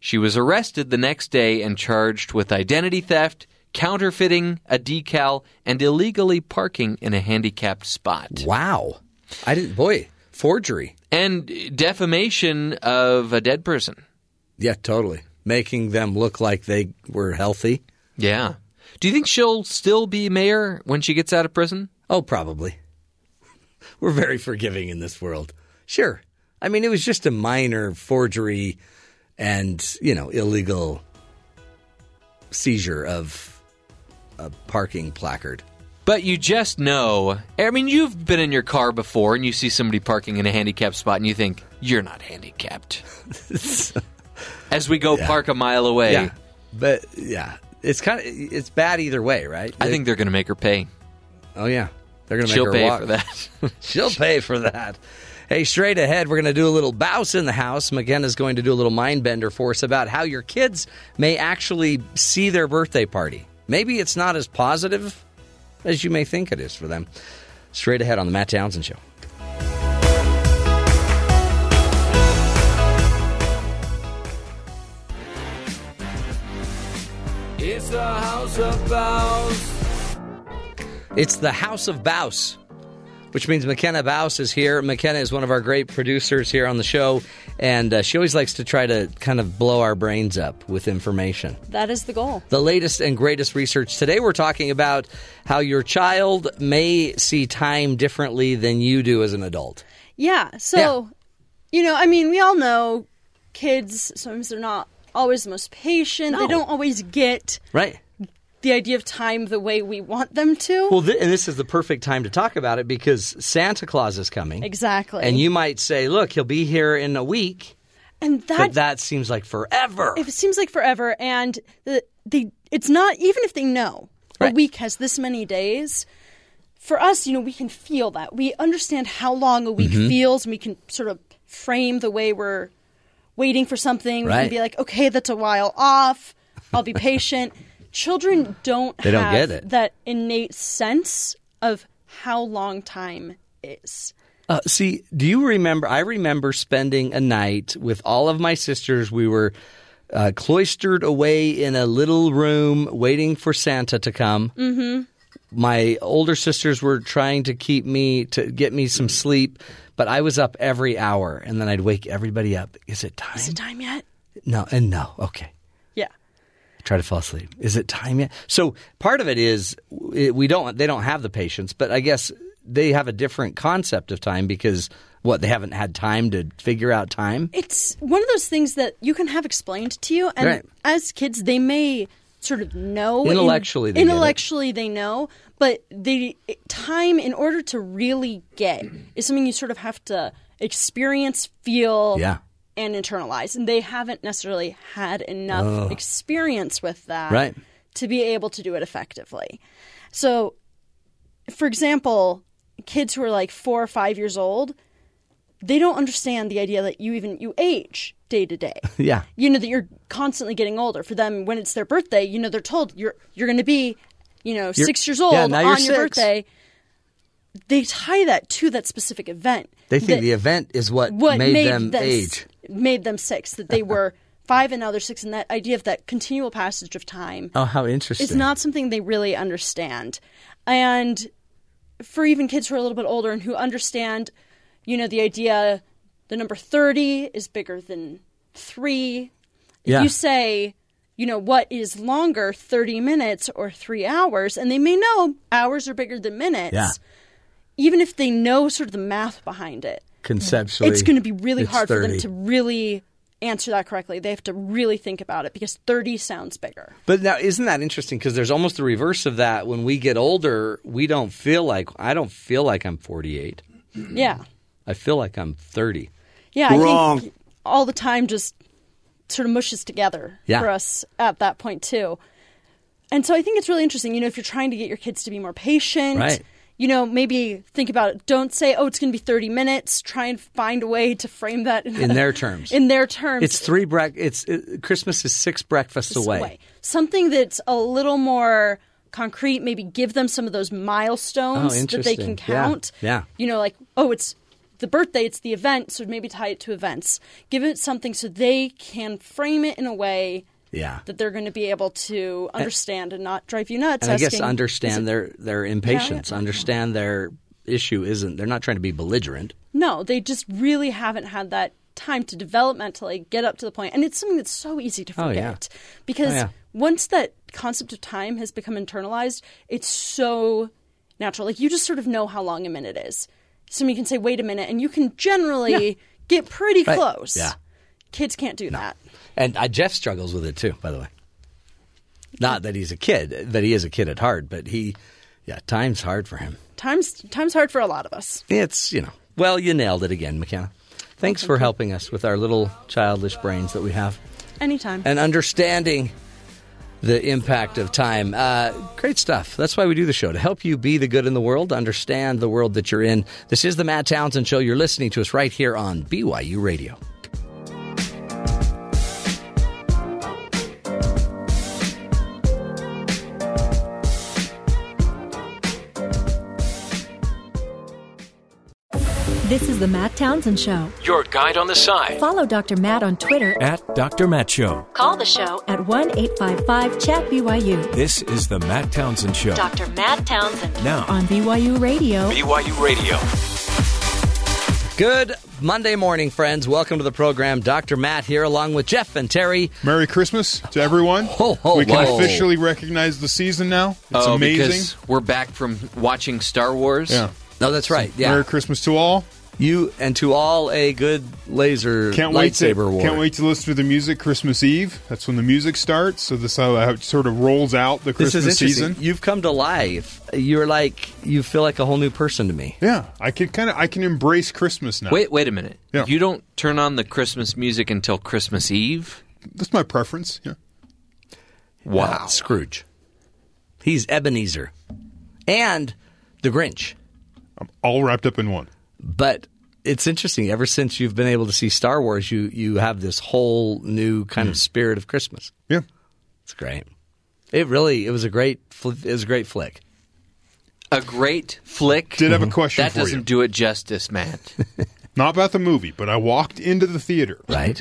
Speaker 4: She was arrested the next day and charged with identity theft, counterfeiting a decal, and illegally parking in a handicapped spot.
Speaker 3: Wow. I didn't. Boy, forgery.
Speaker 4: And defamation of a dead person.
Speaker 3: Yeah, totally. Making them look like they were healthy.
Speaker 4: Yeah. Do you think she'll still be mayor when she gets out of prison?
Speaker 3: Oh, probably. <laughs> We're very forgiving in this world. Sure. I mean, it was just a minor forgery and, you know, illegal seizure of a parking placard.
Speaker 4: But you just know. I mean, you've been in your car before and you see somebody parking in a handicapped spot and you think, you're
Speaker 3: <laughs>
Speaker 4: not handicapped. As we go park a mile away,
Speaker 3: But yeah, it's kind of it's bad either way, right?
Speaker 4: I think they're going to make her pay.
Speaker 3: Oh yeah. They're going to make
Speaker 4: She'll
Speaker 3: her
Speaker 4: pay
Speaker 3: walk.
Speaker 4: for that.
Speaker 3: <laughs> She'll pay for that. Hey, straight ahead, we're going to do a little bouse in the house. McKenna's going to do a little mind bender for us about how your kids may actually see their birthday party. Maybe it's not as positive as you may think it is for them. Straight ahead on the Matt Townsend Show.
Speaker 4: it's the house of bounce.
Speaker 3: It's the House of Bouse, which means McKenna Bouse is here. McKenna is one of our great producers here on the show, and uh, she always likes to try to kind of blow our brains up with information.
Speaker 11: That is the goal.
Speaker 3: the latest and greatest research. Today, we're talking about how your child may see time differently than you do as an adult.
Speaker 11: Yeah. So, you know, I mean, we all know kids, sometimes they're not always the most patient. They don't always get
Speaker 3: Right.
Speaker 11: the idea of time the way we want them to.
Speaker 3: Well, th- and this is the perfect time to talk about it because Santa Claus is coming.
Speaker 11: exactly.
Speaker 3: And you might say, look, he'll be here in a week,
Speaker 11: and that,
Speaker 3: but that seems like forever.
Speaker 11: it seems like forever. And the, the, it's not, even if they know
Speaker 3: Right.
Speaker 11: a week has this many days, for us, you know, we can feel that. We understand how long a week
Speaker 3: Mm-hmm.
Speaker 11: feels and we can sort of frame the way we're waiting for something. We
Speaker 3: Right.
Speaker 11: can be like, okay, that's a while off. I'll be patient.
Speaker 3: <laughs>
Speaker 11: Children don't
Speaker 3: They don't
Speaker 11: have
Speaker 3: get it.
Speaker 11: that innate sense of how long time is.
Speaker 3: Uh, see, do you remember? I remember spending a night with all of my sisters. We were uh, cloistered away in a little room waiting for Santa to come. Mm-hmm. My older sisters were trying to keep me to get me some sleep, but I was up every hour, and then I'd wake everybody up. Is it time?
Speaker 11: Is it time yet?
Speaker 3: No, and no. Okay
Speaker 11: Yeah.
Speaker 3: try to fall asleep. Is it time yet? So part of it is it- we don't they don't have the patience, but I guess they have a different concept of time because what they haven't had time to figure out time.
Speaker 11: It's one of those things that you can have explained to you, and
Speaker 3: Right.
Speaker 11: as kids, they may sort of know in-
Speaker 3: Intellectually they get it.
Speaker 11: intellectually they know, but the time in order to really get is something you sort of have to experience, feel,
Speaker 3: Yeah.
Speaker 11: and internalize, and they haven't necessarily had enough experience with that
Speaker 3: Right.
Speaker 11: to be able to do it effectively. So, for example, kids who are like four or five years old, they don't understand the idea that you even you age day
Speaker 3: <laughs>
Speaker 11: to day.
Speaker 3: Yeah.
Speaker 11: You know that you're constantly getting older. For them, when it's their birthday, you know they're told you're you're going to be, you know, six years old
Speaker 3: yeah, now you're
Speaker 11: on your
Speaker 3: six.
Speaker 11: birthday. They tie that to that specific event.
Speaker 3: They think
Speaker 11: That-
Speaker 3: the event is what,
Speaker 11: what
Speaker 3: made,
Speaker 11: made,
Speaker 3: them,
Speaker 11: s-
Speaker 3: age.
Speaker 11: made them six that
Speaker 3: <laughs>
Speaker 11: they were five and now they're six, and that idea of that continual passage of time
Speaker 3: Oh, how interesting.
Speaker 11: is not something they really understand. And for even kids who are a little bit older and who understand, you know, the idea the number 30 is bigger than three. If
Speaker 3: Yeah.
Speaker 11: you say, you know, what is longer, 30 minutes or three hours, and they may know hours are bigger than minutes.
Speaker 3: Yeah.
Speaker 11: Even if they know sort of the math behind it,
Speaker 3: conceptually.
Speaker 11: it's going to be really
Speaker 3: it's
Speaker 11: hard for
Speaker 3: 30.
Speaker 11: them to really answer that correctly. They have to really think about it because 30 sounds bigger.
Speaker 3: But now, isn't that interesting? Because there's almost the reverse of that. When we get older, we don't feel like I don't feel like I'm 48.
Speaker 11: Yeah.
Speaker 3: I feel like I'm 30.
Speaker 11: Yeah, I
Speaker 12: Wrong.
Speaker 11: <laughs> think all the time just sort of mushes together
Speaker 3: Yeah.
Speaker 11: for us at that point too. And so I think it's really interesting, you know, if you're trying to get your kids to be more patient,
Speaker 3: Right.
Speaker 11: you know, maybe think about it. Don't say, "Oh, it's going to be 30 minutes." Try and find a way to frame that
Speaker 3: In their
Speaker 11: <laughs>
Speaker 3: terms.
Speaker 11: in their terms.
Speaker 3: It's three break. It's it, Christmas is six breakfasts
Speaker 11: this
Speaker 3: away.
Speaker 11: way. Something that's a little more concrete, maybe give them some of those milestones
Speaker 3: Oh,
Speaker 11: that they
Speaker 3: interesting.
Speaker 11: can
Speaker 3: Yeah.
Speaker 11: count.
Speaker 3: Yeah.
Speaker 11: You know, like, oh, it's the birthday, it's the event, so maybe tie it to events. Give it something so they can frame it in a way
Speaker 3: Yeah.
Speaker 11: that they're going to be able to understand and not drive you nuts.
Speaker 3: and I guess
Speaker 11: asking,
Speaker 3: understand
Speaker 11: "Is it-"
Speaker 3: their their impatience. Understand their issue isn't they're not trying to be belligerent.
Speaker 11: No, they just really haven't had that time to developmentally get up to the point. And it's something that's so easy to
Speaker 3: Oh,
Speaker 11: forget
Speaker 3: yeah.
Speaker 11: because
Speaker 3: Oh, yeah.
Speaker 11: once that concept of time has become internalized, it's so natural. Like you just sort of know how long a minute is. So you can say, wait a minute, and you can generally get pretty
Speaker 3: Right.
Speaker 11: close.
Speaker 3: Yeah.
Speaker 11: Kids can't do that.
Speaker 3: And uh, Jeff struggles with it too. By the way, not that he's a kid, that he is a kid at heart, but he, yeah, time's hard for him.
Speaker 11: Time's time's hard for a lot of us.
Speaker 3: It's you know. Well, you nailed it again, McKenna. Thanks for helping us with our little childish brains that we have.
Speaker 11: Anytime.
Speaker 3: and understanding the impact of time. Uh, great stuff. That's why we do the show to help you be the good in the world, understand the world that you're in. This is the Matt Townsend Show. You're listening to us right here on BYU Radio.
Speaker 1: This is the Matt Townsend Show.
Speaker 2: Your guide on the side.
Speaker 1: Follow Dr. Matt on Twitter.
Speaker 2: At Dr. Matt Show.
Speaker 1: Call the show at 1 855 Chat BYU.
Speaker 2: This is the Matt Townsend Show.
Speaker 1: Dr. Matt Townsend.
Speaker 2: Now.
Speaker 1: On BYU Radio.
Speaker 2: BYU Radio.
Speaker 3: Good Monday morning, friends. Welcome to the program. Dr. Matt here, along with Jeff and Terry.
Speaker 5: Merry Christmas to everyone.
Speaker 3: Ho, ho,
Speaker 5: we can
Speaker 3: whoa.
Speaker 5: officially recognize the season now. It's
Speaker 4: oh,
Speaker 5: amazing.
Speaker 4: because we're back from watching Star Wars.
Speaker 5: yeah.
Speaker 3: No, that's right. Yeah,
Speaker 5: Merry Christmas to all.
Speaker 3: you and to all a good laser
Speaker 5: Can't wait to
Speaker 3: lightsaber war.
Speaker 5: can't wait to listen to the music Christmas Eve. That's when the music starts. So this uh, how how it sort of rolls out the
Speaker 3: This
Speaker 5: Christmas
Speaker 3: is interesting.
Speaker 5: season.
Speaker 3: You've come to life. You're like you feel like a whole new person to me.
Speaker 5: Yeah, I can kind of I can embrace Christmas now.
Speaker 4: Wait, wait a minute.
Speaker 5: Yeah.
Speaker 4: You don't turn on the Christmas music until Christmas Eve.
Speaker 5: that's my preference. Yeah.
Speaker 4: Wow.
Speaker 3: Uh, Scrooge. He's Ebenezer and the Grinch.
Speaker 5: Um, all wrapped up in one.
Speaker 3: But it's interesting. Ever since you've been able to see Star Wars, you you have this whole new kind of spirit of Christmas.
Speaker 5: Hmm. Yeah.
Speaker 3: It's great. It really it was a great <laughs> fl- it was a great flick. Mm-hmm.
Speaker 4: A great flick.
Speaker 5: Did have a question
Speaker 4: that
Speaker 5: for
Speaker 4: doesn't
Speaker 5: you.
Speaker 4: do it justice, Matt.
Speaker 5: <laughs> Not about the movie, but I walked into the theater.
Speaker 3: Right.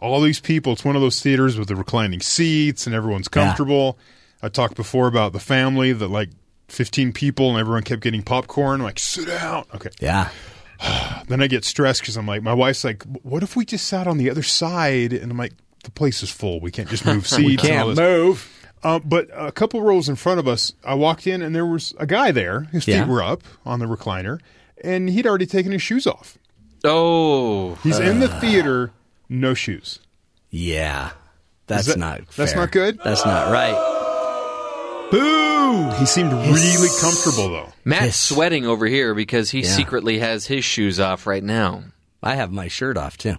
Speaker 5: All these people. It's one of those theaters with the reclining seats and everyone's comfortable. I talked before about the family that like 15 people and everyone kept getting popcorn. I'm like, sit down. Okay.
Speaker 3: Yeah.
Speaker 5: <sighs> Then I get stressed because I'm like, my wife's like, what if we just sat on the other side? And I'm like, the place is full. We
Speaker 3: <laughs>
Speaker 5: can't just move seats. we and all
Speaker 3: Can't
Speaker 5: this.
Speaker 3: move.
Speaker 5: Uh, but a couple rows in front of us, I walked in and there was a guy there. His feet
Speaker 3: Yeah.
Speaker 5: were up on the recliner, and he'd already taken his shoes off.
Speaker 4: oh,
Speaker 5: He's in
Speaker 3: Ah.
Speaker 5: the theater, no shoes.
Speaker 3: Yeah. That's
Speaker 5: that-
Speaker 3: not fair.
Speaker 5: that's not good?
Speaker 3: That's not right.
Speaker 5: Boo! He seemed really comfortable though.
Speaker 4: Matt's
Speaker 3: Yes.
Speaker 4: sweating over here because he
Speaker 3: Yeah.
Speaker 4: secretly has his shoes off right now.
Speaker 3: I have my shirt off too.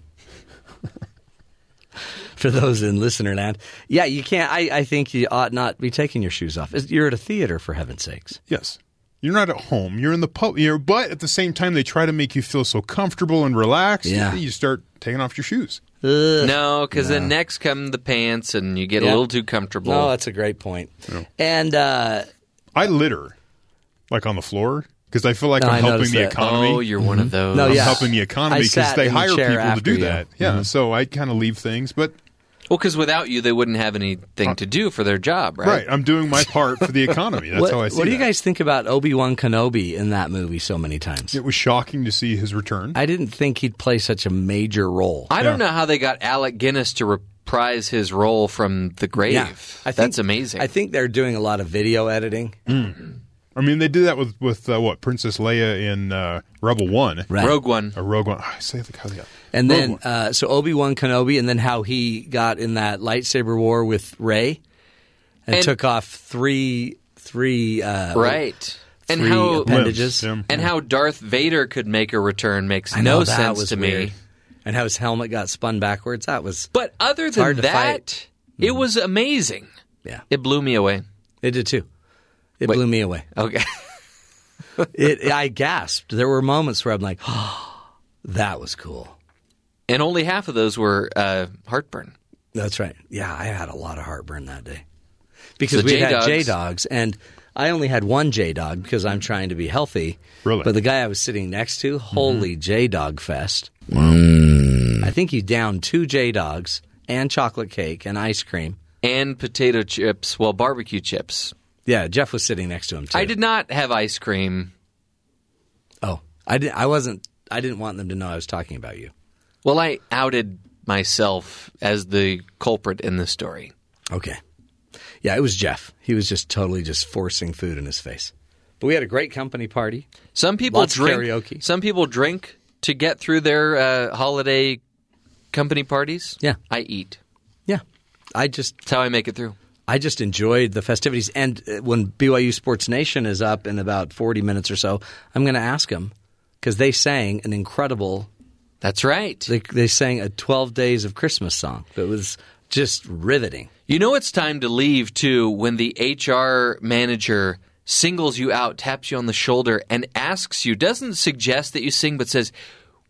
Speaker 3: For those in listener land, yeah, you can't. I, I think you ought not be taking your shoes off. It's- You're at a theater, for heaven's sakes.
Speaker 5: Yes, you're not at home. You're in the pub. You're, but at the same time, they try to make you feel so comfortable and relaxed.
Speaker 3: Yeah.
Speaker 5: you start taking off your shoes.
Speaker 3: Ugh.
Speaker 4: No, because then next come the pants, and you get
Speaker 3: Yeah.
Speaker 4: a little too comfortable.
Speaker 3: No, that's a great point. And uh,
Speaker 5: I litter, like on the floor, because I feel like
Speaker 3: No, I
Speaker 5: I'm helping
Speaker 3: noticed
Speaker 5: the
Speaker 3: that. Mm-hmm.
Speaker 5: economy.
Speaker 4: Oh, you're one of those.
Speaker 3: No,
Speaker 5: I'm
Speaker 3: yeah.
Speaker 5: helping the
Speaker 3: I
Speaker 5: economy because
Speaker 3: sat
Speaker 5: they
Speaker 3: in the
Speaker 5: hire
Speaker 3: chair
Speaker 5: people to
Speaker 3: after
Speaker 5: do
Speaker 3: you. Mm-hmm.
Speaker 5: that. Yeah,
Speaker 4: Mm-hmm.
Speaker 5: so I kind of leave things, but Uh,
Speaker 4: Well, because without you, they wouldn't have anything to do for their job, right?
Speaker 5: right, I'm doing my part for the economy. That's
Speaker 3: what,
Speaker 5: how I see
Speaker 3: what do you
Speaker 5: that.
Speaker 3: guys think about Obi Wan Kenobi in that movie so many times?
Speaker 5: It was shocking to see his return.
Speaker 3: I didn't think he'd play such a major role.
Speaker 4: I don't know how they got Alec Guinness to reprise his role from the grave.
Speaker 3: Yeah. I think-
Speaker 4: That's amazing. Mm-hmm.
Speaker 3: I think they're doing a lot of video editing
Speaker 5: I mean, they did that with with uh, what Princess Leia in uh, Rebel One,
Speaker 3: Right.
Speaker 4: Rogue One.
Speaker 5: A Rogue One. I say the how the
Speaker 3: And
Speaker 5: Rogue
Speaker 3: then,
Speaker 5: One.
Speaker 3: uh, so Obi Wan Kenobi, and then how he got in that lightsaber war with Ray, and,
Speaker 4: And-
Speaker 3: took off three, three, uh,
Speaker 4: Right. And
Speaker 3: three
Speaker 4: how
Speaker 3: appendages.
Speaker 5: Limbs, yeah.
Speaker 4: and how Darth Vader could make a return makes
Speaker 3: I know
Speaker 4: no
Speaker 3: that
Speaker 4: sense
Speaker 3: was
Speaker 4: to
Speaker 3: weird.
Speaker 4: me.
Speaker 3: And how his helmet got spun backwards. That was,
Speaker 4: But other than
Speaker 3: hard to
Speaker 4: that,
Speaker 3: fight. Mm-hmm.
Speaker 4: it was amazing.
Speaker 3: yeah,
Speaker 4: It blew me away.
Speaker 3: it did too. It blew me away.
Speaker 4: Okay.
Speaker 3: <laughs> It, I gasped. There were moments where I'm like, <gasps> oh, that was cool.
Speaker 4: and only half of those were uh, heartburn.
Speaker 3: That's right. Yeah, I had a lot of heartburn that day because
Speaker 4: The
Speaker 3: we had
Speaker 4: J-Dogs.
Speaker 3: J dogs, and I only had one J dog because I'm trying to be healthy.
Speaker 5: Really?
Speaker 3: But the guy I was sitting next to,
Speaker 4: Mm-hmm.
Speaker 3: holy J dog fest! I think he downed two J dogs and chocolate cake and ice cream.
Speaker 4: And potato chips, well, barbecue chips.
Speaker 3: Yeah, Jeff was sitting next to him too.
Speaker 4: I did not have ice cream.
Speaker 3: Oh, I did. I wasn't. I didn't want them to know I was talking about you.
Speaker 4: Well, I outed myself as the culprit in the story.
Speaker 3: Okay. Yeah, it was Jeff. He was just totally just forcing food in his face. But we had a great company party.
Speaker 4: Some people
Speaker 3: Lots of
Speaker 4: drink.
Speaker 3: karaoke.
Speaker 4: Some people drink to get through their uh, holiday company parties.
Speaker 3: Yeah.
Speaker 4: I eat.
Speaker 3: Yeah. I just
Speaker 4: That's how I make it through.
Speaker 3: I just enjoyed the festivities. And uh, when BYU Sports Nation is up in about 40 minutes or so, I'm going to ask them because they sang an incredible,
Speaker 4: That's right.
Speaker 3: they, they sang a 12 Days of Christmas song that was just riveting.
Speaker 4: You know it's time to leave too when the HR manager singles you out, taps you on the shoulder, and asks you, doesn't suggest that you sing, but says,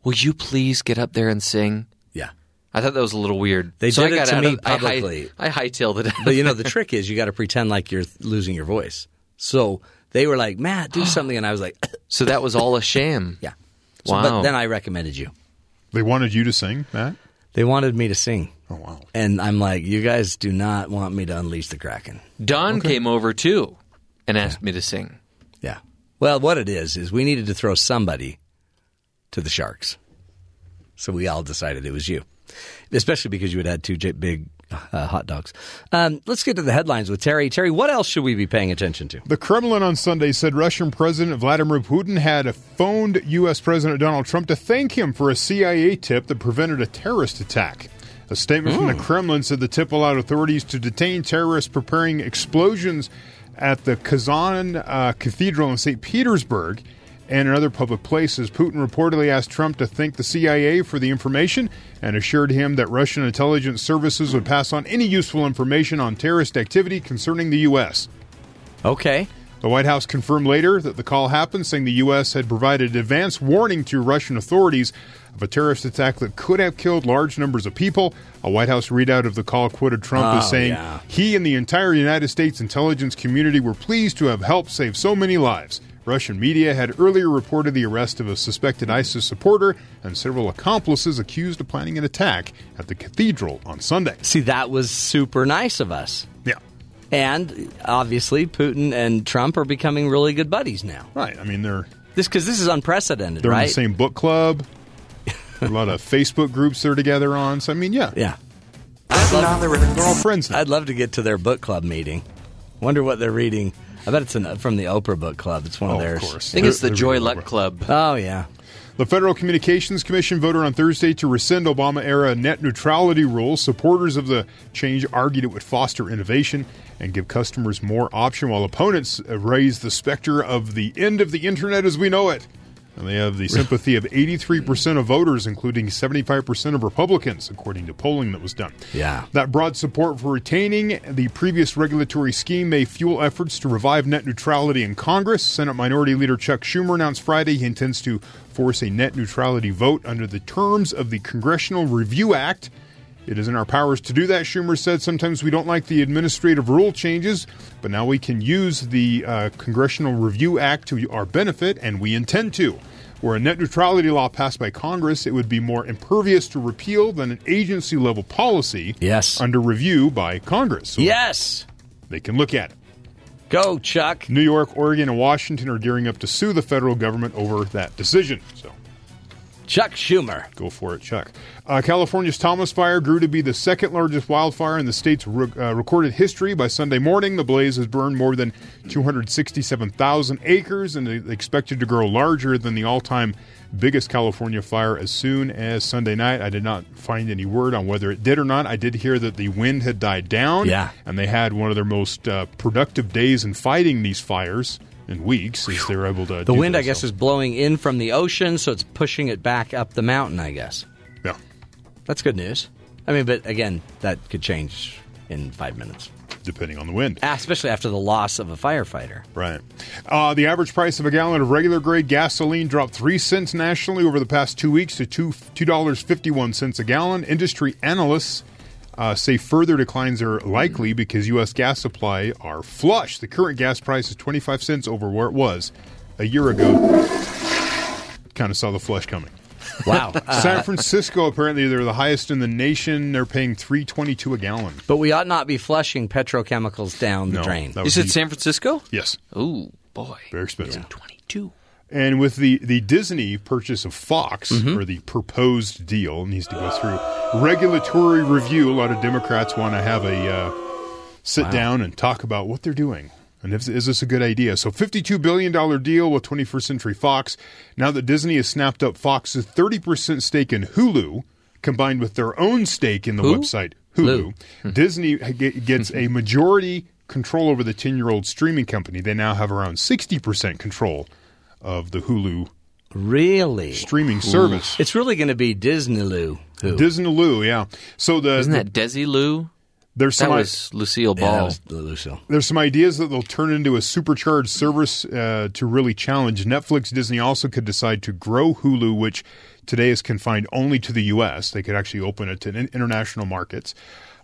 Speaker 4: Will you please get up there and sing?
Speaker 3: Yeah.
Speaker 4: I thought that was a little weird.
Speaker 3: They
Speaker 4: so
Speaker 3: did
Speaker 4: I
Speaker 3: it
Speaker 4: got
Speaker 3: to
Speaker 4: out
Speaker 3: me
Speaker 4: of, I hi-
Speaker 3: publicly.
Speaker 4: I, hightailed it.
Speaker 3: But you
Speaker 4: <laughs>
Speaker 3: know, the trick is you got to pretend like you're losing your voice. So they were like, Matt,
Speaker 4: <gasps>
Speaker 3: do something. And I was like, <laughs>
Speaker 4: so that was all a sham.
Speaker 3: yeah. So,
Speaker 4: Wow.
Speaker 3: But then I recommended you.
Speaker 5: They wanted you to sing, Matt.
Speaker 3: They wanted me to sing.
Speaker 5: Oh wow.
Speaker 3: And I'm like, you guys do not want me to unleash the Kraken.
Speaker 4: Don came over too and asked me to sing.
Speaker 3: Yeah. Well, what it is is we needed to throw somebody to the sharks, so we all decided it was you, especially because you had had two j- big uh, hot dogs. Um, let's get to the headlines with Terry. Terry, what else should we be paying attention to?
Speaker 5: The Kremlin on Sunday said Russian President Vladimir Putin had phoned U.S. President Donald Trump to thank him for a CIA tip that prevented a terrorist attack. A statement from the Kremlin said the tip allowed authorities to detain terrorists preparing explosions at the Kazan uh, Cathedral in St. Petersburg and in other public places. Putin reportedly asked Trump to thank the CIA for the information and assured him that Russian intelligence services would pass on any useful information on terrorist activity concerning the U.S.
Speaker 3: Okay.
Speaker 5: The White House confirmed later that the call happened, saying the U.S. had provided advance warning to Russian authorities of a terrorist attack that could have killed large numbers of people. A White House readout of the call quoted Trump as
Speaker 3: Oh,
Speaker 5: saying,
Speaker 3: yeah.
Speaker 5: He and the entire United States intelligence community were pleased to have helped save so many lives. Russian media had earlier reported the arrest of a suspected ISIS supporter and several accomplices accused of planning an attack at the cathedral on Sunday.
Speaker 3: See, that was super nice of us,
Speaker 5: Yeah.
Speaker 3: and obviously Putin and Trump are becoming really good buddies now.
Speaker 5: Right. I mean, they're
Speaker 3: This because this is unprecedented,
Speaker 5: They're
Speaker 3: right?
Speaker 5: in the same book
Speaker 3: <laughs>
Speaker 5: club. a lot of Facebook groups they're together on. So I mean, yeah,
Speaker 3: Yeah.
Speaker 5: they're all friends now.
Speaker 3: I'd love to get to their book club meeting. Wonder what they're reading. I bet it's an, from the Oprah book club. It's one
Speaker 5: Oh,
Speaker 3: of
Speaker 5: of
Speaker 3: theirs.
Speaker 5: course.
Speaker 4: I think it's
Speaker 5: They're-
Speaker 4: the
Speaker 5: they're
Speaker 4: Joy
Speaker 5: really
Speaker 4: Luck
Speaker 5: well.
Speaker 4: Club.
Speaker 3: Oh yeah.
Speaker 5: the Federal Communications Commission voted on Thursday to rescind Obama-era net neutrality rules. Supporters of the change argued it would foster innovation and give customers more option, while opponents uh, raised the specter of the end of the internet as we know it. And they have the sympathy of 83% of voters, including 75% of Republicans, according to polling that was done.
Speaker 3: Yeah.
Speaker 5: That broad support for retaining the previous regulatory scheme may fuel efforts to revive net neutrality in Congress. Senate Minority Leader Chuck Schumer announced Friday he intends to force a net neutrality vote under the terms of the Congressional Review Act. It is in our powers to do that, Schumer said. Sometimes we don't like the administrative rule changes, but now we can use the uh, Congressional Review Act to our benefit, and we intend to. Were a net neutrality law passed by Congress, it would be more impervious to repeal than an agency level policy
Speaker 3: Yes.
Speaker 5: under review by Congress. So
Speaker 3: Yes.
Speaker 5: They can look at it.
Speaker 3: Go, Chuck.
Speaker 5: New York, Oregon, and Washington are gearing up to sue the federal government over that decision. So
Speaker 3: Chuck Schumer.
Speaker 5: Go for it, Chuck. Uh, California's Thomas Fire grew to be the second largest wildfire in the state's re- uh, recorded history. By Sunday morning, the blaze has burned more than 267,000 acres and is expected to grow larger than the all time biggest California fire as soon as Sunday night. I did not find any word on whether it did or not. I did hear that the wind had died down.
Speaker 3: Yeah.
Speaker 5: And they had one of their most uh, productive days in fighting these fires and weeks as they were able to.
Speaker 3: The wind, I guess, is blowing in from the ocean, so it's pushing it back up the mountain, I guess.
Speaker 5: Yeah.
Speaker 3: That's good news. I mean, but again, that could change in five minutes,
Speaker 5: Depending on the wind.
Speaker 3: Ah, especially after the loss of a firefighter.
Speaker 5: Right. Uh, the average price of a gallon of regular grade gasoline dropped three cents nationally over the past two weeks to two two dollars fifty one cents a gallon. Industry analysts uh, say further declines are likely because U.S. gas supply are flush. The current gas price is twenty five cents over where it was a year ago. Kind of saw the flush coming.
Speaker 3: Wow. Uh,
Speaker 5: <laughs> San Francisco apparently they're the highest in the nation. They're paying three twenty two a gallon.
Speaker 3: but we ought not be flushing petrochemicals down the
Speaker 5: No,
Speaker 3: drain.
Speaker 5: that
Speaker 4: You
Speaker 5: would
Speaker 4: said
Speaker 5: be-
Speaker 4: San Francisco?
Speaker 5: Yes,
Speaker 4: Ooh, boy.
Speaker 5: very expensive.
Speaker 4: 22.
Speaker 5: And with the, the Disney purchase of Fox,
Speaker 4: Mm-hmm.
Speaker 5: or the proposed deal, needs to go through regulatory review. A lot of Democrats want to have a uh, sit down and talk about what they're doing. And if, is this a good idea? So, $52 billion deal with 21st Century Fox. Now that Disney has snapped up Fox's 30% stake in Hulu, combined with their own stake in the
Speaker 3: Who?
Speaker 5: website Hulu,
Speaker 3: Lou. Hmm.
Speaker 5: Disney
Speaker 3: <laughs>
Speaker 5: ge- gets a majority control over the 10 year old streaming company. They now have around 60% control of the Hulu
Speaker 3: really?
Speaker 5: streaming service.
Speaker 3: It's really going to be Disney Lou. Who?
Speaker 5: Disneyloo, yeah. So the,
Speaker 4: Isn't that Desi Lou?
Speaker 5: there's
Speaker 4: That
Speaker 5: some
Speaker 4: was Lucille
Speaker 3: Yeah, that
Speaker 4: Ball.
Speaker 3: was Lucille.
Speaker 5: there's some ideas that they'll turn into a supercharged service uh, to really challenge Netflix. Disney also could decide to grow Hulu, which today is confined only to the U.S. They could actually open it to in- international markets.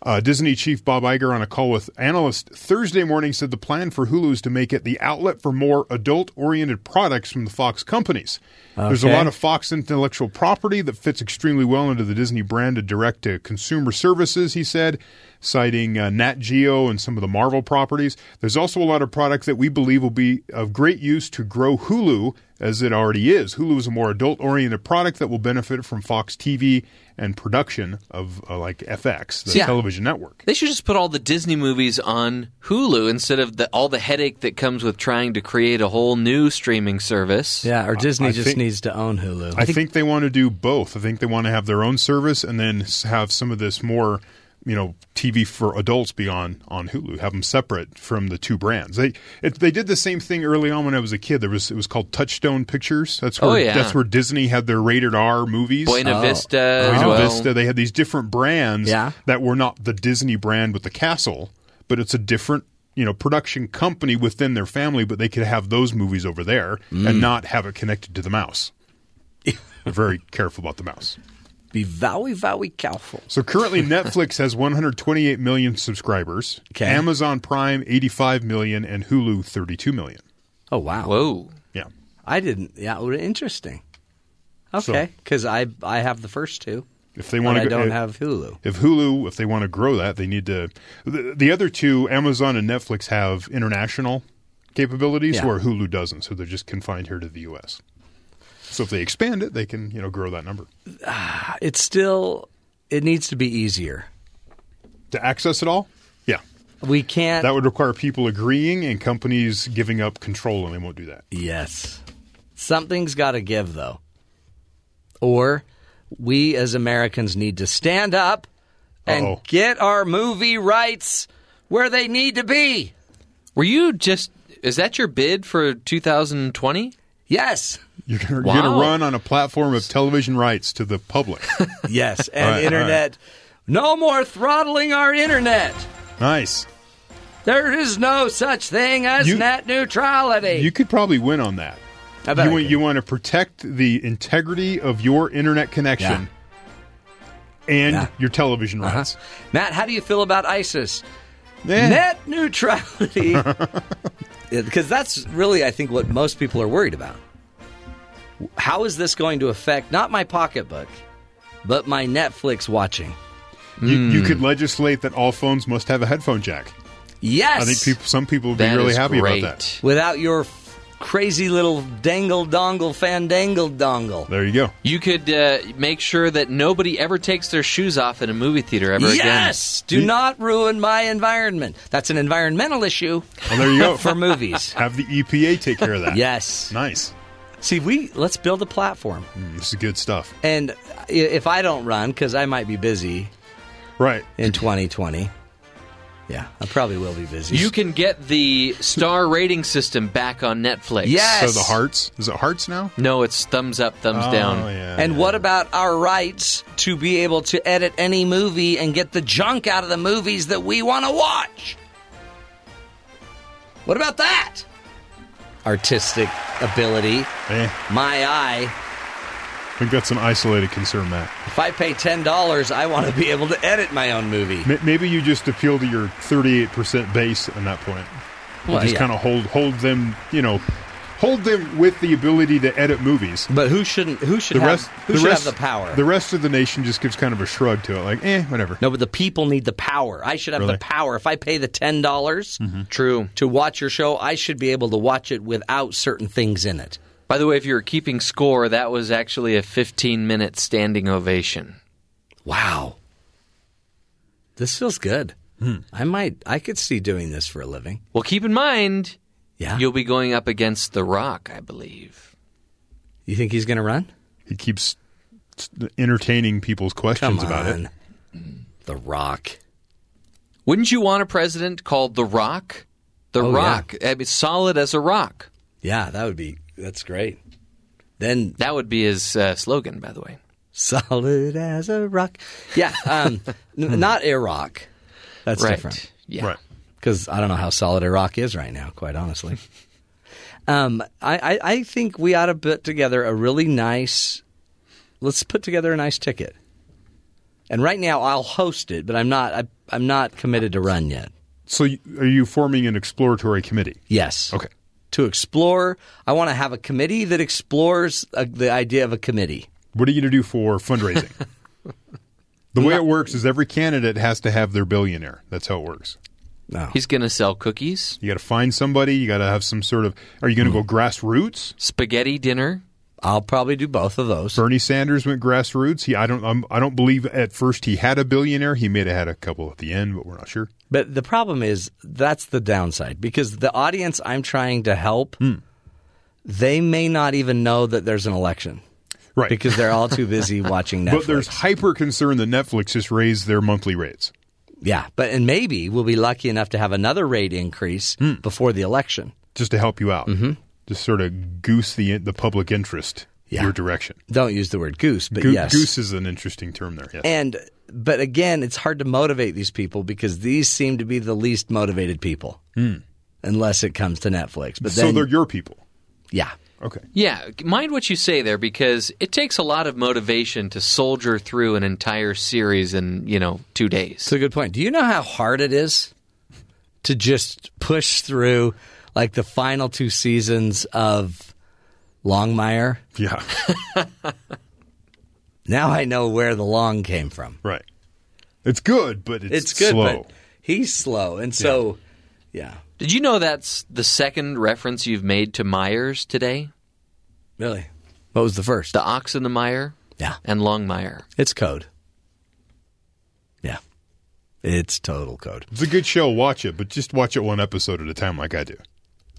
Speaker 5: Uh, Disney chief Bob Iger on a call with analysts Thursday morning said the plan for Hulu is to make it the outlet for more adult-oriented products from the Fox companies. There's a
Speaker 3: Okay.
Speaker 5: lot of Fox intellectual property that fits extremely well into the Disney brand of direct to consumer services, he said, citing uh, Nat Geo and some of the Marvel properties. There's also a lot of product that we believe will be of great use to grow Hulu as it already is. Hulu is a more adult oriented product that will benefit from Fox TV and production of uh, like FX, the
Speaker 4: Yeah.
Speaker 5: television network.
Speaker 4: They should just put all the Disney movies on Hulu instead of the, all the headache that comes with trying to create a whole new streaming service.
Speaker 3: Yeah, or Disney
Speaker 5: I
Speaker 3: just
Speaker 5: think-
Speaker 3: needs to own Hulu.
Speaker 5: I think, they want to do both. I think they want to have their own service and then s- have some of this more, you know, TV for adults be on, on Hulu. Have them separate from the two brands. They it, they did the same thing early on when I was a kid. There was it was called Touchstone Pictures. That's where
Speaker 4: Oh, yeah.
Speaker 5: that's where Disney had their rated R movies.
Speaker 4: Buena Vista. as
Speaker 5: Oh. Buena
Speaker 4: well.
Speaker 5: Vista. They had these different brands
Speaker 3: Yeah.
Speaker 5: that were not the Disney brand with the castle, but it's a different you know production company within their family. But they could have those movies over there and not have it connected to
Speaker 3: <laughs>
Speaker 5: the mouse. They're very careful about the mouse.
Speaker 3: be very, very careful.
Speaker 5: So
Speaker 3: <laughs>
Speaker 5: currently, Netflix has 128 million subscribers,
Speaker 3: Okay.
Speaker 5: Amazon Prime 85 million, and Hulu 32 million.
Speaker 3: Oh wow!
Speaker 4: Whoa.
Speaker 5: Yeah,
Speaker 3: I didn't. Yeah, well, interesting. Okay, because I I have the first two,
Speaker 5: if they
Speaker 3: but
Speaker 5: want
Speaker 3: I
Speaker 5: to,
Speaker 3: don't have Hulu.
Speaker 5: if Hulu, if they want to grow that, they need to. The, the other two, Amazon and Netflix, have international capabilities
Speaker 3: Yeah.
Speaker 5: where Hulu doesn't, so they're just confined here to the U.S. So if they expand it, they can you know grow that number
Speaker 3: It's still it needs to be easier.
Speaker 5: to access it all. Yeah,
Speaker 3: We can't.
Speaker 5: that would require people agreeing and companies giving up control, and they won't do that.
Speaker 3: yes, something's got to give though, or we as Americans need to stand up and
Speaker 5: Uh-oh.
Speaker 3: get our movie rights where they need to be.
Speaker 4: Were you just. Is that your bid for 2020?
Speaker 3: Yes,
Speaker 5: You're gonna, you're gonna
Speaker 4: Wow.
Speaker 5: run on a platform of television rights to the public.
Speaker 3: <laughs> yes, and
Speaker 5: All right, all
Speaker 3: internet. No more throttling our internet.
Speaker 5: nice.
Speaker 3: There is no such thing as
Speaker 5: You-
Speaker 3: net neutrality.
Speaker 5: You could probably win on that.
Speaker 3: I bet
Speaker 5: you,
Speaker 3: I
Speaker 5: want,
Speaker 3: could.
Speaker 5: you want to protect the integrity of your internet connection and
Speaker 3: Yeah.
Speaker 5: your television rights.
Speaker 3: Matt, how do you feel about ISIS?
Speaker 5: Eh,
Speaker 3: Net
Speaker 5: <laughs>
Speaker 3: neutrality. Because that's really, I think, what most people are worried about. How is this going to affect not my pocketbook, but my Netflix watching? Uh-huh.
Speaker 5: you, you
Speaker 3: Hmm.
Speaker 5: could legislate that all phones must have a headphone jack.
Speaker 3: Yes.
Speaker 5: I think people, some people would be
Speaker 4: That
Speaker 5: really
Speaker 4: is
Speaker 5: happy
Speaker 4: great.
Speaker 5: about that.
Speaker 3: Without your f- crazy little dangle dongle fandangle dongle.
Speaker 5: There you go.
Speaker 4: You could uh, make sure that nobody ever takes their shoes off in a movie theater ever again.
Speaker 3: Yes, do not ruin my environment. That's an environmental issue
Speaker 5: Well, there you
Speaker 3: <laughs>
Speaker 5: go.
Speaker 3: for movies.
Speaker 5: Have the EPA E take care of
Speaker 3: <laughs>
Speaker 5: that.
Speaker 3: Yes.
Speaker 5: Nice. Mm,
Speaker 3: See, we let's build a platform.
Speaker 5: This is good stuff.
Speaker 3: And i- if I don't run because I might be busy
Speaker 5: Right.
Speaker 3: in 2020, yeah, I probably will be busy.
Speaker 4: You can get the star rating system back on Netflix.
Speaker 3: Yes.
Speaker 5: So the hearts. Is it hearts now?
Speaker 4: No, it's thumbs up, thumbs
Speaker 5: Oh,
Speaker 4: down.
Speaker 5: yeah,
Speaker 3: And
Speaker 5: yeah.
Speaker 3: what about our rights to be able to edit any movie and get the junk out of the movies that we want to watch? What about that? Artistic ability,
Speaker 5: Eh,
Speaker 3: my eye.
Speaker 5: I think that's an isolated concern, Matt.
Speaker 3: If I pay $10, I want to be able to edit my own movie.
Speaker 5: M- maybe you just appeal to your 38% base at that point. You
Speaker 3: Well,
Speaker 5: just
Speaker 3: yeah.
Speaker 5: kind of hold hold them, you know, hold them with the ability to edit movies.
Speaker 3: But who shouldn't? Who should
Speaker 5: The
Speaker 3: have?
Speaker 5: rest,
Speaker 3: who
Speaker 5: the
Speaker 3: should
Speaker 5: rest,
Speaker 3: have the power?
Speaker 5: The rest of the nation just gives kind of a shrug to it, like, eh, whatever.
Speaker 3: no, but the people need the power. I should have
Speaker 5: Really?
Speaker 3: the power. If I pay the ten dollars
Speaker 4: True.
Speaker 3: to watch your show, I should be able to watch it without certain things in it.
Speaker 4: By the way, if you were keeping score, that was actually a 15 minute standing ovation.
Speaker 3: Wow. This feels good. I might, I could see doing this for a living.
Speaker 4: Well, keep in mind,
Speaker 3: Yeah.
Speaker 4: you'll be going up against The Rock, I believe.
Speaker 3: you think he's going to run?
Speaker 5: He keeps entertaining people's
Speaker 3: Come
Speaker 5: questions
Speaker 3: on.
Speaker 5: about it.
Speaker 3: The Rock.
Speaker 4: Wouldn't you want a president called The Rock? The
Speaker 3: Oh, yeah.
Speaker 4: Rock. I mean, solid as a rock.
Speaker 3: Yeah, that would be, that's great. Then
Speaker 4: That would be his uh, slogan, by the way.
Speaker 3: solid as a rock. Yeah. Um, <laughs> n- not Iraq. That's different.
Speaker 4: Yeah.
Speaker 5: Right.
Speaker 3: because I don't know how solid Iraq is right now, quite honestly. um, I, I, I think we ought to put together a really nice. Let's put together a nice ticket. And right now, I'll host it, but I'm not. I, I'm not committed to run yet.
Speaker 5: So, y- are you forming an exploratory committee?
Speaker 3: Yes.
Speaker 5: Okay.
Speaker 3: To explore, I want to have a committee that explores uh the idea of a committee.
Speaker 5: What are you going to do
Speaker 3: <laughs>
Speaker 5: for fundraising? the way it works is every candidate has to have their billionaire. That's how it works.
Speaker 3: No.
Speaker 4: He's going to sell cookies,
Speaker 5: You got to find somebody. You got to have some sort of. Are you going to go grassroots?
Speaker 4: spaghetti dinner.
Speaker 3: Hmm. I'll probably do both of those.
Speaker 5: Bernie Sanders went grassroots. He, I don't, I'm, I don't believe at first he had a billionaire. He may have had a couple at the end, but we're not sure.
Speaker 3: But the problem is that's the downside because the audience I'm trying to help,
Speaker 5: Hmm.
Speaker 3: they may not even know that there's an election.
Speaker 5: Right.
Speaker 3: Because they're all too busy watching Netflix.
Speaker 5: <laughs> but there's hyper concern that Netflix just raised their monthly rates.
Speaker 3: yeah, but and maybe we'll be lucky enough to have another rate increase
Speaker 5: Hmm.
Speaker 3: before the election.
Speaker 5: just to help you out, mm-hmm. just sort of goose the the public interest
Speaker 3: Yeah.
Speaker 5: your direction.
Speaker 3: Don't use the word goose, but
Speaker 5: Goo-
Speaker 3: yes.
Speaker 5: Goose is an interesting term there. Yes.
Speaker 3: And but again, it's hard to motivate these people because these seem to be the least motivated people.
Speaker 5: Hmm.
Speaker 3: Unless it comes to Netflix. But
Speaker 5: so
Speaker 3: then
Speaker 5: they're your people.
Speaker 3: yeah.
Speaker 5: Okay.
Speaker 4: Yeah, mind what you say there because it takes a lot of motivation to soldier through an entire series in, you know, two days.
Speaker 3: It's a good point. Do you know how hard it is to just push through like the final two seasons of Longmire?
Speaker 5: Yeah.
Speaker 3: <laughs> Now I know where the long came from.
Speaker 5: right. It's good, but it's,
Speaker 3: It's good,
Speaker 5: slow.
Speaker 3: but he's slow. And so, yeah,
Speaker 4: Did you know that's the second reference you've made to Myers today?
Speaker 3: really. What was the first?
Speaker 4: The ox in the mire
Speaker 3: Yeah,
Speaker 4: and Longmire.
Speaker 3: it's code. Yeah, it's total code.
Speaker 5: it's a good show. Watch it, but just watch it one episode at a time, like I do.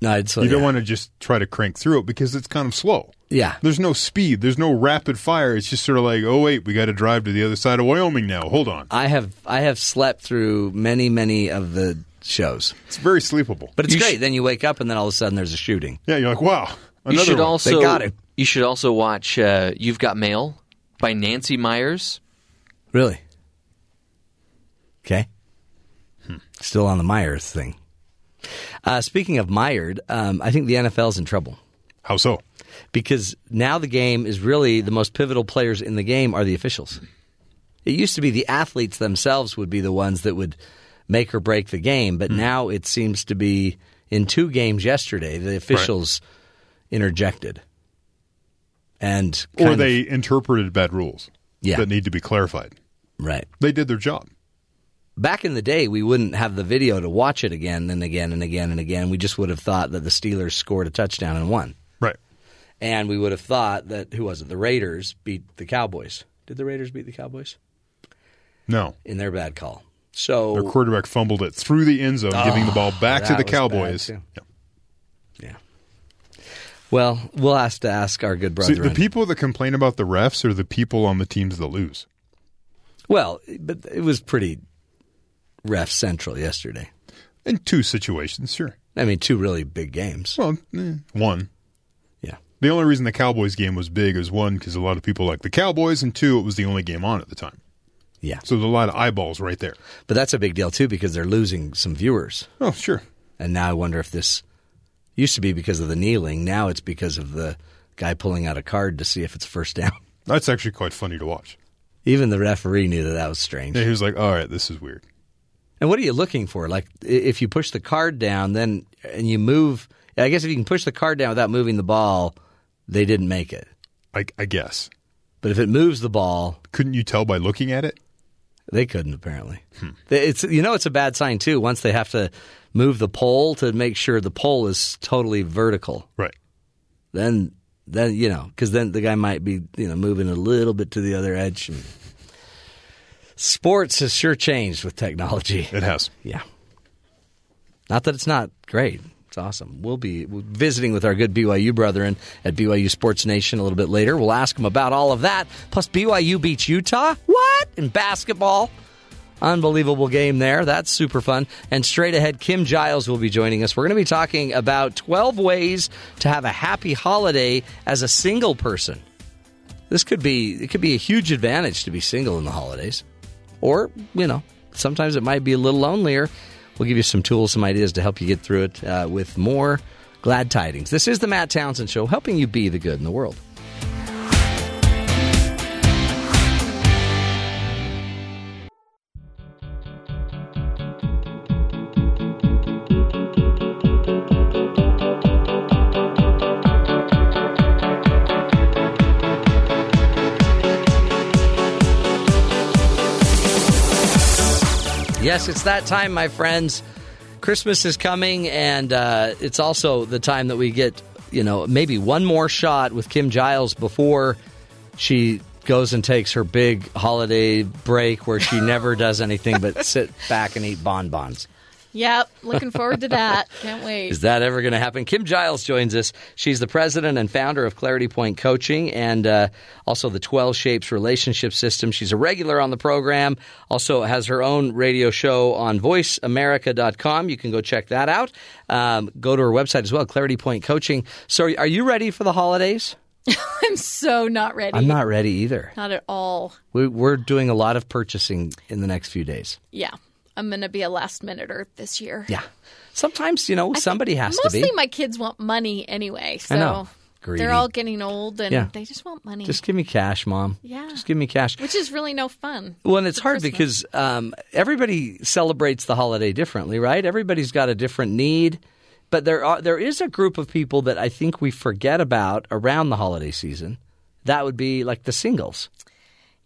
Speaker 3: No, it's
Speaker 5: you don't
Speaker 3: yeah.
Speaker 5: want to just try to crank through it because it's kind of slow.
Speaker 3: Yeah,
Speaker 5: There's no speed. There's no rapid fire. It's just sort of like, oh wait, we got to drive to the other side of Wyoming now. Hold on.
Speaker 3: I have I have slept through many many of the shows,
Speaker 5: It's very sleepable.
Speaker 3: but it's
Speaker 4: You sh-
Speaker 3: great. then you wake up and then all of a sudden there's a shooting.
Speaker 5: Yeah, you're like, wow.
Speaker 4: You
Speaker 5: Another
Speaker 4: should
Speaker 5: one.
Speaker 4: also
Speaker 3: They got it.
Speaker 4: you should also watch uh, You've Got Mail by Nancy Myers.
Speaker 3: Really? Okay.
Speaker 5: Hmm.
Speaker 3: Still on the Myers thing. Uh, speaking of Myers, um, I think the NFL's in trouble
Speaker 5: How so?
Speaker 3: because now the game is really the most pivotal players in the game are the officials. It used to be the athletes themselves would be the ones that would make or break the game,
Speaker 5: Hmm.
Speaker 3: but now it seems to be in two games yesterday the officials interjected and kind
Speaker 5: or
Speaker 3: of-
Speaker 5: they interpreted bad rules
Speaker 3: Yeah.
Speaker 5: that need to be clarified.
Speaker 3: right
Speaker 5: They did their job.
Speaker 3: back in the day, we wouldn't have the video to watch it again and again and again and again. We just would have thought that the Steelers scored a touchdown and won.
Speaker 5: Right.
Speaker 3: And we would have thought that, who was it? The Raiders beat the Cowboys. Did the Raiders beat the Cowboys?
Speaker 5: No.
Speaker 3: In their bad call. So, Oh,
Speaker 5: Their quarterback fumbled it through the end zone, giving the ball back to
Speaker 3: Ah, that was
Speaker 5: the Cowboys.
Speaker 3: bad, too. yeah. Well, we'll have to ask our good
Speaker 5: See,
Speaker 3: brother.
Speaker 5: the people that complain about the refs are the people on the teams that lose.
Speaker 3: well, but it was pretty ref central yesterday.
Speaker 5: In two situations, sure.
Speaker 3: I mean, two really big games.
Speaker 5: Well, eh, one.
Speaker 3: Yeah.
Speaker 5: The only reason the Cowboys game was big is one, because a lot of people like the Cowboys, and two, it was the only game on at the time.
Speaker 3: Yeah.
Speaker 5: So there's a lot of eyeballs right there.
Speaker 3: But that's a big deal, too, because they're losing some viewers.
Speaker 5: Oh, sure.
Speaker 3: And now I wonder if this used to be because of the kneeling. Now it's because of the guy pulling out a card to see if it's first down.
Speaker 5: That's actually quite funny to watch.
Speaker 3: Even the referee knew that that was strange.
Speaker 5: Yeah, he was like, all right, this is weird.
Speaker 3: And what are you looking for? Like, i- if you push the card down, then and you move. I guess if you can push the card down without moving the ball, they didn't make it.
Speaker 5: I, I guess.
Speaker 3: But if it moves the ball,
Speaker 5: Couldn't you tell by looking at it? Hmm.
Speaker 3: they couldn't apparently. They- It's you know it's a bad sign too. Once they have to move the pole to make sure the pole is totally vertical.
Speaker 5: Right.
Speaker 3: then then you know because then the guy might be you know moving a little bit to the other edge. And sports has sure changed with technology.
Speaker 5: It has.
Speaker 3: Yeah, not that it's not great. It's awesome. We'll be visiting with our good BYU brethren at BYU Sports Nation a little bit later. We'll ask them about all of that. Plus, BYU beats Utah. What in basketball? Unbelievable game there. That's super fun. And straight ahead, Kim Giles will be joining us. We're going to be talking about 12 ways to have a happy holiday as a single person. This could be it could be a huge advantage to be single in the holidays. Or, you know, sometimes it might be a little lonelier. We'll give you some tools, some ideas to help you get through it uh, with more glad tidings. This is the Matt Townsend Show, helping you be the good in the world. Yes, it's that time, my friends. Christmas is coming, and uh, it's also the time that we get, you know, maybe one more shot with Kim Giles before she goes and takes her big holiday break where she never does anything but sit back and eat bonbons.
Speaker 12: Yep, looking forward
Speaker 3: <laughs>
Speaker 12: to that. Can't wait.
Speaker 3: Is that ever going to happen? Kim Giles joins us. She's the president and founder of Clarity Point Coaching and uh, also the 12 Shapes Relationship System. She's a regular on the program, also has her own radio show on voiceamerica.com. You can go check that out. Um, go to her website as well, Clarity Point Coaching. So, are you ready for the holidays?
Speaker 12: <laughs> I'm so not ready.
Speaker 3: I'm not ready either.
Speaker 12: Not at all.
Speaker 3: We, we're doing a lot of purchasing in the next few days.
Speaker 12: Yeah, I'm gonna be a last minute this year.
Speaker 3: Yeah. Sometimes, you know, somebody has to be.
Speaker 12: Mostly my kids want money anyway, so
Speaker 3: know. Greedy.
Speaker 12: they're all getting old and
Speaker 3: Yeah.
Speaker 12: they just want money,
Speaker 3: Just give me cash, Mom.
Speaker 12: Yeah.
Speaker 3: Just give me cash.
Speaker 12: which is really no fun.
Speaker 3: Well, and it's hard because um, everybody celebrates the holiday differently, right? Everybody's got a different need, but there are there is a group of people that I think we forget about around the holiday season. That would be like the singles.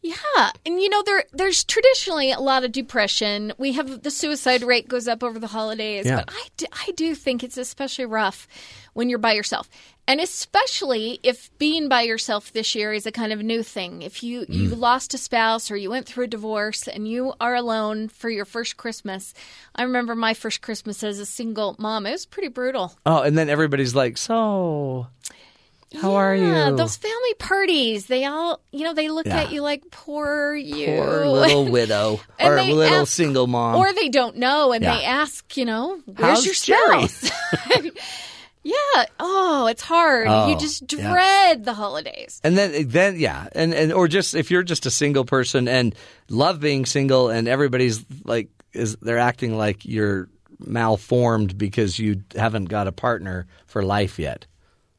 Speaker 12: Yeah, and you know there there's traditionally a lot of depression. We have the suicide rate goes up over the holidays,
Speaker 3: Yeah.
Speaker 12: but I do, I do think it's especially rough when you're by yourself. And especially if being by yourself this year is a kind of new thing. If
Speaker 3: Mm.
Speaker 12: you you lost a spouse or you went through a divorce and you are alone for your first Christmas. I remember my first Christmas as a single mom. It was pretty brutal.
Speaker 3: Oh, and then everybody's like, "So, how are
Speaker 12: Yeah,
Speaker 3: you,
Speaker 12: Those family parties, they all, you know, they look
Speaker 3: Yeah.
Speaker 12: at you like poor you.
Speaker 3: poor
Speaker 12: <laughs>
Speaker 3: little widow
Speaker 12: And
Speaker 3: or
Speaker 12: they
Speaker 3: little
Speaker 12: ask-
Speaker 3: single mom?"
Speaker 12: Or they don't know and
Speaker 3: Yeah.
Speaker 12: they ask, you know,
Speaker 3: How's
Speaker 12: where's your
Speaker 3: Jerry?"
Speaker 12: spouse? yeah. Oh, it's hard.
Speaker 3: Oh,
Speaker 12: you just
Speaker 3: yeah.
Speaker 12: dread the holidays.
Speaker 3: And then, then yeah, and and or just if you're just a single person and love being single, and everybody's like, is they're acting like you're malformed because you haven't got a partner for life yet.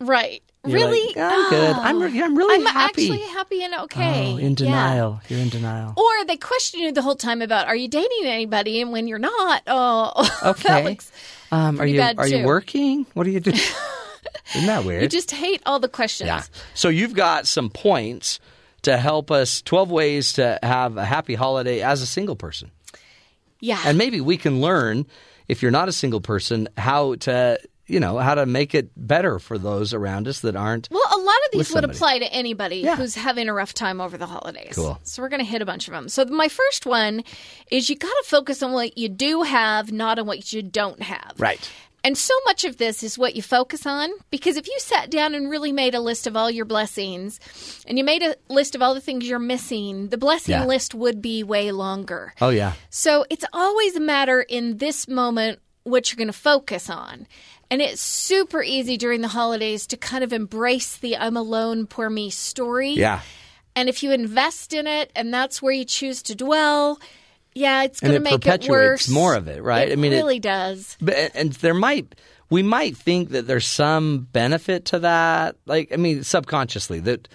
Speaker 12: Right.
Speaker 3: You're like,
Speaker 12: really? Oh.
Speaker 3: I'm good. I'm re- I'm really
Speaker 12: I'm
Speaker 3: happy."
Speaker 12: actually happy and okay.
Speaker 3: Oh, in
Speaker 12: Yeah.
Speaker 3: denial. You're in denial.
Speaker 12: Or they question you the whole time about are you dating anybody? And when you're not, oh, <laughs> <laughs> that looks-
Speaker 3: um, are
Speaker 12: pretty
Speaker 3: you
Speaker 12: bad,
Speaker 3: are you
Speaker 12: too.
Speaker 3: working? What are
Speaker 12: <laughs>
Speaker 3: you doing? Isn't that weird?
Speaker 12: you just hate all the questions.
Speaker 3: Yeah. So you've got some points to help us. Twelve ways to have a happy holiday as a single person.
Speaker 12: Yeah.
Speaker 3: And maybe we can learn, if you're not a single person, how to, you know, how to make it better for those around us that aren't.
Speaker 12: Well, a lot of
Speaker 3: with
Speaker 12: these would
Speaker 3: somebody.
Speaker 12: apply to anybody
Speaker 3: Yeah.
Speaker 12: who's having a rough time over the holidays.
Speaker 3: Cool.
Speaker 12: So we're going to hit a bunch of them. So my first one is you got to focus on what you do have, not on what you don't have.
Speaker 3: Right.
Speaker 12: And so much of this is what you focus on because if you sat down and really made a list of all your blessings and you made a list of all the things you're missing, the blessing
Speaker 3: Yeah.
Speaker 12: list would be way longer.
Speaker 3: Oh, yeah.
Speaker 12: So it's always a matter in this moment what you're going to focus on. And it's super easy during the holidays to kind of embrace the I'm alone, poor me story.
Speaker 3: Yeah.
Speaker 12: And if you invest in it and that's where you choose to dwell, yeah, it's
Speaker 3: And
Speaker 12: going to
Speaker 3: it
Speaker 12: make it
Speaker 3: perpetuates
Speaker 12: worse.
Speaker 3: more of it, right?
Speaker 12: It
Speaker 3: I mean, it-
Speaker 12: really does.
Speaker 3: But and there might we might think that there's some benefit to that. Like I mean, subconsciously that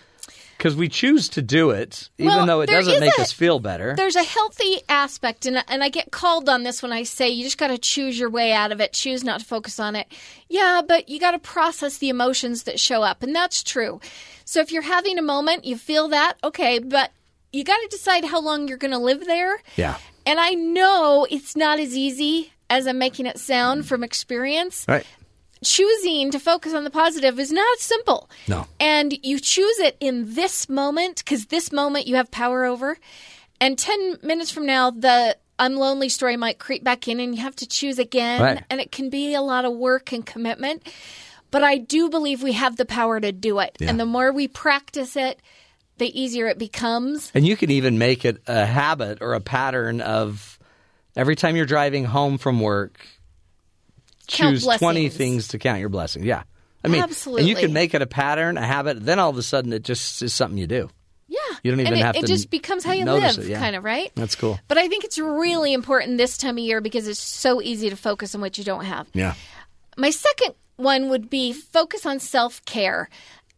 Speaker 3: because we choose to do it, even
Speaker 12: Well,
Speaker 3: though it
Speaker 12: there
Speaker 3: doesn't
Speaker 12: is
Speaker 3: make
Speaker 12: a-
Speaker 3: us feel better.
Speaker 12: There's a healthy aspect, and and I get called on this when I say you just got to choose your way out of it, choose not to focus on it. Yeah, but you got to process the emotions that show up, and that's true. So if you're having a moment, you feel that, okay, but you got to decide how long you're going to live there.
Speaker 3: Yeah.
Speaker 12: And I know it's not as easy as I'm making it sound from experience.
Speaker 3: Right.
Speaker 12: Choosing to focus on the positive is not simple.
Speaker 3: No.
Speaker 12: And you choose it in this moment because this moment you have power over. And 10 minutes from now, the I'm lonely story might creep back in and you have to choose again.
Speaker 3: Right.
Speaker 12: And it can be a lot of work and commitment. But I do believe we have the power to do it. And the more we practice it, the easier it becomes.
Speaker 3: And you can even make it a habit or a pattern of every time you're driving home from work,
Speaker 12: Count
Speaker 3: choose 20
Speaker 12: blessings.
Speaker 3: things to count your blessings. Yeah. I mean, and you
Speaker 12: Absolutely.
Speaker 3: can make it a pattern, a habit, then all of a sudden it just is something you do.
Speaker 12: Yeah.
Speaker 3: You don't even
Speaker 12: and it,
Speaker 3: have
Speaker 12: it
Speaker 3: to
Speaker 12: just becomes how you
Speaker 3: notice
Speaker 12: live,
Speaker 3: it, yeah.
Speaker 12: kind of, right?
Speaker 3: That's cool.
Speaker 12: But I think it's really important this time of year because it's so easy to focus on what you don't have.
Speaker 3: Yeah.
Speaker 12: My second one would be focus on self care.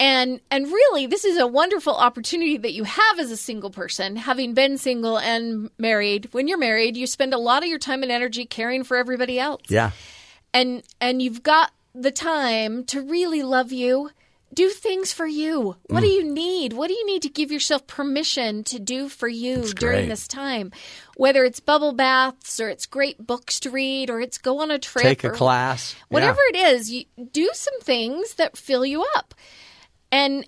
Speaker 12: And and really this is a wonderful opportunity that you have as a single person, having been single and married. When you're married, you spend a lot of your time and energy caring for everybody else
Speaker 3: Yeah.
Speaker 12: and and you've got the time to really love you do things for you what do
Speaker 3: Mm.
Speaker 12: you need what do you need to give yourself permission to do for you during
Speaker 3: great.
Speaker 12: this time whether it's bubble baths or it's great books to read or it's go on a trip
Speaker 3: Take a
Speaker 12: or
Speaker 3: class. Yeah.
Speaker 12: whatever it is you do some things that fill you up and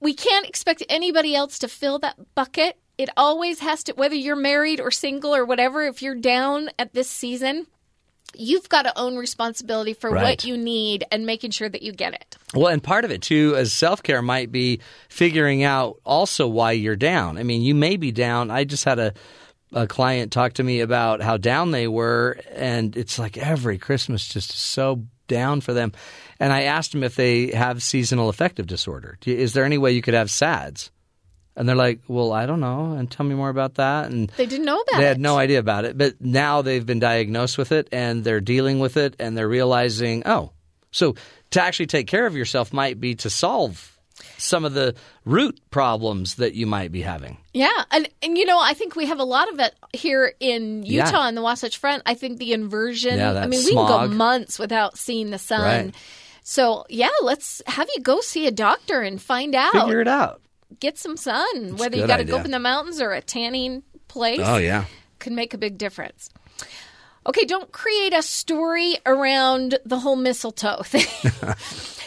Speaker 12: we can't expect anybody else to fill that bucket it always has to whether you're married or single or whatever if you're down at this season you've got to own responsibility for
Speaker 3: Right.
Speaker 12: what you need and making sure that you get it
Speaker 3: Well, and part of it too, as self care, might be figuring out also why you're down. I mean, you may be down. I just had a a client talk to me about how down they were, and it's like every Christmas just is so down for them. And I asked them if they have seasonal affective disorder. Do- Is there any way you could have SADS? And they're like, "Well, I don't know." And tell me more about that. And
Speaker 12: they didn't know about
Speaker 3: they
Speaker 12: it
Speaker 3: had no idea about it, but now they've been diagnosed with it and they're dealing with it and they're realizing, oh, so to actually take care of yourself might be to solve some of the root problems that you might be having.
Speaker 12: Yeah, and and you know, I think we have a lot of it here in
Speaker 3: Yeah.
Speaker 12: Utah on the Wasatch Front. I think the inversion.
Speaker 3: Yeah,
Speaker 12: I
Speaker 3: that
Speaker 12: mean, we can go
Speaker 3: smog.
Speaker 12: months without seeing the sun.
Speaker 3: Right.
Speaker 12: So yeah, let's have you go see a doctor and find out.
Speaker 3: Figure it out.
Speaker 12: Get some sun.
Speaker 3: a
Speaker 12: Whether you
Speaker 3: good
Speaker 12: got to go
Speaker 3: idea.
Speaker 12: up in the mountains or a tanning place.
Speaker 3: Oh,
Speaker 12: can make a big difference. Okay, don't create a story around the whole mistletoe <laughs> thing.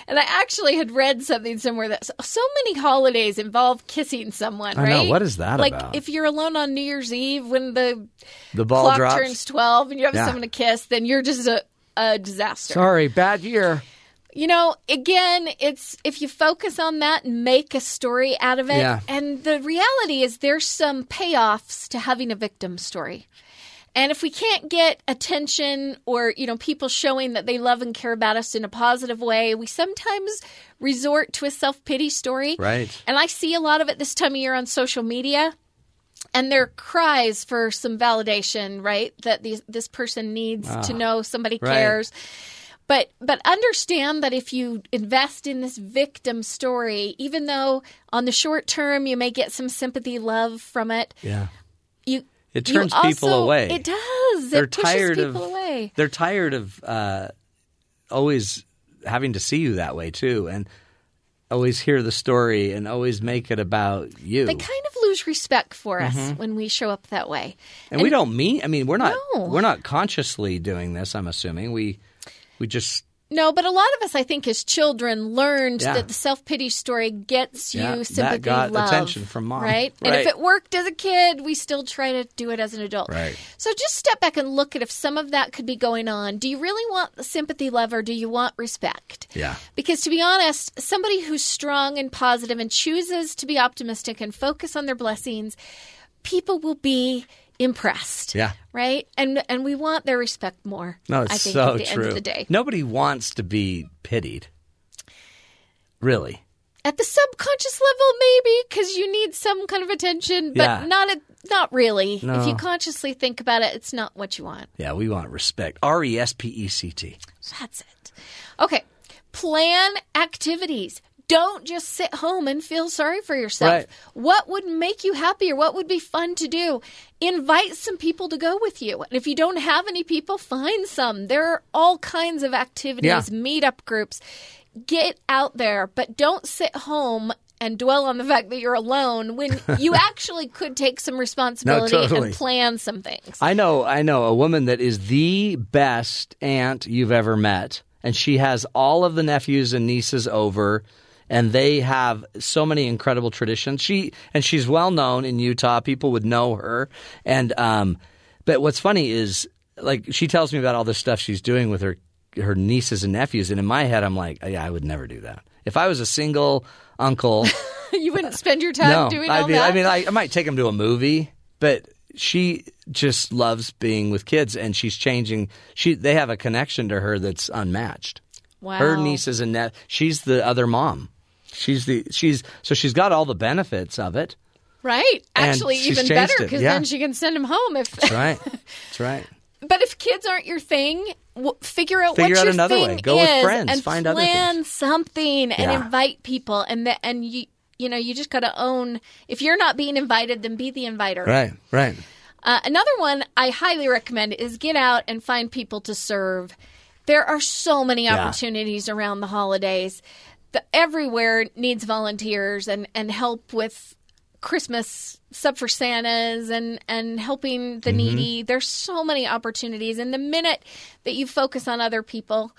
Speaker 12: and I actually had read something somewhere that so- so many holidays involve kissing someone,
Speaker 3: I know.
Speaker 12: right?
Speaker 3: What is that
Speaker 12: like
Speaker 3: about?
Speaker 12: if you're alone on New Year's Eve when the
Speaker 3: The ball
Speaker 12: clock
Speaker 3: drops.
Speaker 12: turns 12 and you have
Speaker 3: Yeah.
Speaker 12: someone to kiss, then you're just a, a disaster.
Speaker 3: Sorry, bad year.
Speaker 12: You know, again, it's if you focus on that and make a story out of it.
Speaker 3: Yeah.
Speaker 12: And the reality is there's some payoffs to having a victim story. And if we can't get attention or, you know, people showing that they love and care about us in a positive way, we sometimes resort to a self-pity story.
Speaker 3: Right.
Speaker 12: And I see a lot of it this time of year on social media and their cries for some validation, right? That these, this person needs
Speaker 3: Ah.
Speaker 12: to know somebody
Speaker 3: right.
Speaker 12: cares. But but understand that if you invest in this victim story, even though on the short term you may get some sympathy, love from it,
Speaker 3: Yeah.
Speaker 12: you
Speaker 3: It
Speaker 12: you
Speaker 3: turns people
Speaker 12: also-
Speaker 3: away.
Speaker 12: It does.
Speaker 3: They're
Speaker 12: it pushes
Speaker 3: tired of
Speaker 12: people away.
Speaker 3: They're tired of uh, always having to see you that way too and always hear the story and always make it about you.
Speaker 12: They kind of lose respect for us
Speaker 3: Mhm.
Speaker 12: when we show up that way.
Speaker 3: And, we don't mean. I mean, we're not.
Speaker 12: No.
Speaker 3: We're not consciously doing this. I'm assuming we, we just
Speaker 12: No, but a lot of us, I think, as children, learned
Speaker 3: Yeah.
Speaker 12: that the self pity story gets
Speaker 3: Yeah,
Speaker 12: you
Speaker 3: that
Speaker 12: sympathy,
Speaker 3: got
Speaker 12: love,
Speaker 3: attention from mom.
Speaker 12: right? And if
Speaker 3: Right.
Speaker 12: it worked as a kid, we still try to do it as an adult,
Speaker 3: Right.
Speaker 12: So just step back and look at if some of that could be going on. Do you really want sympathy, love, or do you want respect?
Speaker 3: yeah.
Speaker 12: Because to be honest, somebody who's strong and positive and chooses to be optimistic and focus on their blessings, people will be impressed.
Speaker 3: Yeah.
Speaker 12: Right? And and we want their respect more.
Speaker 3: No, it's
Speaker 12: I think
Speaker 3: so
Speaker 12: at the
Speaker 3: true.
Speaker 12: end of the day.
Speaker 3: Nobody wants to be pitied. Really.
Speaker 12: At the subconscious level maybe cuz you need some kind of attention, but
Speaker 3: Yeah.
Speaker 12: not at, not really.
Speaker 3: No.
Speaker 12: If you consciously think about it, it's not what you want.
Speaker 3: Yeah, we want respect. R E S P E C T.
Speaker 12: That's it. Okay. Plan activities. Don't just sit home and feel sorry for yourself.
Speaker 3: Right.
Speaker 12: What would make you happier? What would be fun to do? Invite some people to go with you. And if you don't have any people, find some. There are all kinds of activities,
Speaker 10: Yeah.
Speaker 12: meetup groups. Get out there, but don't sit home and dwell on the fact that you're
Speaker 3: <laughs>
Speaker 12: alone when you actually could take some responsibility
Speaker 3: totally.
Speaker 12: and plan some things.
Speaker 3: I know, I know a woman that is the best aunt you've ever met, and she has all of the nephews and nieces over, and they have so many incredible traditions. She and she's well known in Utah; people would know her. And um, but what's funny is, like, she tells me about all this stuff she's doing with her her nieces and nephews, and in my head, I'm like, yeah, I would never do that. If I was a single uncle.
Speaker 12: <laughs> you wouldn't spend your time
Speaker 3: no,
Speaker 12: doing
Speaker 3: I
Speaker 12: all
Speaker 3: mean,
Speaker 12: that.
Speaker 3: I mean, I, I might take them to a movie, but she just loves being with kids, and she's changing. She they have a connection to her that's unmatched. Her
Speaker 12: Wow.
Speaker 3: nieces and that she's the other mom. She's the she's so she's got all the benefits of it.
Speaker 12: Right.
Speaker 3: And
Speaker 12: Actually,
Speaker 3: she's
Speaker 12: even
Speaker 3: changed
Speaker 12: better
Speaker 3: it,
Speaker 12: because
Speaker 3: yeah.
Speaker 12: then she can send them home. If
Speaker 3: That's right. That's right.
Speaker 12: <laughs> but if kids aren't your thing, w- figure out
Speaker 3: Figure
Speaker 12: what
Speaker 3: out
Speaker 12: your
Speaker 3: another way.
Speaker 12: thing
Speaker 3: Go with
Speaker 12: is
Speaker 3: friends.
Speaker 12: and
Speaker 3: Find other
Speaker 12: plan something and
Speaker 3: Yeah.
Speaker 12: invite people and the, and you you know you just got to own if you're not being invited then be the inviter.
Speaker 3: Right. Right.
Speaker 12: Uh, another one I highly recommend is get out and find people to serve. There are so many
Speaker 10: Yeah.
Speaker 12: opportunities around the holidays. The, everywhere needs volunteers and, and help with Christmas sub for Santas and, and helping the
Speaker 10: Mhm.
Speaker 12: needy. There's so many opportunities. And the minute that you focus on other people,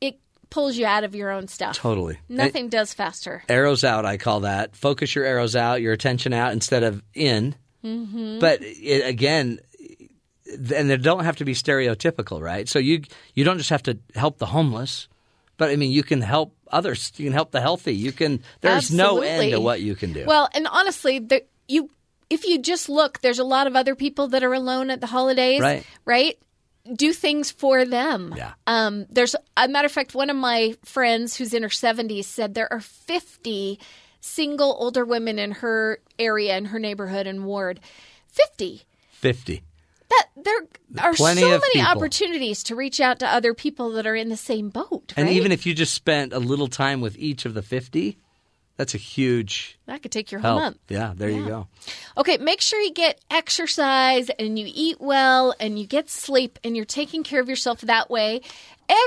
Speaker 12: it pulls you out of your own stuff.
Speaker 3: Totally.
Speaker 12: Nothing does faster.
Speaker 3: Arrows out, I call that. Focus your arrows out, your attention out instead of in.
Speaker 12: Mhm.
Speaker 3: But it, again, and they don't have to be stereotypical, right? So you you don't just have to help the homeless, but I mean you can help others. You can help the healthy. You can. There's no end to
Speaker 12: Absolutely.
Speaker 3: what you can do.
Speaker 12: Well, and honestly, the, you if you just look, there's a lot of other people that are alone at the holidays,
Speaker 10: Right.
Speaker 12: right? Do things for them.
Speaker 10: Yeah.
Speaker 12: Um, there's a matter of fact, one of my friends who's in her 70s said there are 50 single older women in her area, in her neighborhood and ward. 50
Speaker 3: fifty.
Speaker 12: that there are
Speaker 3: Plenty
Speaker 12: so
Speaker 3: of
Speaker 12: many
Speaker 3: people.
Speaker 12: opportunities to reach out to other people that are in the same boat.
Speaker 3: And
Speaker 12: right?
Speaker 3: even if you just spent a little time with each of the fifty, that's a huge
Speaker 12: that could take your whole
Speaker 3: help.
Speaker 12: month.
Speaker 3: Yeah, there you go.
Speaker 12: Okay, make sure you get exercise and you eat well and you get sleep and you're taking care of yourself that way.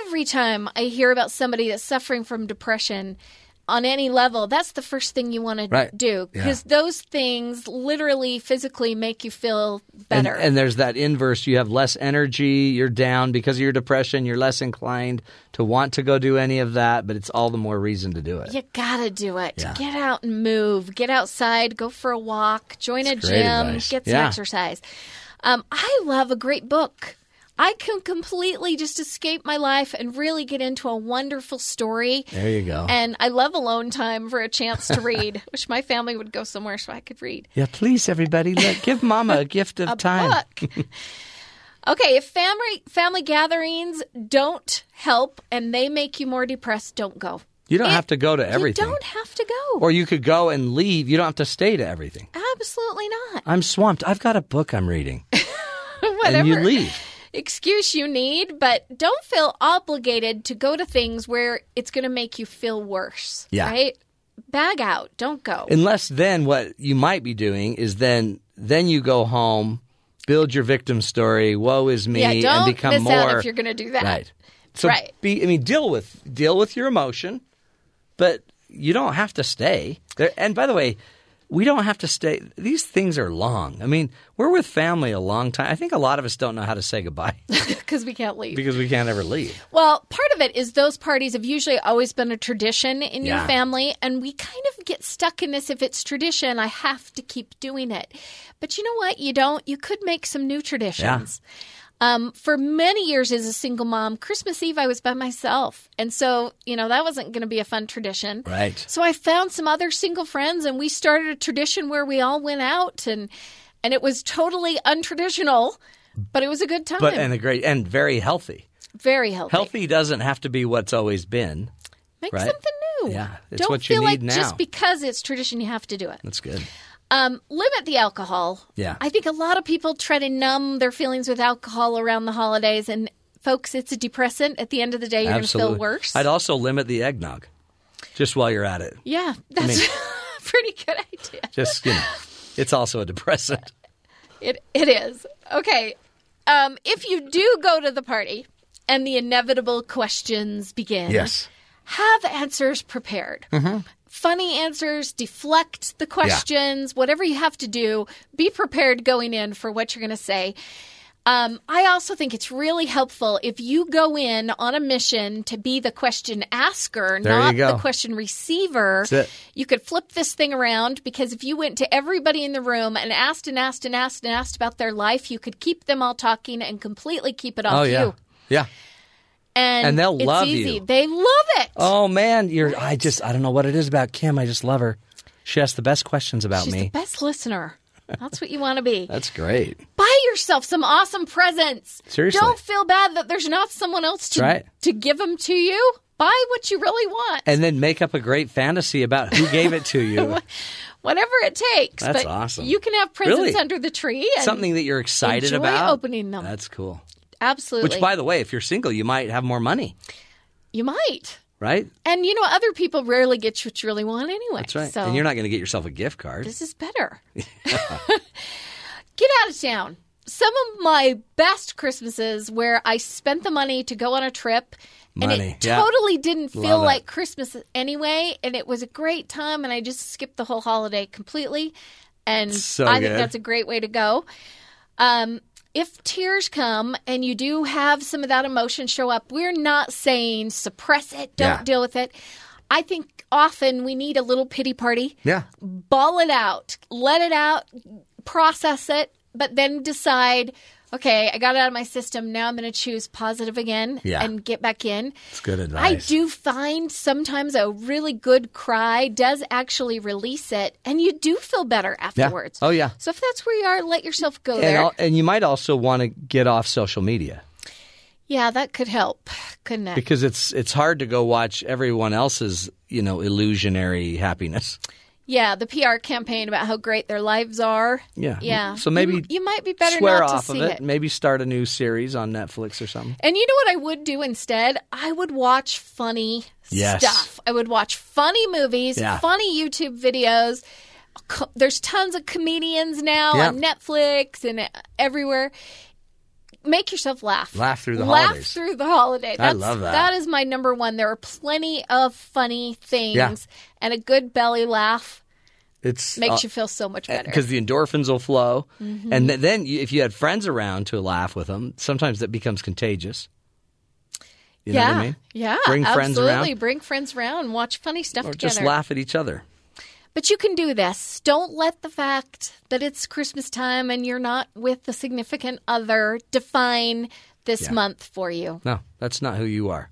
Speaker 12: Every time I hear about somebody that's suffering from depression on any level, that's the first thing you want
Speaker 3: Right.
Speaker 12: to do
Speaker 3: Yeah.
Speaker 12: because those things literally physically make you feel
Speaker 3: And,
Speaker 12: better.
Speaker 3: and there's that inverse. You have less energy. You're down because of your depression. You're less inclined to want to go do any of that. But it's all the more reason to do it.
Speaker 12: you gotta do it.
Speaker 3: Yeah.
Speaker 12: Get out and move. Get outside. Go for a walk. Join a
Speaker 3: great
Speaker 12: gym.
Speaker 3: advice.
Speaker 12: Get some
Speaker 3: Yeah.
Speaker 12: exercise. Um, I love a great book. I can completely just escape my life and really get into a wonderful story.
Speaker 3: There you go.
Speaker 12: And I love alone time for a chance
Speaker 3: <laughs>
Speaker 12: to read, which my family would go somewhere so I could read.
Speaker 3: Yeah, please, everybody, look, give Mama a gift of
Speaker 12: <laughs> A
Speaker 3: time.
Speaker 12: Okay, if family family gatherings don't help and they make you more depressed, don't go.
Speaker 3: <laughs> You don't have to go to everything,
Speaker 12: You don't have to go.
Speaker 3: or you could go and leave. You don't have to stay to everything.
Speaker 12: Absolutely not. <laughs>
Speaker 3: I'm swamped. I've got a book I'm reading,
Speaker 12: Whatever.
Speaker 3: and you leave.
Speaker 12: excuse you need, but don't feel obligated to go to things where it's going to make you feel worse.
Speaker 3: Yeah.
Speaker 12: Right? Bag out. Don't go. <laughs>
Speaker 3: Unless then, what you might be doing is then then you go home, build your victim story, woe is me,
Speaker 12: yeah, don't
Speaker 3: and become
Speaker 12: miss
Speaker 3: more.
Speaker 12: out if you're going to do that.
Speaker 3: Right. So
Speaker 12: Right.
Speaker 3: be I mean deal with deal with your emotion, but you don't have to stay. There and by the way, we don't have to stay. These things are long. I mean, we're with family a long time. I think a lot of us don't know how to say
Speaker 12: <laughs>
Speaker 3: goodbye
Speaker 12: because we can't leave.
Speaker 3: because we can't ever leave.
Speaker 12: Well, part of it is those parties have usually always been a tradition in your
Speaker 3: Yeah.
Speaker 12: family, and we kind of get stuck in this. If it's tradition, I have to keep doing it. But you know what? You don't. You could make some new traditions. Um, for many years as a single mom, Christmas Eve I was by myself, and so you know that wasn't going to be a fun tradition.
Speaker 3: Right.
Speaker 12: So I found some other single friends, and we started a tradition where we all went out, and and it was totally untraditional, but it was a good time.
Speaker 3: But and a great and very healthy.
Speaker 12: Very healthy.
Speaker 3: Healthy doesn't have to be what's always been.
Speaker 12: Make
Speaker 3: right?
Speaker 12: something new.
Speaker 3: Yeah, it's
Speaker 12: Don't
Speaker 3: what you
Speaker 12: feel like
Speaker 3: need now.
Speaker 12: just because it's tradition, you have to do it.
Speaker 3: That's good.
Speaker 12: Um, limit the alcohol.
Speaker 3: Yeah.
Speaker 12: I think a lot of people try to numb their feelings with alcohol around the holidays, and folks, it's a depressant. At the end of the day, you're going to feel
Speaker 3: Absolutely.
Speaker 12: worse.
Speaker 3: I'd also limit the eggnog, just while you're at it.
Speaker 12: yeah, that's <laughs>
Speaker 3: mean-
Speaker 12: a pretty good idea.
Speaker 3: Just you know, it's also a depressant.
Speaker 12: It it is okay. Um, if you do go to the party and the inevitable questions begin, have answers prepared.
Speaker 3: Mm-hmm.
Speaker 12: Funny answers, deflect the questions, whatever you have to do, be prepared going in for what you're going to say. Um, I also think it's really helpful if you go in on a mission to be the question asker,
Speaker 3: There you
Speaker 12: not the
Speaker 3: go.
Speaker 12: question receiver.
Speaker 3: That's it.
Speaker 12: You could flip this thing around because if you went to everybody in the room and asked and asked and asked and asked about their life, you could keep them all talking and completely keep it <laughs> off
Speaker 3: oh yeah,
Speaker 12: you.
Speaker 3: yeah.
Speaker 12: And,
Speaker 3: And they'll
Speaker 12: it's
Speaker 3: love
Speaker 12: easy.
Speaker 3: you.
Speaker 12: They love it.
Speaker 3: Oh man, you're. I just. I don't know what it is about Kim. I just love her. She asks the best questions about
Speaker 12: She's
Speaker 3: me.
Speaker 12: the best listener. That's what you want to be.
Speaker 3: <laughs> That's great.
Speaker 12: Buy yourself some awesome presents.
Speaker 3: Seriously.
Speaker 12: Don't feel bad that there's not someone else to,
Speaker 3: That's right.
Speaker 12: to give them to you. Buy what you really want,
Speaker 3: And then make up a great fantasy about who gave it to
Speaker 12: <laughs>
Speaker 3: you.
Speaker 12: whatever it takes.
Speaker 3: That's
Speaker 12: but
Speaker 3: awesome.
Speaker 12: You can have presents
Speaker 3: Really?
Speaker 12: under the tree. And
Speaker 3: Something that you're excited
Speaker 12: enjoy
Speaker 3: about.
Speaker 12: opening them.
Speaker 3: That's cool.
Speaker 12: Absolutely.
Speaker 3: Which, by the way, if you're single, you might have more money,
Speaker 12: you might.
Speaker 3: right?
Speaker 12: And you know, other people rarely get what you really want anyway.
Speaker 3: That's right.
Speaker 12: So
Speaker 3: And you're not going to get yourself a gift card.
Speaker 12: this
Speaker 3: <laughs>
Speaker 12: is better. <laughs> Get out of town. Some of my best Christmases where I spent the money to go on a trip and
Speaker 3: Money,
Speaker 12: it
Speaker 3: yeah.
Speaker 12: totally didn't feel
Speaker 3: Love it.
Speaker 12: like Christmas anyway and it was a great time and I just skipped the whole holiday completely and
Speaker 3: So
Speaker 12: I think
Speaker 3: good.
Speaker 12: that's a great way to go. Um if tears come and you do have some of that emotion show up, we're not saying suppress it, don't
Speaker 3: Yeah.
Speaker 12: deal with it. I think often we need a little pity party
Speaker 3: yeah.
Speaker 12: ball it out, let it out, process it, but then decide, okay, I got it out of my system. Now I'm going to choose positive again
Speaker 3: Yeah.
Speaker 12: and get back in.
Speaker 3: It's good
Speaker 12: I
Speaker 3: advice.
Speaker 12: do find sometimes a really good cry does actually release it, and you do feel better afterwards.
Speaker 3: Oh, yeah.
Speaker 12: So if that's where you are, let yourself go
Speaker 3: And,
Speaker 12: there.
Speaker 3: al- and you might also want to get off social media
Speaker 12: yeah, that could help, couldn't it?
Speaker 3: because it's it's hard to go watch everyone else's you know illusionary happiness.
Speaker 12: yeah, the PR campaign about how great their lives are.
Speaker 3: Yeah.
Speaker 12: Yeah.
Speaker 3: So maybe
Speaker 12: you, you might be better
Speaker 3: swear
Speaker 12: not
Speaker 3: off
Speaker 12: to
Speaker 3: of
Speaker 12: see
Speaker 3: it. Maybe start a new series on Netflix or something.
Speaker 12: And you know what I would do instead? I would watch funny
Speaker 3: Yes.
Speaker 12: stuff. I would watch funny movies,
Speaker 3: Yeah.
Speaker 12: funny YouTube videos. Co- There's tons of comedians now
Speaker 3: Yeah.
Speaker 12: on Netflix and everywhere. Make yourself laugh.
Speaker 3: Laugh through the
Speaker 12: laugh
Speaker 3: holidays.
Speaker 12: through the holiday. That's,
Speaker 3: love that.
Speaker 12: That is my number one. There are plenty of funny things,
Speaker 3: Yeah.
Speaker 12: and a good belly laugh
Speaker 3: It's
Speaker 12: makes
Speaker 3: uh,
Speaker 12: you feel so much better. Mm-hmm.
Speaker 3: because the endorphins will flow, and th- then you, if you had friends around to laugh with them, sometimes that becomes contagious. You
Speaker 12: yeah,
Speaker 3: know what I mean?
Speaker 12: yeah,
Speaker 3: Bring friends
Speaker 12: absolutely.
Speaker 3: around,
Speaker 12: Bring friends around. Watch funny stuff
Speaker 3: or
Speaker 12: together.
Speaker 3: just laugh at each other.
Speaker 12: But you can do this. Don't let the fact that it's Christmas time and you're not with a significant other define this
Speaker 3: Yeah.
Speaker 12: month for you.
Speaker 3: No, that's not who you are.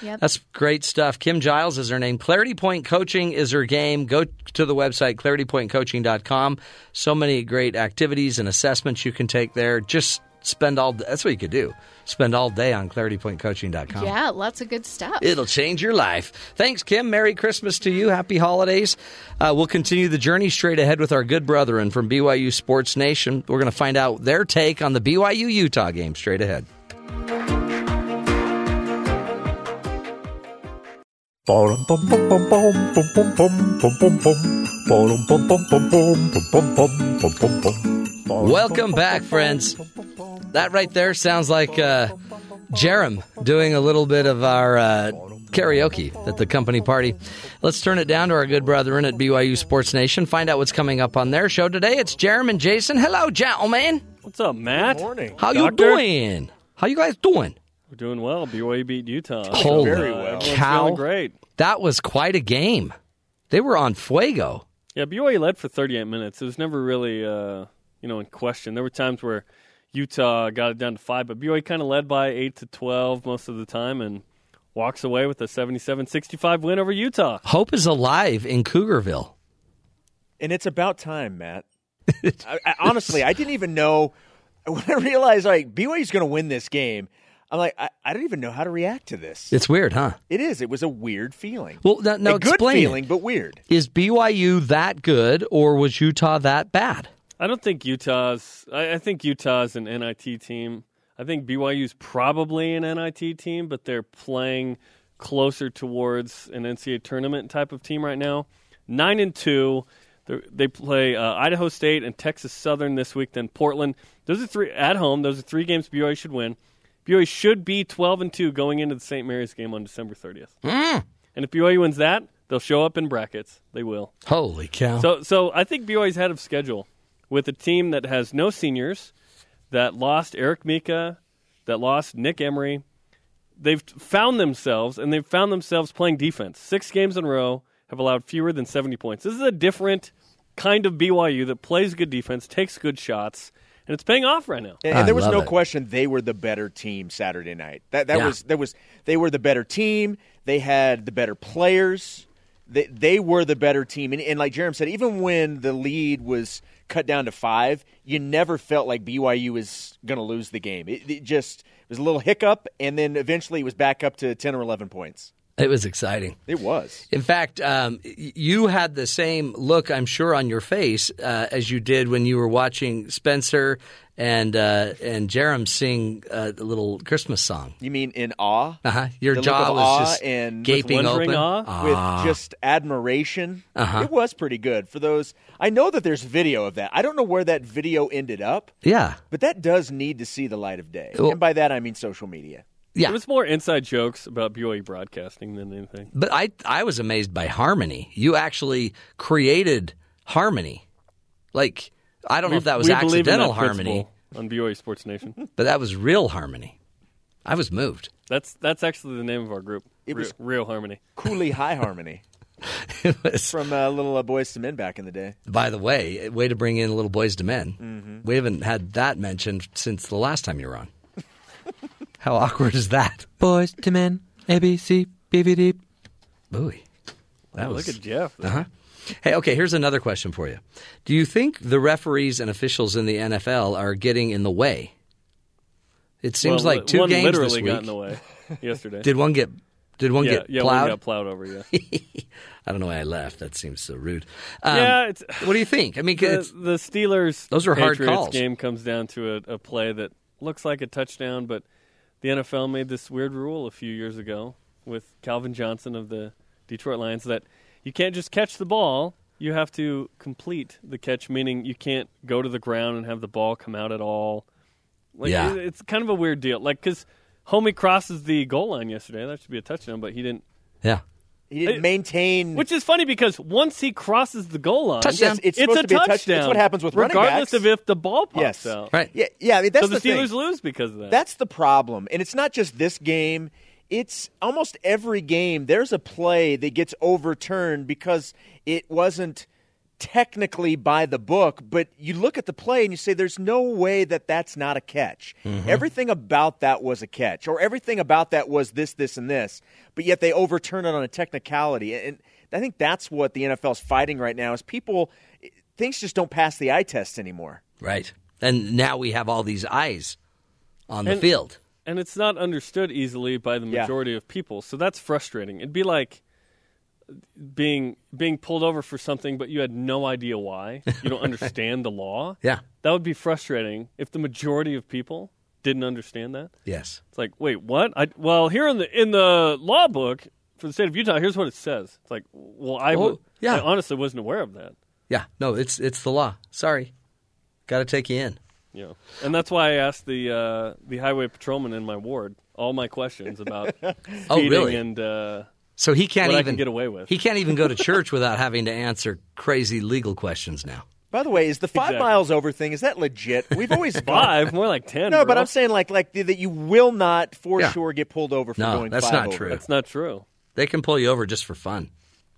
Speaker 12: Yep.
Speaker 3: That's great stuff. Kim Giles is her name. Clarity Point Coaching is her game. Go to the website, claritypointcoaching.com. So many great activities and assessments you can take there. Just spend all that's what you could do. Spend all day on claritypointcoaching.com.
Speaker 12: yeah, lots of good stuff.
Speaker 3: It'll change your life. Thanks, Kim. Merry Christmas to you. Happy holidays. Uh, we'll continue the journey straight ahead with our good brethren from BYU Sports Nation. We're going to find out their take on the BYU Utah game straight ahead. Welcome
Speaker 10: Welcome
Speaker 3: back, friends. That right there sounds like uh, Jerem doing a little bit of our uh, karaoke at the company party. Let's turn it down to our good brethren at BYU Sports Nation. Find out what's coming up on their show today. It's Jeremy and Jason. Hello, gentlemen.
Speaker 10: What's up, Matt? Good morning.
Speaker 3: How you doing? How you guys doing?
Speaker 10: We're doing well. BYU beat Utah. So,
Speaker 3: Holy
Speaker 10: uh, everyone's feeling
Speaker 3: cow!
Speaker 10: Great.
Speaker 3: That was quite a game. They were on fuego.
Speaker 10: Yeah, BYU led for 38 minutes. It was never really, uh, you know, in question. There were times where Utah got it down to five, but BYU kind of led by eight to 12 most of the time, and walks away with a 77-65 win over Utah.
Speaker 3: Hope is alive in Cougarville.
Speaker 13: And it's about time,
Speaker 3: <laughs>
Speaker 13: Matt. I, I, honestly, I didn't even know when I realized like BYU's going to win this game. I'm like, I, I don't even know how to react to this.
Speaker 3: It's weird, huh?
Speaker 13: It is. It was a weird feeling.
Speaker 3: Well, no, no
Speaker 13: a good
Speaker 3: explain it.
Speaker 13: feeling, but weird.
Speaker 3: Is BYU that good, or was Utah that bad?
Speaker 10: I don't think Utah's. I, I think Utah's an NIT team. I think BYU's probably an NIT team, but they're playing closer towards an NCAA tournament type of team right now. Nine and two. They're- They play uh, Idaho State and Texas Southern this week, then Portland. Those are three at home. Those are three games BYU should win. BYU should be twelve and two going into the St. Mary's game on December thirtieth.
Speaker 3: Hmm.
Speaker 10: And if BYU wins that, they'll show up in brackets. They will.
Speaker 3: Holy cow!
Speaker 10: So, Oh, so I think BYU's head of schedule with a team that has no seniors, that lost Eric Mika, that lost Nick Emery. They've found themselves, and they've found themselves playing defense. Six games in a row have allowed fewer than 70 points. This is a different kind of BYU that plays good defense, takes good shots, and it's paying off right now.
Speaker 13: And, and there was no
Speaker 10: question.
Speaker 13: question they were the better team Saturday night. That that
Speaker 10: Yeah.
Speaker 13: was that was they were the better team. They had the better players. They they were the better team. And, and like Jerem said, even when the lead was cut down to five, you never felt like BYU was going to lose the game. It, it just it was a little hiccup, and then eventually it was back up to ten or eleven points.
Speaker 3: It was exciting.
Speaker 13: It was.
Speaker 3: In fact, um, y- you had the same look, I'm sure, on your face uh, as you did when you were watching Spencer and uh, and Jerem sing uh, the little Christmas song.
Speaker 13: You mean in awe?
Speaker 3: Uh-huh. Your
Speaker 13: The look
Speaker 3: jaw
Speaker 13: of
Speaker 3: was
Speaker 13: awe
Speaker 3: just
Speaker 13: and
Speaker 3: gaping
Speaker 13: with
Speaker 3: open.
Speaker 13: with
Speaker 3: Ah.
Speaker 13: just admiration.
Speaker 3: Uh-huh.
Speaker 13: It was pretty good for those. I know that there's video of that. I don't know where that video ended up,
Speaker 3: Yeah.
Speaker 13: but that does need to see the light of day.
Speaker 3: Well-
Speaker 13: and by that I mean social media.
Speaker 3: Yeah.
Speaker 10: It was more inside jokes about BYU broadcasting than anything.
Speaker 3: But I I was amazed by harmony. You actually created harmony. Like I don't know if that was
Speaker 10: we believe in
Speaker 3: accidental
Speaker 10: that
Speaker 3: harmony,
Speaker 10: principle on BYU Sports Nation.
Speaker 3: but that was real harmony. I was moved.
Speaker 10: That's that's actually the name of our group.
Speaker 13: It
Speaker 10: Re-
Speaker 13: was-
Speaker 10: real harmony.
Speaker 13: Cooley High Harmony from uh, little uh, Boys to Men back in the day.
Speaker 3: By the way, way to bring in little boys to men.
Speaker 10: Mm-hmm.
Speaker 13: Mhm.
Speaker 3: We haven't had that mentioned since the last time you were on. <laughs> How awkward is that? Boys to men, A B C B V D. Bowie. That
Speaker 10: Wow,
Speaker 3: was
Speaker 10: Oh, look at Jeff there.
Speaker 3: Uh-huh. Hey, okay. Here's another question for you. Do you think the referees and officials in the NFL are getting in the way? It <laughs> seems
Speaker 10: Well,
Speaker 3: like two
Speaker 10: one
Speaker 3: games
Speaker 10: literally
Speaker 3: this week.
Speaker 10: got in
Speaker 3: <laughs>
Speaker 10: the way yesterday.
Speaker 3: Did one get? Did one
Speaker 10: yeah,
Speaker 3: get
Speaker 10: yeah,
Speaker 3: plowed?
Speaker 10: One got plowed over. Yeah.
Speaker 3: <laughs> I don't know why I laughed. That seems so rude. Um,
Speaker 10: yeah. It's,
Speaker 3: what do you think? I mean, 'cause
Speaker 10: the,
Speaker 3: it's-
Speaker 10: the Steelers.
Speaker 3: Those are hard
Speaker 10: Patriots
Speaker 3: calls.
Speaker 10: Game comes down to a, a play that looks like a touchdown, but the NFL made this weird rule a few years ago with Calvin Johnson of the Detroit Lions that you can't just catch the ball. You have to complete the catch, meaning you can't go to the ground and have the ball come out at all. Like
Speaker 3: Yeah.
Speaker 10: it- it's kind of a weird deal. Like because Homie crosses the goal line yesterday, that should be a touchdown, but he didn't.
Speaker 3: Yeah.
Speaker 13: He didn't maintain.
Speaker 10: Which is funny because once he crosses the goal line,
Speaker 13: Touchdown. Yes, it's supposed
Speaker 10: a
Speaker 13: to be a touch-
Speaker 10: touchdown.
Speaker 13: it's what happens with running
Speaker 10: regardless
Speaker 13: backs.
Speaker 10: of if the ball pops
Speaker 13: Yes.
Speaker 10: out.
Speaker 13: Right. Yeah, yeah, I mean, that's
Speaker 10: so the,
Speaker 13: the
Speaker 10: Steelers
Speaker 13: thing.
Speaker 10: lose because of that.
Speaker 13: That's the problem. And it's not just this game. It's almost every game there's a play that gets overturned because it wasn't technically by the book, but you look at the play and you say there's no way that that's not a catch.
Speaker 14: Mhm.
Speaker 13: Everything about that was a catch or everything about that was this this and this, but yet they overturn it on a technicality. And I think that's what the NFL's fighting right now is people things just don't pass the eye test anymore.
Speaker 3: Right. And now we have all these eyes on the
Speaker 10: And-
Speaker 3: field.
Speaker 10: and it's not understood easily by the
Speaker 3: Yeah.
Speaker 10: majority of people. So that's frustrating. It'd be like being being pulled over for something, but you had no idea why. You
Speaker 3: <laughs>
Speaker 10: don't
Speaker 3: Right.
Speaker 10: understand the law.
Speaker 3: Yeah.
Speaker 10: that would be frustrating if the majority of people didn't understand that.
Speaker 3: Yes.
Speaker 10: It's like, wait, what? I, well, here in the in the law book for the state of Utah, here's what it says. It's like, well, I, wa-
Speaker 3: Oh, yeah.
Speaker 10: I honestly wasn't aware of that.
Speaker 3: Yeah. No, it's it's the law. Sorry. Got to take you in.
Speaker 10: Yeah, and that's why I asked the uh, the highway patrolman in my ward all my questions about speeding
Speaker 3: <laughs> Oh, really?
Speaker 10: and uh,
Speaker 3: So he can't
Speaker 10: what I
Speaker 3: even
Speaker 10: can get away with.
Speaker 3: He can't even
Speaker 10: <laughs>
Speaker 3: go to church without having to answer crazy legal questions now.
Speaker 13: By the way, is the five
Speaker 3: Exactly.
Speaker 13: miles over thing is that legit? We've always
Speaker 3: <laughs> Five? More like 10,
Speaker 13: No, but
Speaker 3: bro.
Speaker 13: I'm saying like like the, that you will not for
Speaker 3: Yeah.
Speaker 13: sure get pulled over for
Speaker 3: No,
Speaker 13: going
Speaker 3: that's
Speaker 13: five
Speaker 3: not
Speaker 13: over.
Speaker 3: true.
Speaker 10: That's not true.
Speaker 3: They can pull you over just for fun.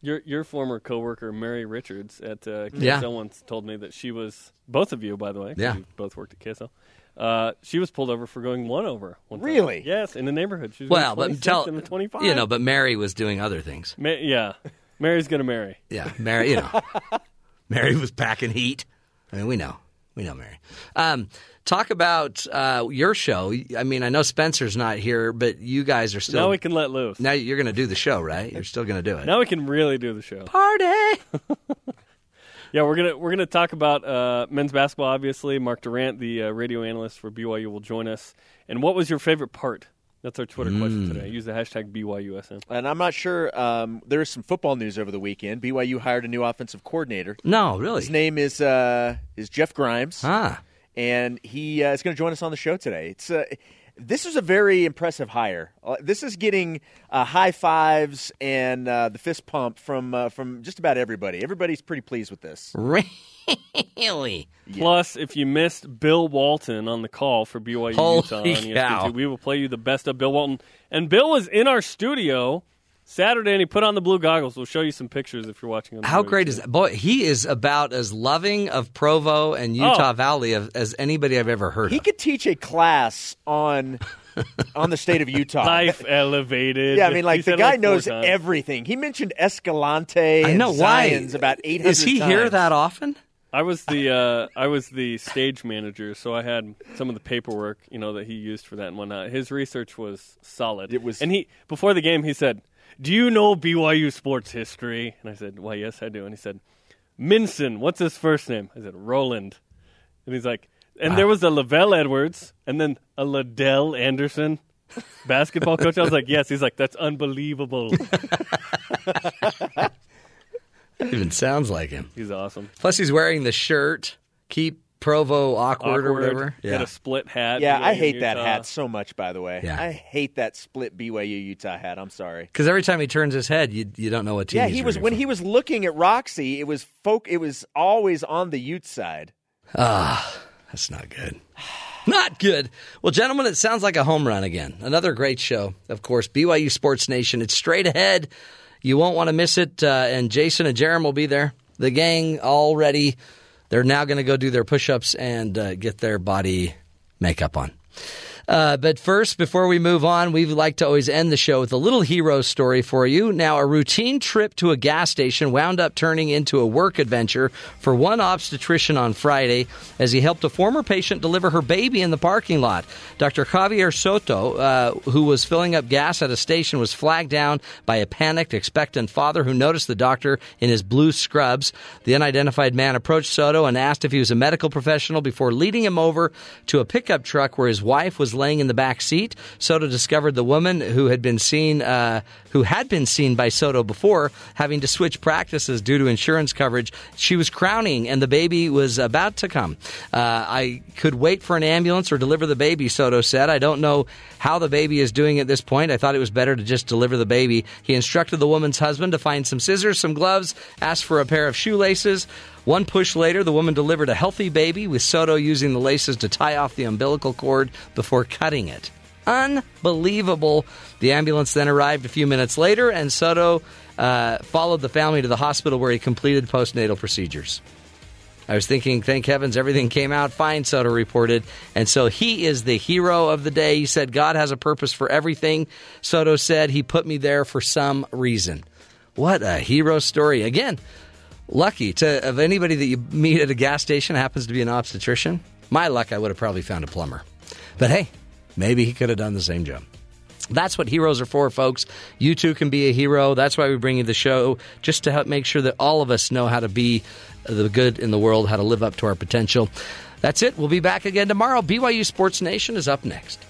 Speaker 10: Your your former coworker Mary Richards at uh, KSL
Speaker 3: Yeah.
Speaker 10: once told me that she was both of you, by the way. 'cause
Speaker 3: Yeah.
Speaker 10: you both worked at KSL. Uh, she was pulled over for going one over. One time.
Speaker 13: Really?
Speaker 10: Yes, in the neighborhood. She was
Speaker 3: Well,
Speaker 10: going
Speaker 3: but tell
Speaker 10: in the twenty five.
Speaker 3: you know, but Mary was doing other things.
Speaker 10: Ma- yeah, Mary's gonna marry.
Speaker 3: Yeah, Mary, you know, <laughs> Mary was packing heat. I mean, we know, we know Mary. Um, talk about uh, your show. I mean, I know Spencer's not here, but you guys are still.
Speaker 10: Now we can let loose.
Speaker 3: Now you're going to do the show, right? You're still going to do it.
Speaker 10: Now we can really do the show.
Speaker 3: Party.
Speaker 10: <laughs> Yeah, we're gonna we're gonna talk about uh, men's basketball. Obviously, Mark Durant, the uh, radio analyst for BYU, will join us. And what was your favorite part? That's our Twitter question
Speaker 13: Mm.
Speaker 10: today. Use the hashtag BYUSN.
Speaker 13: And I'm not sure. Um, there is some football news over the weekend. BYU hired a new offensive coordinator.
Speaker 3: No, really? Ah.
Speaker 13: His name is uh, is Jeff Grimes.
Speaker 3: Huh.
Speaker 13: And he uh, is going to join us on the show today. It's uh, this is a very impressive hire. Uh, this is getting uh, high fives and uh, the fist pump from uh, from just about everybody. Everybody's pretty pleased with this.
Speaker 3: Really?
Speaker 10: Plus, if you missed Bill Walton on the call for BYU
Speaker 13: Holy
Speaker 10: Utah on E ESPN2,
Speaker 13: cow.
Speaker 10: we will play you the best of Bill Walton. And Bill was in our studio Saturday, and he put on the blue goggles. We'll show you some pictures if you're watching. On the
Speaker 3: How
Speaker 10: road.
Speaker 3: great is that? Boy, he is about as loving of Provo and Utah
Speaker 13: Oh.
Speaker 3: Valley of, as anybody I've ever heard
Speaker 13: He
Speaker 3: of.
Speaker 13: could teach a class on on the state of Utah.
Speaker 10: Life elevated.
Speaker 13: Yeah, I mean,
Speaker 10: He
Speaker 13: like
Speaker 10: said
Speaker 13: the
Speaker 10: it
Speaker 13: guy
Speaker 10: like four
Speaker 13: knows
Speaker 10: times.
Speaker 13: everything. He mentioned Escalante.
Speaker 10: I
Speaker 13: and
Speaker 10: know, why?
Speaker 13: Zions about eight hundred.
Speaker 10: Is he here that
Speaker 3: often?
Speaker 10: I was the uh, I was the stage manager, so I had some of the paperwork, you know, that he used for that and whatnot. His research was solid. It was, and he before the game, he said, "Do you know BYU sports history?" And I said, "Why, yes, I do." And he said, "Minson, what's his first name?" I said, "Roland," and he's like, "And there was a Lavelle Edwards, and then a Liddell Anderson." Basketball coach, I was like, yes. He's like, that's unbelievable.
Speaker 3: It <laughs> even sounds like him.
Speaker 10: He's awesome.
Speaker 3: Plus, he's wearing the shirt. Keep Provo awkward, or whatever.
Speaker 10: Got a split hat.
Speaker 13: Yeah, I
Speaker 10: BYU
Speaker 13: hate that
Speaker 10: Utah.
Speaker 13: hat so much. By the way,
Speaker 3: Yeah.
Speaker 13: I hate that split BYU Utah hat. I'm sorry.
Speaker 3: Because every time he turns his head, you you don't know what team.
Speaker 13: yeah,
Speaker 3: he's
Speaker 13: he was
Speaker 3: rooting
Speaker 13: when he was looking at Roxy. It was folk. It was always on the Ute side.
Speaker 3: for. Ah, that's not good. Not good. Well, gentlemen, it sounds like a home run again. Another great show, of course. BYU Sports Nation. It's straight ahead. You won't want to miss it. Uh, and Jason and Jerem will be there. The gang already. They're now going to go do their push-ups and uh, get their body makeup on. Uh, but first, before we move on, we like to always end the show with a little hero story for you. Now, a routine trip to a gas station wound up turning into a work adventure for one obstetrician on Friday as he helped a former patient deliver her baby in the parking lot. Dr. Javier Soto, uh, who was filling up gas at a station, was flagged down by a panicked, expectant father who noticed the doctor in his blue scrubs. The unidentified man approached Soto and asked if he was a medical professional before leading him over to a pickup truck where his wife was laying in the back seat. Soto discovered the woman who had been seen, uh, who had been seen by Soto before, having to switch practices due to insurance coverage. She was crowning, and the baby was about to come. Uh, I could wait for an ambulance or deliver the baby. Soto said, "I don't know how the baby is doing at this point. I thought it was better to just deliver the baby." He instructed the woman's husband to find some scissors, some gloves, asked for a pair of shoelaces. One push later, the woman delivered a healthy baby with Soto using the laces to tie off the umbilical cord before cutting it. Unbelievable. The ambulance then arrived a few minutes later, and Soto uh, followed the family to the hospital where he completed postnatal procedures. I was thinking, thank heavens everything came out fine, Soto reported. And so he is the hero of the day. He said, God has a purpose for everything. Soto said, He put me there for some reason. What a hero story. Again, lucky to of anybody that you meet at a gas station happens to be an obstetrician. My luck, I would have probably found a plumber. But hey, maybe he could have done the same job. That's what heroes are for, folks. You too can be a hero. That's why we bring you the show, just to help make sure that all of us know how to be the good in the world, how to live up to our potential. That's it. We'll be back again tomorrow. BYU Sports Nation is up next.